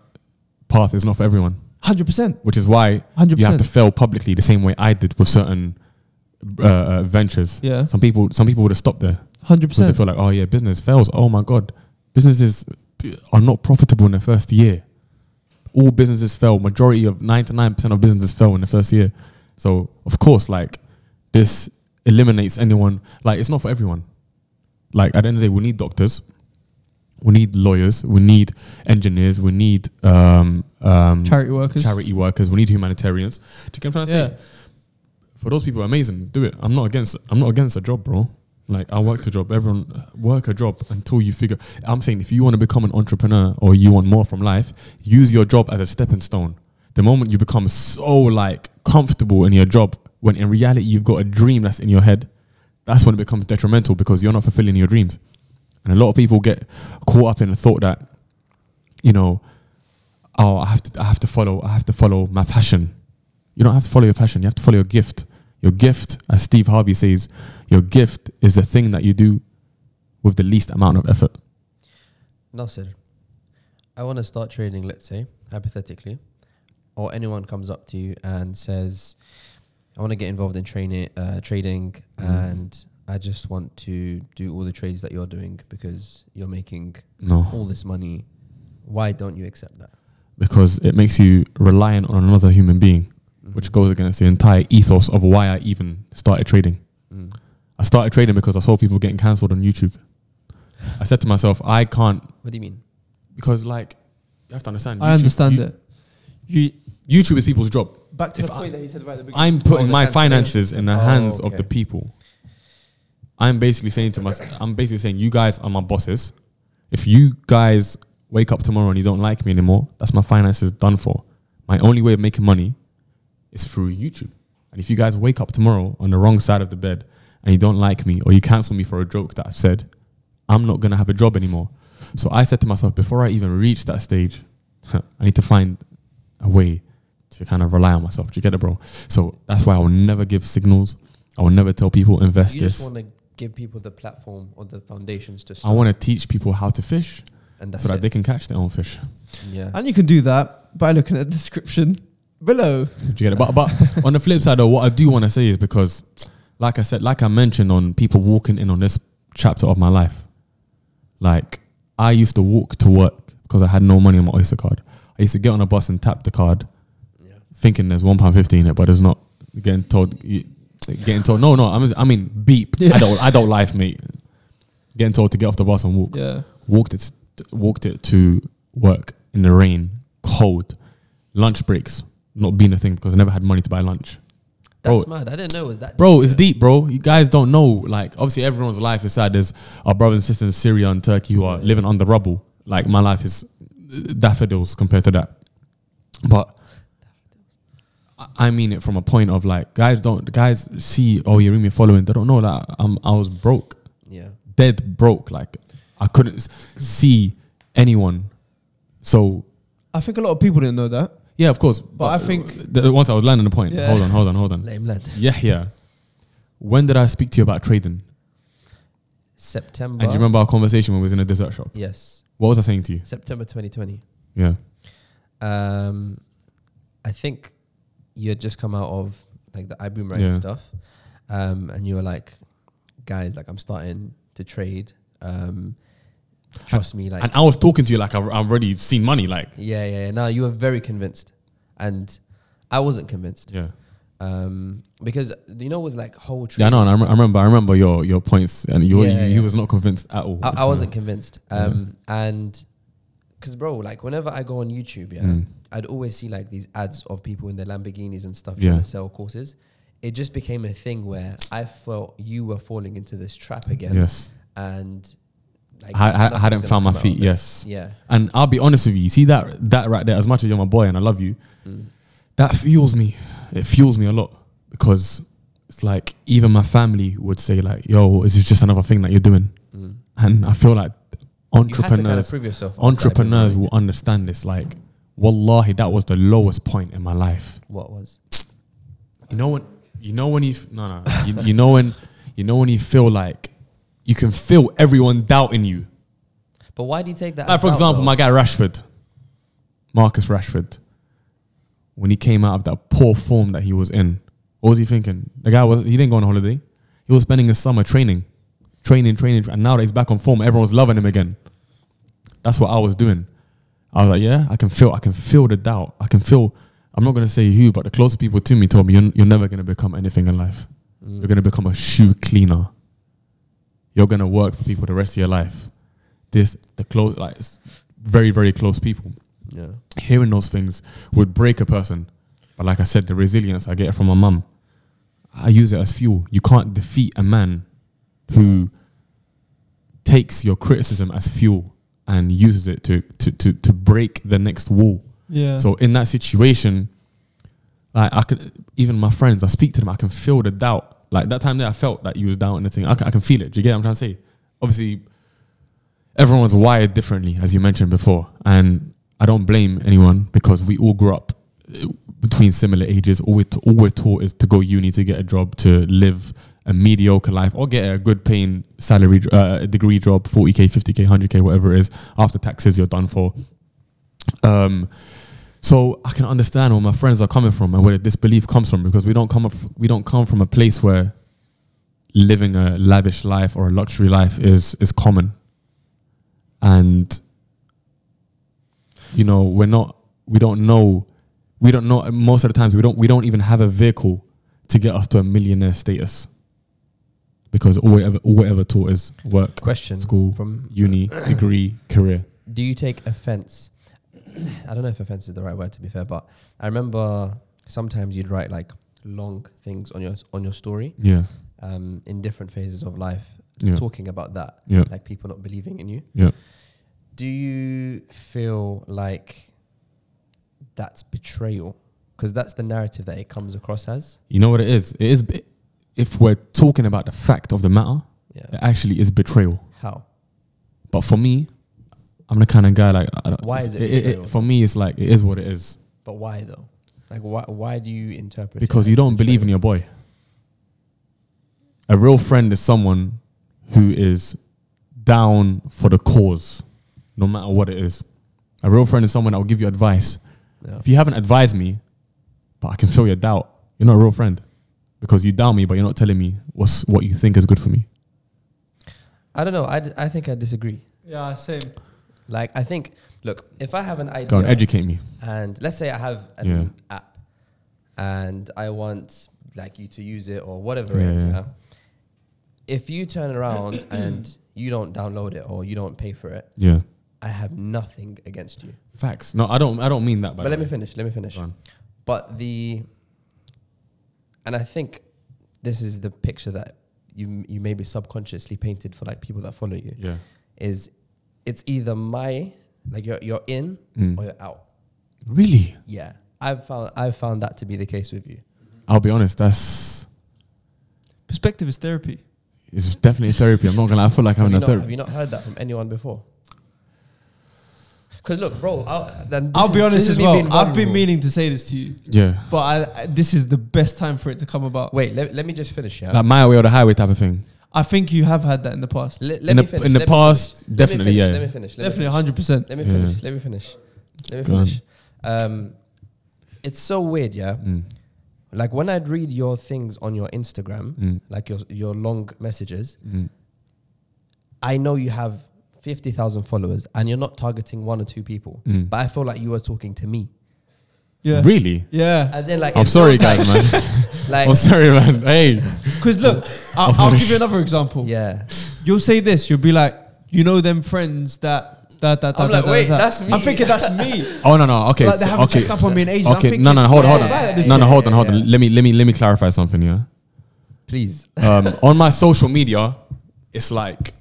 path is not for everyone. 100%. Which is why 100%. you have to fail publicly the same way I did with certain uh, uh, ventures. yeah, Some people, some people would have stopped there because they 100%. feel like, oh yeah, business fails. Oh my god, businesses are not profitable in the first year. All businesses fail. Majority of ninety nine percent of businesses fail in the first year. So of course, like this eliminates anyone. Like it's not for everyone. Like at the end of the day, we need doctors, we need lawyers, we need engineers, we need um, um, Charity workers. charity workers. We need humanitarians. Do you get what I'm trying Yeah. to say? For those people, amazing. Do it. I'm not against. I'm not against a job, bro. Like I worked a job. Everyone uh, work a job until you figure. I'm saying if you want to become an entrepreneur or you want more from life, use your job as a stepping stone. The moment you become so like comfortable in your job, when in reality you've got a dream that's in your head, that's when it becomes detrimental because you're not fulfilling your dreams. And a lot of people get caught up in the thought that, you know, oh, I have to, I have to follow, I have to follow my passion. You don't have to follow your passion. You have to follow your gift. Your gift, as Steve Harvey says, your gift is the thing that you do with the least amount of effort. No, sir. I want to start trading, let's say, hypothetically, or anyone comes up to you and says, I want to get involved in training, uh, trading, Mm. and I just want to do all the trades that you're doing because you're making No, all this money. Why don't you accept that? because it makes you reliant on another human being, Mm-hmm. Mm-hmm. which goes against the entire ethos of why I even started trading. Mm. I started trading because I saw people getting cancelled on YouTube. I said to myself, I can't What do you mean? because like you have to understand. I understand you- it. You YouTube is people's job. back to If the I- point that you said right at the beginning. I'm putting the my cancellation. finances in the Oh, hands of okay. the people. I'm basically saying to myself, I'm basically saying, you guys are my bosses. If you guys wake up tomorrow and you don't like me anymore, that's my finances done for. My only way of making money is through YouTube. And if you guys wake up tomorrow on the wrong side of the bed and you don't like me or you cancel me for a joke that I've said, I'm not going to have a job anymore. So I said to myself, before I even reach that stage, I need to find a way to kind of rely on myself. Do you get it, bro? So that's why I will never give signals. I will never tell people invest you this. just want to give people the platform or the foundations to I start. want to teach people how to fish and that's so that it. they can catch their own fish. yeah. and you can do that by looking at the description below. Do you get it? But, but on the flip side, though, what I do want to say is because, like I said, like I mentioned on people walking in on this chapter of my life, like I used to walk to work because I had no money on my Oyster card. I used to get on a bus and tap the card yeah. thinking there's one pound fifty in it, but it's not. Getting told, you- getting told, no, no, I mean, I mean, beep. Yeah. Adult, adult life, mate. Getting told to get off the bus and walk. Yeah. Walked it, walked it to work in the rain, cold. Lunch breaks not being a thing because I never had money to buy lunch. That's Bro- mad. I didn't know it was that. Bro, deep. it's Yeah. deep, bro. You guys don't know. Like, obviously, everyone's life is sad. There's our brothers and sisters in Syria and Turkey who are Yeah. living under rubble. Like, my life is uh, daffodils compared to that. But I- I mean it from a point of like, guys don't, guys see, oh, you're in me following. They don't know that I'm, I was broke, Yeah. dead broke. Like, I couldn't s- see anyone. So, I think a lot of people didn't know that. yeah, of course. But, I think- the, once I was landing the point, Yeah. hold on, hold on, hold on. Lame lad. Yeah, yeah. When did I speak to you about trading? September. And do you remember our conversation when we was in a dessert shop? Yes. What was I saying to you? September 2020. Yeah. Um, I think you had just come out of like the iBoomerang and Yeah. stuff, um, and you were like, "Guys, like I'm starting to trade. Um, trust me, like and I was talking to you like I've, I've already seen money. Like, yeah, yeah, yeah." No, you were very convinced, and I wasn't convinced yeah. um, because you know with like whole Yeah, trading no, and I, rem- stuff, I remember, I remember your, your points, and you, Yeah, you, you yeah. was not convinced at all. I, I wasn't convinced. Yeah. Um, and because bro, like whenever I go on YouTube, yeah, Mm. I'd always see like these ads of people in their Lamborghinis and stuff Yeah. trying to sell courses. It just became a thing where I felt you were falling into this trap again, Yes, and like I, I, I nothing's hadn't gonna found my come out feet. of it. Yes, Yeah. and I'll be honest with you. See that that right there. As much as you're my boy and I love you, Mm. that fuels me. It fuels me a lot because it's like even my family would say like, "Yo, is this just another thing that you're doing?" Mm. And I feel like You had to kind of entrepreneurs prove yourself. after entrepreneurs Ibuprofen. will understand this. Like, wallahi, that was the lowest point in my life. What was? You know when, you know when you, f- no, no, you, you know when, you know when you feel like you can feel everyone doubting you. But why do you take that? Like, as for doubt, example, though? my guy Rashford, Marcus Rashford, when he came out of that poor form that he was in, what was he thinking? The guy was, he didn't go on holiday. He was spending his summer training, training, training. And now that he's back on form, everyone's loving him again. That's what I was doing. I was like, yeah, I can feel, I can feel the doubt. I can feel, I'm not going to say who, but the closest people to me told me, you're, you're never going to become anything in life. Mm. You're going to become a shoe cleaner. You're going to work for people the rest of your life. This, the close, like, s- very, very close people. yeah. Hearing those things would break a person. But like I said, the resilience I get from my mum, I use it as fuel. You can't defeat a man who takes your criticism as fuel and uses it to, to, to, to break the next wall. Yeah. So in that situation, like I could even my friends, I speak to them, I can feel the doubt. Like that time there, I felt that you was doubting the thing. I can, I can feel it. Do you get what I'm trying to say? Obviously, everyone's wired differently, as you mentioned before, and I don't blame anyone because we all grew up eh, between similar ages. All we're, t- all we're taught is to go uni to get a job, to live a mediocre life, or get a good paying salary, uh, degree job, 40k, 50k, 100k, whatever it is. After taxes, you're done for. Um, So I can understand where my friends are coming from and where the disbelief comes from because we don't come up, we don't come from a place where living a lavish life or a luxury life is is common. And you know, we're not we don't know we don't know most of the times we don't we don't even have a vehicle to get us to a millionaire status. Because all we ever all we ever taught is work, Question School. from uni, degree, career. Do you take offense? I don't know if offense is the right word to be fair, but I remember sometimes you'd write like long things on your on your story Yeah. um, in different phases of life, Yeah. talking about that, Yeah. like people not believing in you. Yeah. Do you feel like that's betrayal? Because that's the narrative that it comes across as. You know what it is? It is b- if we're talking about the fact of the matter, Yeah. it actually is betrayal. How? But for me, I'm the kind of guy like I don't, Why is it betrayal? For me, it's like it is what it is But why though? Like why? Why do you interpret? it because you as don't believe in betrayal? your boy. A real friend is someone who is down for the cause, no matter what it is. A real friend is someone that will give you advice. Yeah. If you haven't advised me, but I can feel your doubt, you're not a real friend because you doubt me, but you're not telling me what's what you think is good for me. I don't know. I, d- I think I disagree. Yeah, same. Like I think, look, if I have an idea, Go and educate me. and let's say I have an Yeah. app, and I want like you to use it or whatever Yeah, it is. yeah. yeah? If you turn around and you don't download it or you don't pay for it, Yeah. I have nothing against you. Facts. No, I don't. I don't mean that. but By the let me way. finish. Let me finish. Go on. But the, and I think this is the picture that you you maybe subconsciously painted for like people that follow you Yeah. is, it's either my like you're you're in Mm. Oh, or you're out. Really? Yeah, I've found I've found that to be the case with you. I'll be honest. That's Perspective is therapy. it's definitely therapy. I'm not gonna. lie, I feel like I'm Have in you, a not, have therapy. you not heard that from anyone before? Because look, bro, I'll, then this I'll be is- this honest is as me well. being I've been vulnerable. meaning to say this to you, Yeah. but I, I- this is the best time for it to come about. Wait, let, let me just finish. Yeah, Like my way or the highway type of thing. I think you have had that in the past. let, let in me the- finish. in the let me past, finish, let me definitely, finish, yeah. Let me finish. Let me Definitely, finish. hundred percent. Let me Yeah. finish. Let me finish. Let me Go on. finish. Um, it's so weird, yeah. Mm, Like when I'd read your things on your Instagram, mm, like your your long messages, mm. I know you have fifty thousand followers, and you're not targeting one or two people. Mm. But I feel like you were talking to me. Yeah, Really? yeah. As in, like, I'm it sorry, feels guys, man. Like, I'm sorry, man. Hey, Because look, I'll, I'll give you another example. yeah. You'll say this. You'll be like, you know, them friends that that that. I'm that, like, that, wait, that. that's me. I'm thinking that's me. oh no, no. Okay, like they so- haven't okay, checked up on me in ages. I'm okay. thinking, No, no, hold, hold on. why at this No, no, point? hold on, hold Yeah. on. Let me, let me, let me clarify something. Yeah. Please. Um, on my social media, it's like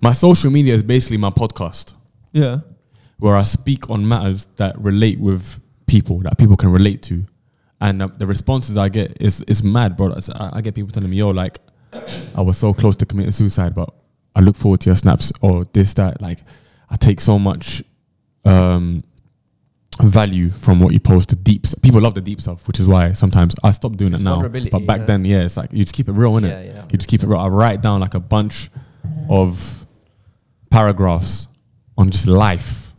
my social media is basically my podcast. Yeah, where I speak on matters that relate with people that people can relate to, and uh, the responses I get is is mad, bro. It's- I, I get people telling me, "Yo, like, I was so close to committing suicide, but I look forward to your snaps or this that." Like, I take so much um, value from what you post. The deep s- people love the deep stuff, which is why sometimes I stopped doing It's it now. vulnerability, But back yeah. then, yeah, it's like you just keep it real, innit? Yeah, yeah. You just keep it real. I write down like a bunch of paragraphs on just life,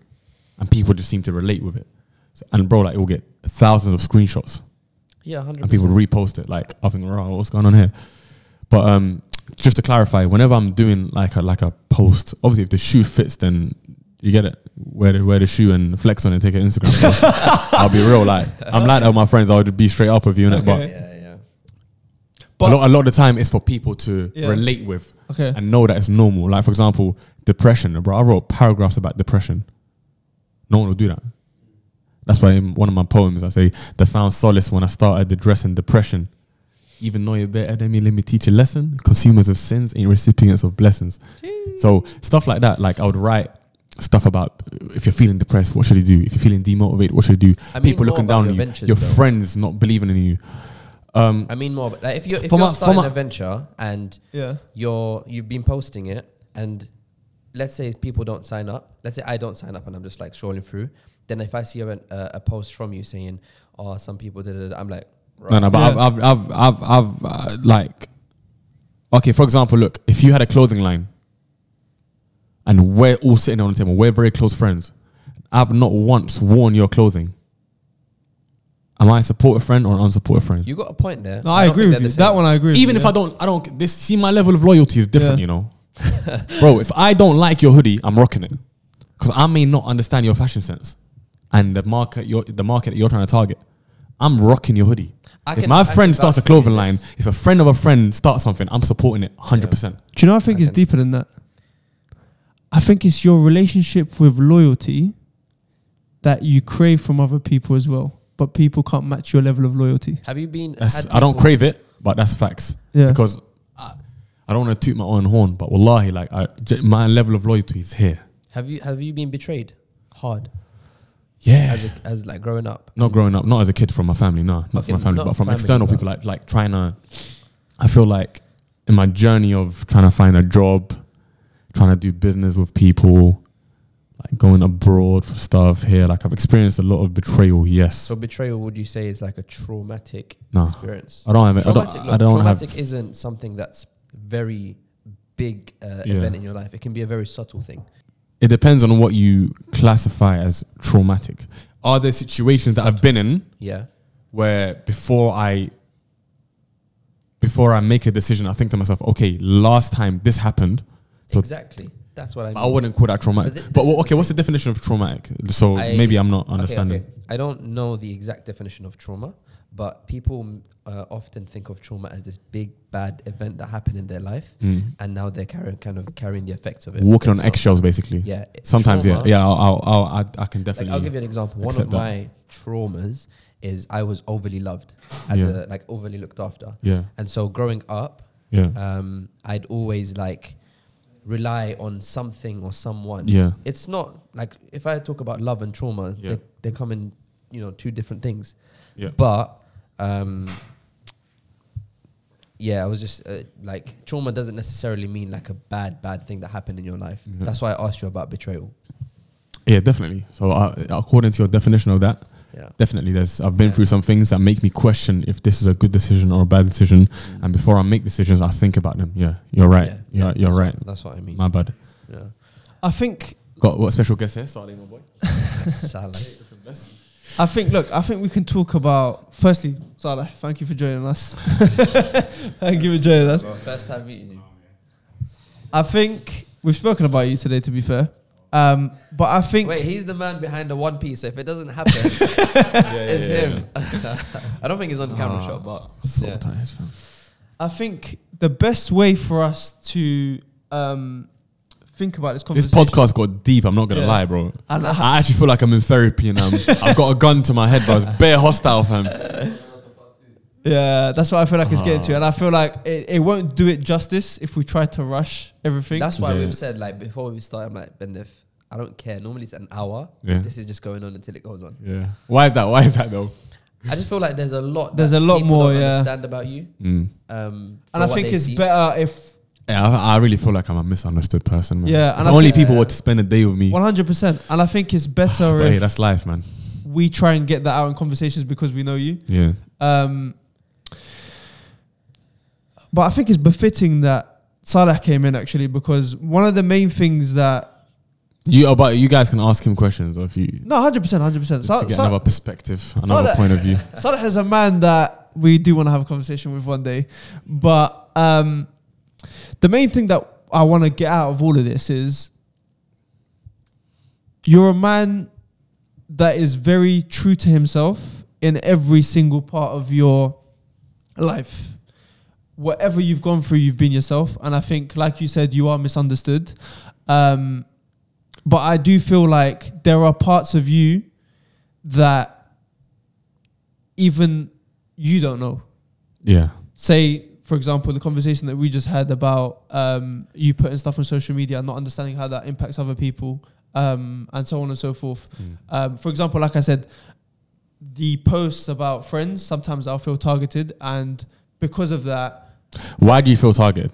and people just seem to relate with it. So, and bro, like it will get thousands of screenshots, Yeah, hundred and people percent. repost it. Like I think, right, "Oh, what's going on here? But um, just to clarify, whenever I'm doing like a like a post, obviously if the shoe fits, then you get it. Wear the, wear the shoe and flex on it. Take an Instagram post. I'll be real. Like I'm like that with my friends. I'll just be straight up with you. Innit? Okay. But Yeah, yeah. but a, lot, a lot of the time, it's for people to Yeah. relate with okay. and know that it's normal. Like for example, depression. Bro, I wrote paragraphs about depression. No one will do that. That's why in one of my poems I say, "The found solace when I started addressing depression." Even though you're better than me, let me teach a lesson. Consumers of sins ain't recipients of blessings. So stuff like that. Like I would write stuff about if you're feeling depressed, what should you do? If you're feeling demotivated, what should you do? I mean People more looking about down your on you, ventures, your though. friends not believing in you. Um, I mean more, but like if you're if For you're my- for starting my- a venture and Yeah, you're you've been posting it, and let's say people don't sign up. Let's say I don't sign up, and I'm just like scrolling through. Then if I see a, a, a post from you saying, "Oh, some people did it," I'm like, right. No, no, but Yeah. I've, I've, I've, I've, I've uh, like, okay, for example, look, if you had a clothing line and we're all sitting on the table, we're very close friends. I've not once worn your clothing Am I a supportive friend or an unsupportive friend? You got a point there. No, I, don't agree think with they're you. the That same. one I agree with. Even you, if yeah. I don't, I don't this. See, my level of loyalty is different, Yeah. you know, bro. If I don't like your hoodie, I'm rocking it because I may not understand your fashion sense and the market, your the market that you're trying to target. I'm rocking your hoodie. I if can- my I friend can starts a vouch for you clothing line, this. if a friend of a friend starts something, I'm supporting it 100%. Do you know? I think I it's can- deeper than that. I think it's your relationship with loyalty that you crave from other people as well, but people can't match your level of loyalty. Have you been? That's, had I don't people- crave it, but that's facts. Yeah, Because I, I don't want to toot my own horn, but wallahi, like I j my level of loyalty is here. Have you have you been betrayed hard Yeah. as a, as like growing up? Not growing up, not as a kid from my family, no, not from my Okay, family, not but from family, external but- people, like like trying to. I feel like in my journey of trying to find a job, trying to do business with people, like going abroad for stuff here, like I've experienced a lot of betrayal. Yes, So betrayal, would you say, is like a traumatic No. experience? I don't have. it. I Traumatic, don't. look, I don't have. traumatic isn't something that's very big uh, Yeah. event in your life. It can be a very subtle thing. It depends on what you classify as traumatic. Are there situations that I've been in Yeah. where before I before I make a decision, I think to myself, okay, last time this happened, So- exactly. That's what I mean. but I wouldn't call that traumatic. But thi- But, this wha- is the okay, what's the definition of traumatic? So I- maybe I'm not Okay, understanding. okay. I don't know the exact definition of trauma, but people mm, uh, often think of trauma as this big bad event that happened in their life, Mm. and now they're carrying kind of carrying the effects of it. Walking on So, eggshells, basically. Yeah. it- Sometimes, trauma- yeah, yeah. I'll, I'll, I'll, I- I can Like definitely. I'll give you an example. One accept of that. my traumas is I was overly loved as Yeah. a like overly looked after, yeah, and so growing up, yeah, um, I'd always like rely on something or someone. yeah, It's not like if I talk about love and trauma, Yeah. they, they come in, you know, two different things. Yeah. But um, yeah, I was just uh, like trauma doesn't necessarily mean like a bad bad thing that happened in your life. Yeah. That's why I asked you about betrayal. yeah. Definitely. So uh, according to your definition of that, Yeah. Definitely, there's. I've been Yeah. through some things that make me question if this is a good decision or a bad decision, and Mm. before I make decisions, I think about them. Yeah, you're right. Yeah, you're yeah, you're that's right. what- that's what I mean. My bad. Yeah. I think Got what special guest here? Salim, my boy. Salah. I think look, I think we can talk about firstly, Salah, thank you for joining us. thank you for joining us. First time meeting you. I think we've spoken about you today to be fair. Um, but I think Wait, he's the man behind the One Piece. So if it doesn't happen, it's him. I don't think he's on the camera Ah, shot, but So yeah. tired, fam. I think the best way for us to um, think about this This conversation podcast Ah, got deep. I'm not gonna Yeah. lie, bro. and I- I actually feel like I'm in therapy and um, I've got a gun to my head, but it's bare hostile, fam. Yeah, that's what I feel like it's getting to, Ah. and I feel like it, it won't do it justice if we try to rush everything. That's why Yeah. we've said like before we start. I'm like Ben, if I don't care. Normally it's an hour. Yeah. This is just going on until it goes on. Yeah. Why is that? Why is that though? I just feel like there's a lot. There's that a lot people more, Don't yeah. Understand about you. Mm. Um, for and I what think they it's see. better if Yeah, I, I really feel like I'm a misunderstood person, man. Yeah, If and I only think- uh, people were to spend a day with me. one hundred percent, and I think it's better But hey, if that's life, man. we try and get that out in conversations because we know you. Yeah. Um, but I think it's befitting that Salah came in actually because one of the main things that You oh, but you guys can ask him questions or if you no, hundred percent, hundred percent. just to get another perspective, another that- point of view. Salah is a man that we do want to have a conversation with one day. But um, the main thing that I want to get out of all of this is you're a man that is very true to himself in every single part of your life. Whatever you've gone through, you've been yourself. And I think, like you said, you are misunderstood. Um, but I do feel like there are parts of you that even you don't know. Yeah. Say, for example, the conversation that we just had about um, you putting stuff on social media and not understanding how that impacts other people um, and so on and so forth. Um, for example, like I said, the posts about friends sometimes I'll feel targeted, and because of that, Why do you feel targeted?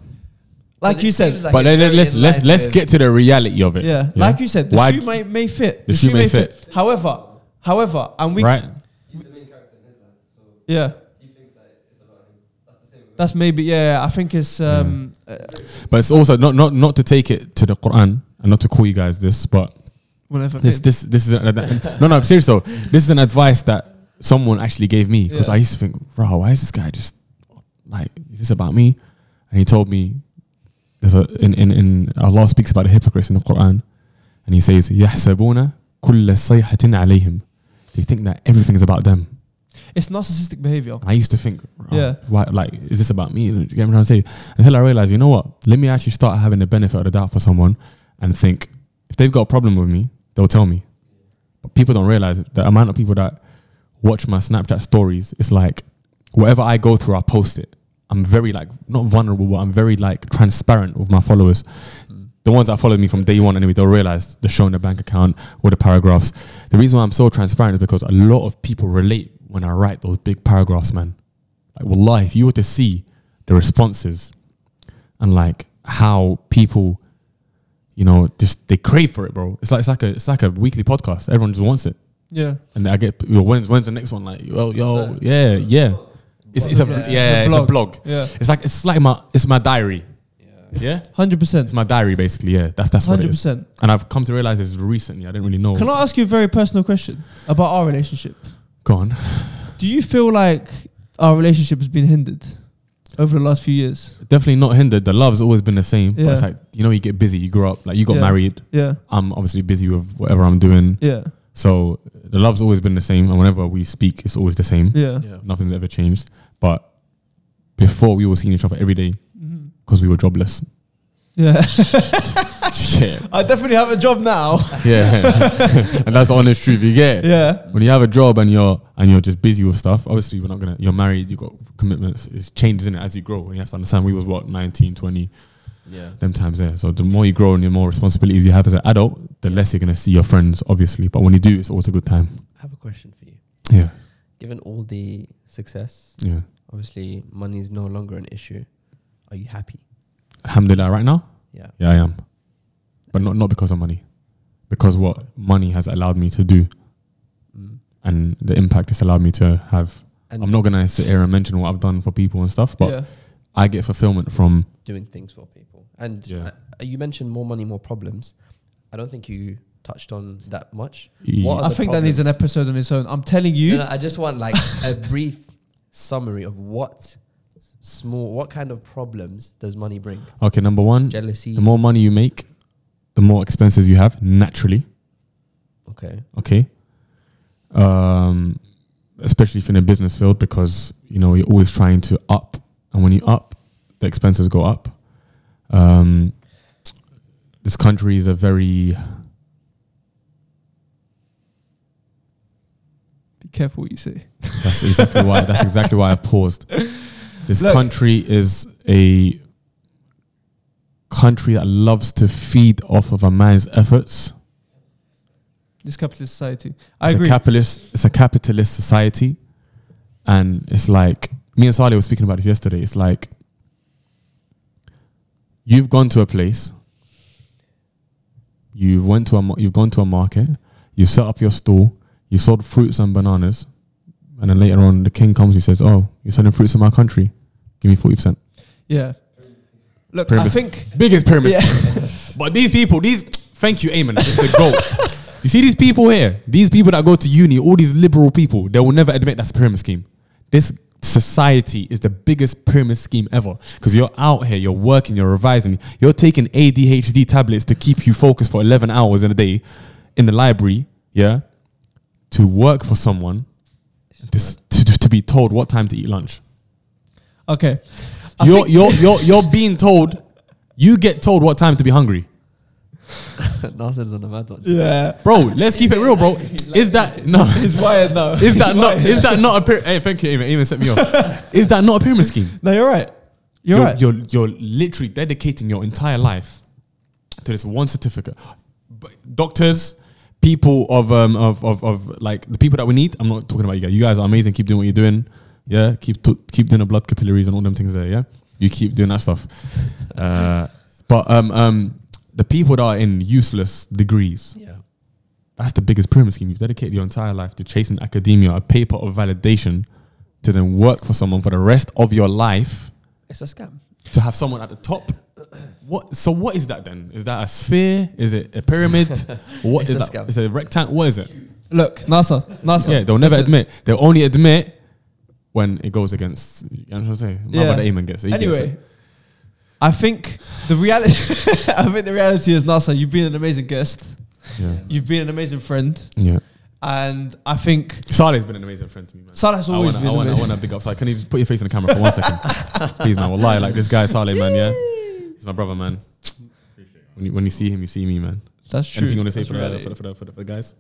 like it you said, seems like but it's let, very let's in let's line let's with- get to the reality of it. yeah, like you said, the Why shoe d- may, may fit. The shoe may fit. However, however, and we right? yeah. That's maybe yeah. I think it's um, uh, But it's also not not not to take it to the Quran and not to call you guys this, but whenever this this this is an, no no I'm serious though. This is an advice that someone actually gave me because Yeah. I used to think, bro, why is this guy just like, is this about me? And he told me, there's a in in, in Allah speaks about the hypocrites in the Quran, and he says, يحسبون كل صيحة عليهم. They think that everything is about them. It's narcissistic behavior. And I used to think, oh, Yeah. why, like, is this about me? Do you get what I'm trying to say? Until I realized, you know what? Let me actually start having the benefit of the doubt for someone and think if they've got a problem with me, they'll tell me. But people don't realize it. the amount of people that watch my Snapchat stories. It's like whatever I go through, I post it. I'm very like not vulnerable, but I'm very like transparent with my followers. The ones that followed me from day one, anyway, they'll realize the showing the bank account or the paragraphs. The reason why I'm so transparent is because a lot of people relate when I write those big paragraphs, man. Like, wallah, if you were to see the responses and like how people, you know, just they crave for it, bro. It's like it's like a it's like a weekly podcast. Everyone just wants it, Yeah. and I get you know, when's when's the next one? Like, yo, yo, So- yeah, yeah. It's, it's a Yeah. yeah, it's a blog. Yeah. It's like it's like my it's my diary. Yeah. Yeah, Hundred it's percent. my diary basically. Yeah, that's that's what Hundred it is. Oh. percent. And I've come to realize this recently. I didn't really know. Can I ask you a very personal question about our relationship? Go on. Do you feel like our relationship has been hindered over the last few years? Definitely not hindered. The love's always been the same. But it's Yeah. like you know, you get busy. You grow up. Like you got Yeah. married. Yeah. I'm obviously busy with whatever I'm doing. Yeah. So the love's always been the same, and whenever we speak, it's always the same. Yeah. Yeah. Nothing's ever changed. But before, we were seeing each other every day Mhm. because we were jobless. Yeah. yeah, I definitely have a job now. yeah, and that's the honest truth you get. Yeah. When you have a job and you're and you're just busy with stuff, obviously we're not gonna. You're married, you got commitments. It's changes in it as you grow, and you have to understand. We was what 19, 20, Yeah. them times there. So the more you grow and the more responsibilities you have as an adult, the less you're gonna see your friends, obviously. But when you do, it's always a good time. I have a question for you. Yeah, Given all the success, yeah. obviously money is no longer an issue. Are you happy? Alhamdulillah, right now. Yeah. Yeah, I am. But not, not because of money. Because what money has allowed me to do Mm. and the impact it's allowed me to have. And I'm not going to sit here and mention what I've done for people and stuff, but yeah. I get fulfillment from. doing things for people. And Yeah. uh, you mentioned more money, more problems. I don't think you touched on that much. What? What- I other think that needs an problems. episode on its own. I'm telling you. No, no, I just want like a brief summary of what small, what kind of problems does money bring? Okay, number one, Jealousy. Hmm. the more money you make, the more expenses you have naturally. Okay. Okay. Um, especially if you're in a business field because you know you're always trying to up, and when you up, the expenses go up. Um, this country is a very Be careful what you say. That's exactly why. That's exactly why I've paused. This Look. country is a country that loves to feed off of a man's efforts. This capitalist society. I It's agree. a capitalist. It's a capitalist society, and it's like me and Saleh were speaking about this yesterday. It's like you've gone to a place, you've went to a mar- you've gone to a market, you set up your stall, you sold fruits and bananas, and then later on the king comes. He says, "Oh, you're selling fruits in my country. Give me forty percent." yeah. Look, Premise. I think. Biggest pyramid. Yeah. But these people, these thank you, Eamon. It's the goat. you see these people here, these people that go to uni, all these liberal people, they will never admit that's a pyramid scheme. This society is the biggest pyramid scheme ever. Because you're out here, you're working, you're revising, you're taking ADHD tablets to keep you focused for 11 hours in a day in the library, yeah, to work for someone, to, s- to, to be told what time to eat lunch. Okay. I You're, think- you're, you're, you're being told, you get told what time to be hungry. Nasser's on a mad one. yeah. bro. Let's keep it real, bro. Is that no? He's wired now. Is that not? Is that not a pyramid? Hey, thank you, Eamon. Eamon set me off. Is that not a pyramid scheme? No, you're right. You're, you're, right. You're, you're literally dedicating your entire life to this one certificate. But doctors, people of um of, of of like the people that we need. I'm not talking about you guys. You guys are amazing. Keep doing what you're doing. Yeah, keep to, keep doing the blood capillaries and all them things there. Yeah, you keep doing that stuff. Uh, but um um the people that are in useless degrees. Yeah. That's the biggest pyramid scheme. You've dedicated your entire life to chasing academia, a paper of validation, to then work for someone for the rest of your life It's a scam. to have someone at the top. What? So what is that then? Is that a sphere? Is it a pyramid? What It's is a that? scam. Is it a rectangle? What is it? Look, NASA, NASA. yeah, they'll never Listen. admit. They'll only admit when it goes against. You know what I'm saying? My Yeah. brother Eamon gets it. he gets Anyway, it. I think the reality. I think the reality is NASA. You've been an amazing guest. Yeah. You've been an amazing friend, Yeah. and I think Saleh's been an amazing friend to me, man. Salah's I always wanna, been I wanna, I amazing. wanna big up Saleh. Can you just put your face in the camera for one second? Please, man. Well, lie like this guy, Saleh, man. Yeah, he's my brother, man. When you, when you see him, you see me, man. That's true. Anything you want to say That's for the, reality. for, the, for, the, for, the, for the guys?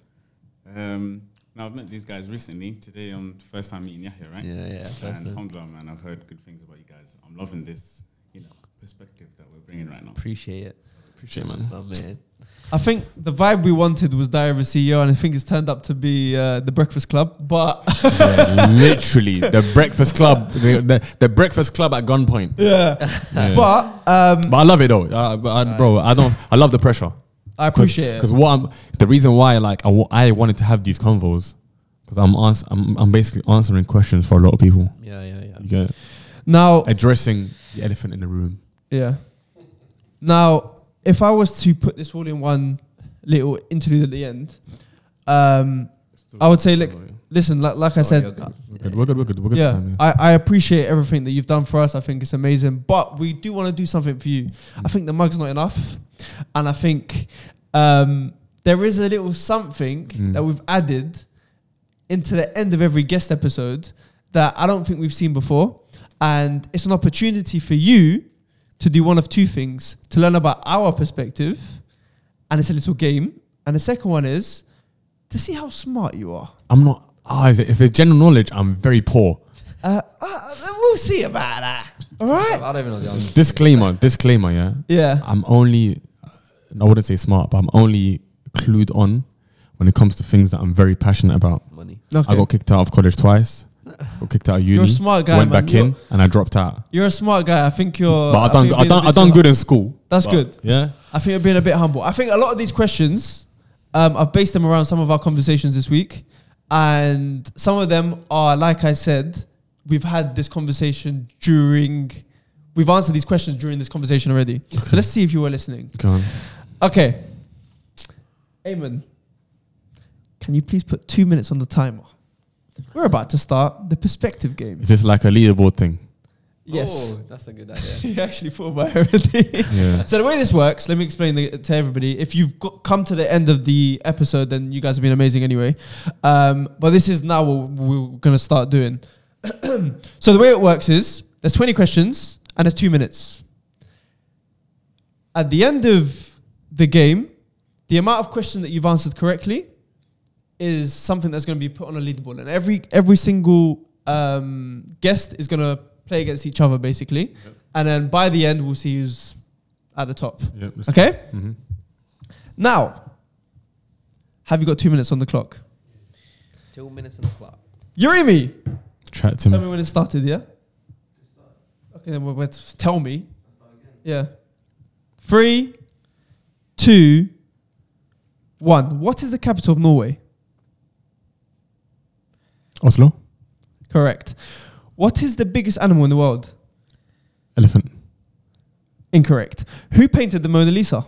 Um, now I've met these guys recently. Today, I'm the first time meeting Yahya, right? Yeah, yeah. First and time. alhamdulillah, man, I've heard good things about you guys. I'm loving this, you know, perspective that we're bringing right now. Appreciate it. Appreciate, it, man. Oh, man. I think the vibe we wanted was Diary of a CEO, and I think it's turned up to be uh, the Breakfast Club. But Yeah, literally, the Breakfast Club, the, the, the Breakfast Club at gunpoint. yeah, Yeah. but um, But I love it though, uh, but I, bro. I don't. I love the pressure. I appreciate it. Because what I'm, the reason why like I wa- I wanted to have these convos, because I'm, ans- I'm I'm basically answering questions for a lot of people. Yeah, yeah, yeah. You get it? Now, addressing the elephant in the room. yeah. Now, if I was to put this all in one little interlude at the end, um, I would say, look, listen, like, like I Oh, said, you're good. we're good. We're good. We're good. We're good. yeah, for time, yeah. I, I appreciate everything that you've done for us. I think it's amazing, but we do want to do something for you. I Mm. think the mug's not enough, and I think um, there is a little something Mm. that we've added into the end of every guest episode that I don't think we've seen before, and it's an opportunity for you to do one of two things: to learn about our perspective, and it's a little game, and the second one is to see how smart you are. I'm not. Ah, is it, if it's general knowledge, I'm very poor. Uh, uh, we'll see about that. All right. I don't even know the answer. Disclaimer. disclaimer. Yeah. Yeah. I'm only. uh, I wouldn't say smart, but I'm only clued on when it comes to things that I'm very passionate about. Money. Okay. I got kicked out of college twice. Got kicked out of uni. You're a smart guy, went man. back You're- in and I dropped out. You're a smart guy. I think you're. But I done, think you're I being done, a I bit done too- good in school. That's But, good. Yeah. I think you're being a bit humble. I think a lot of these questions, um, I've based them around some of our conversations this week, and some of them are like I said, we've had this conversation during, we've answered these questions during this conversation already. So let's see if you were listening. Go on. Okay. Eamon, can you please put two minutes on the timer? We're about to start the perspective game. Is this like a leaderboard thing? Yes. Oh, that's a good idea. You actually thought about everything. Yeah. So the way this works, let me explain the, to everybody. If you've got, come to the end of the episode, then you guys have been amazing anyway. Um, but this is now what we're going to start doing. so the way it works is there's 20 questions and there's two minutes. At the end of the game, the amount of question that you've answered correctly is something that's going to be put on a leaderboard, and every every single um, guest is going to play against each other basically, and then by the end we'll see who's at the top. yeah Okay. Mhm. Now, have you got two minutes on the clock? Two minutes on the clock. Yurimi, Chat to tell me me. when it started. Yeah. Okay, then well, well, tell me. Yeah. Three, two, one. What is the capital of Norway? Oslo? Correct. What is the biggest animal in the world? Elephant. Incorrect. Who painted the Mona Lisa?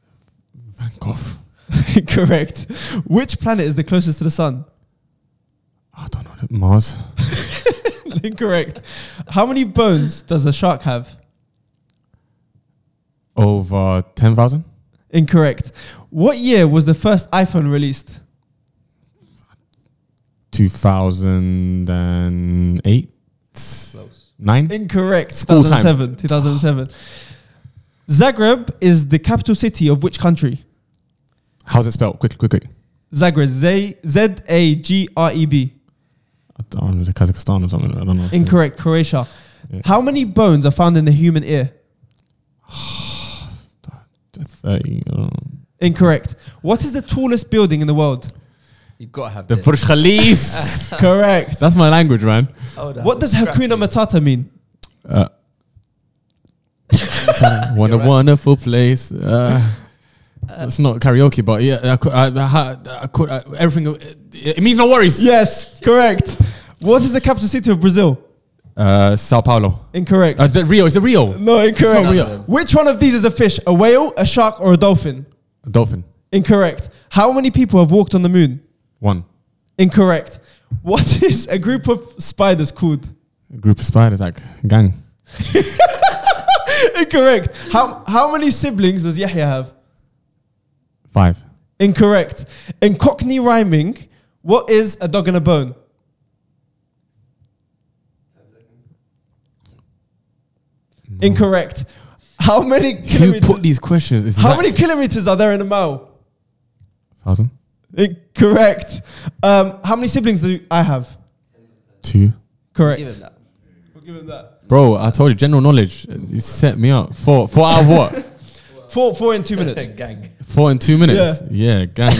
Van Gogh. Correct. Which planet is the closest to the sun? I don't know. Mars. Incorrect. How many bones does a shark have? Over 10,000? Incorrect. What year was the first iPhone released? 2008? Close. 9? Incorrect. School times. 2007. 2007. Zagreb is the capital city of which country? How's it spelled? Quick, quick, quick. Zagreb. Z Z A G R E B. I don't know. Is it Kazakhstan or something? I don't know. Incorrect. Croatia. Yeah. How many bones are found in the human ear? 30. I don't know. Incorrect. What is the tallest building in the world? You've got to have The this. Burj Khalif. Correct. That's my language, man. Hold on, What does scratch Hakuna it. Matata mean? Uh, what a You're right. wonderful place. Uh, it's not karaoke, but yeah, I could, I, I, had- I could, I, everything. uh, It, it means no worries. Yes, correct. What is the capital city of Brazil? Uh, Sao Paulo. Incorrect. Uh, is it Rio? Is it Rio? no, It's not incorrect. real. Rio. Which one of these is a fish? A whale, a shark, or a dolphin? Dolphin. Incorrect. How many people have walked on the moon? One. Incorrect. What is a group of spiders called? A group of spiders, like gang. Incorrect. How how many siblings does Yahya have? Five. Incorrect. In Cockney rhyming, what is a dog and a bone? Hmm. Incorrect. How many Who put kilometers? these questions? Is How that- many kilometers are there in a mile? Thousand. Incorrect. Um, how many siblings do I have? Two. Correct. Give him that. We'll give him that. Bro, I told you, general knowledge. uh, You set me up. Four. Four out of what? Four, four in two minutes. Gang. Four in two minutes. Yeah, gang.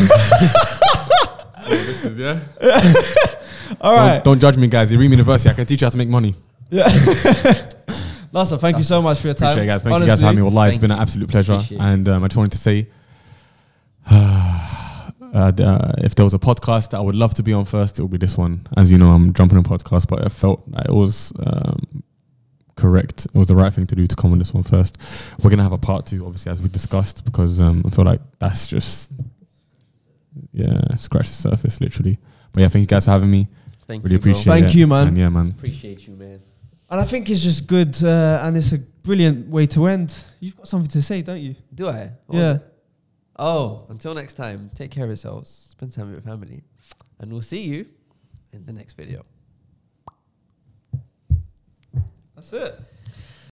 this is, yeah. All Don't, right. don't judge me, guys. You're university. I can teach you how to make money. Lassa, thank you so much for your time. Appreciate it, guys. Thank you guys for having me. Wallah, it's Thank been you. an absolute pleasure. Appreciate it. and um, I just wanted to say, uh, d- uh, if there was a podcast that I would love to be on first, it would be this one. As you know, I'm jumping on podcasts, but I felt that it was um, correct. It was the right thing to do to come on this one first. We're gonna have a part two, obviously, as we discussed, because um, I feel like that's just yeah, scratch the surface, literally. But yeah, thank you guys for having me. Thank Really you, bro. appreciate it. Thank you, man. And yeah, man. Appreciate you, man. And I think it's just good, uh, and it's a brilliant way to end. You've got something to say, don't you? Do I? What was yeah. it? Oh, until next time, take care of yourselves, spend time with your family, and we'll see you in the next video. That's it.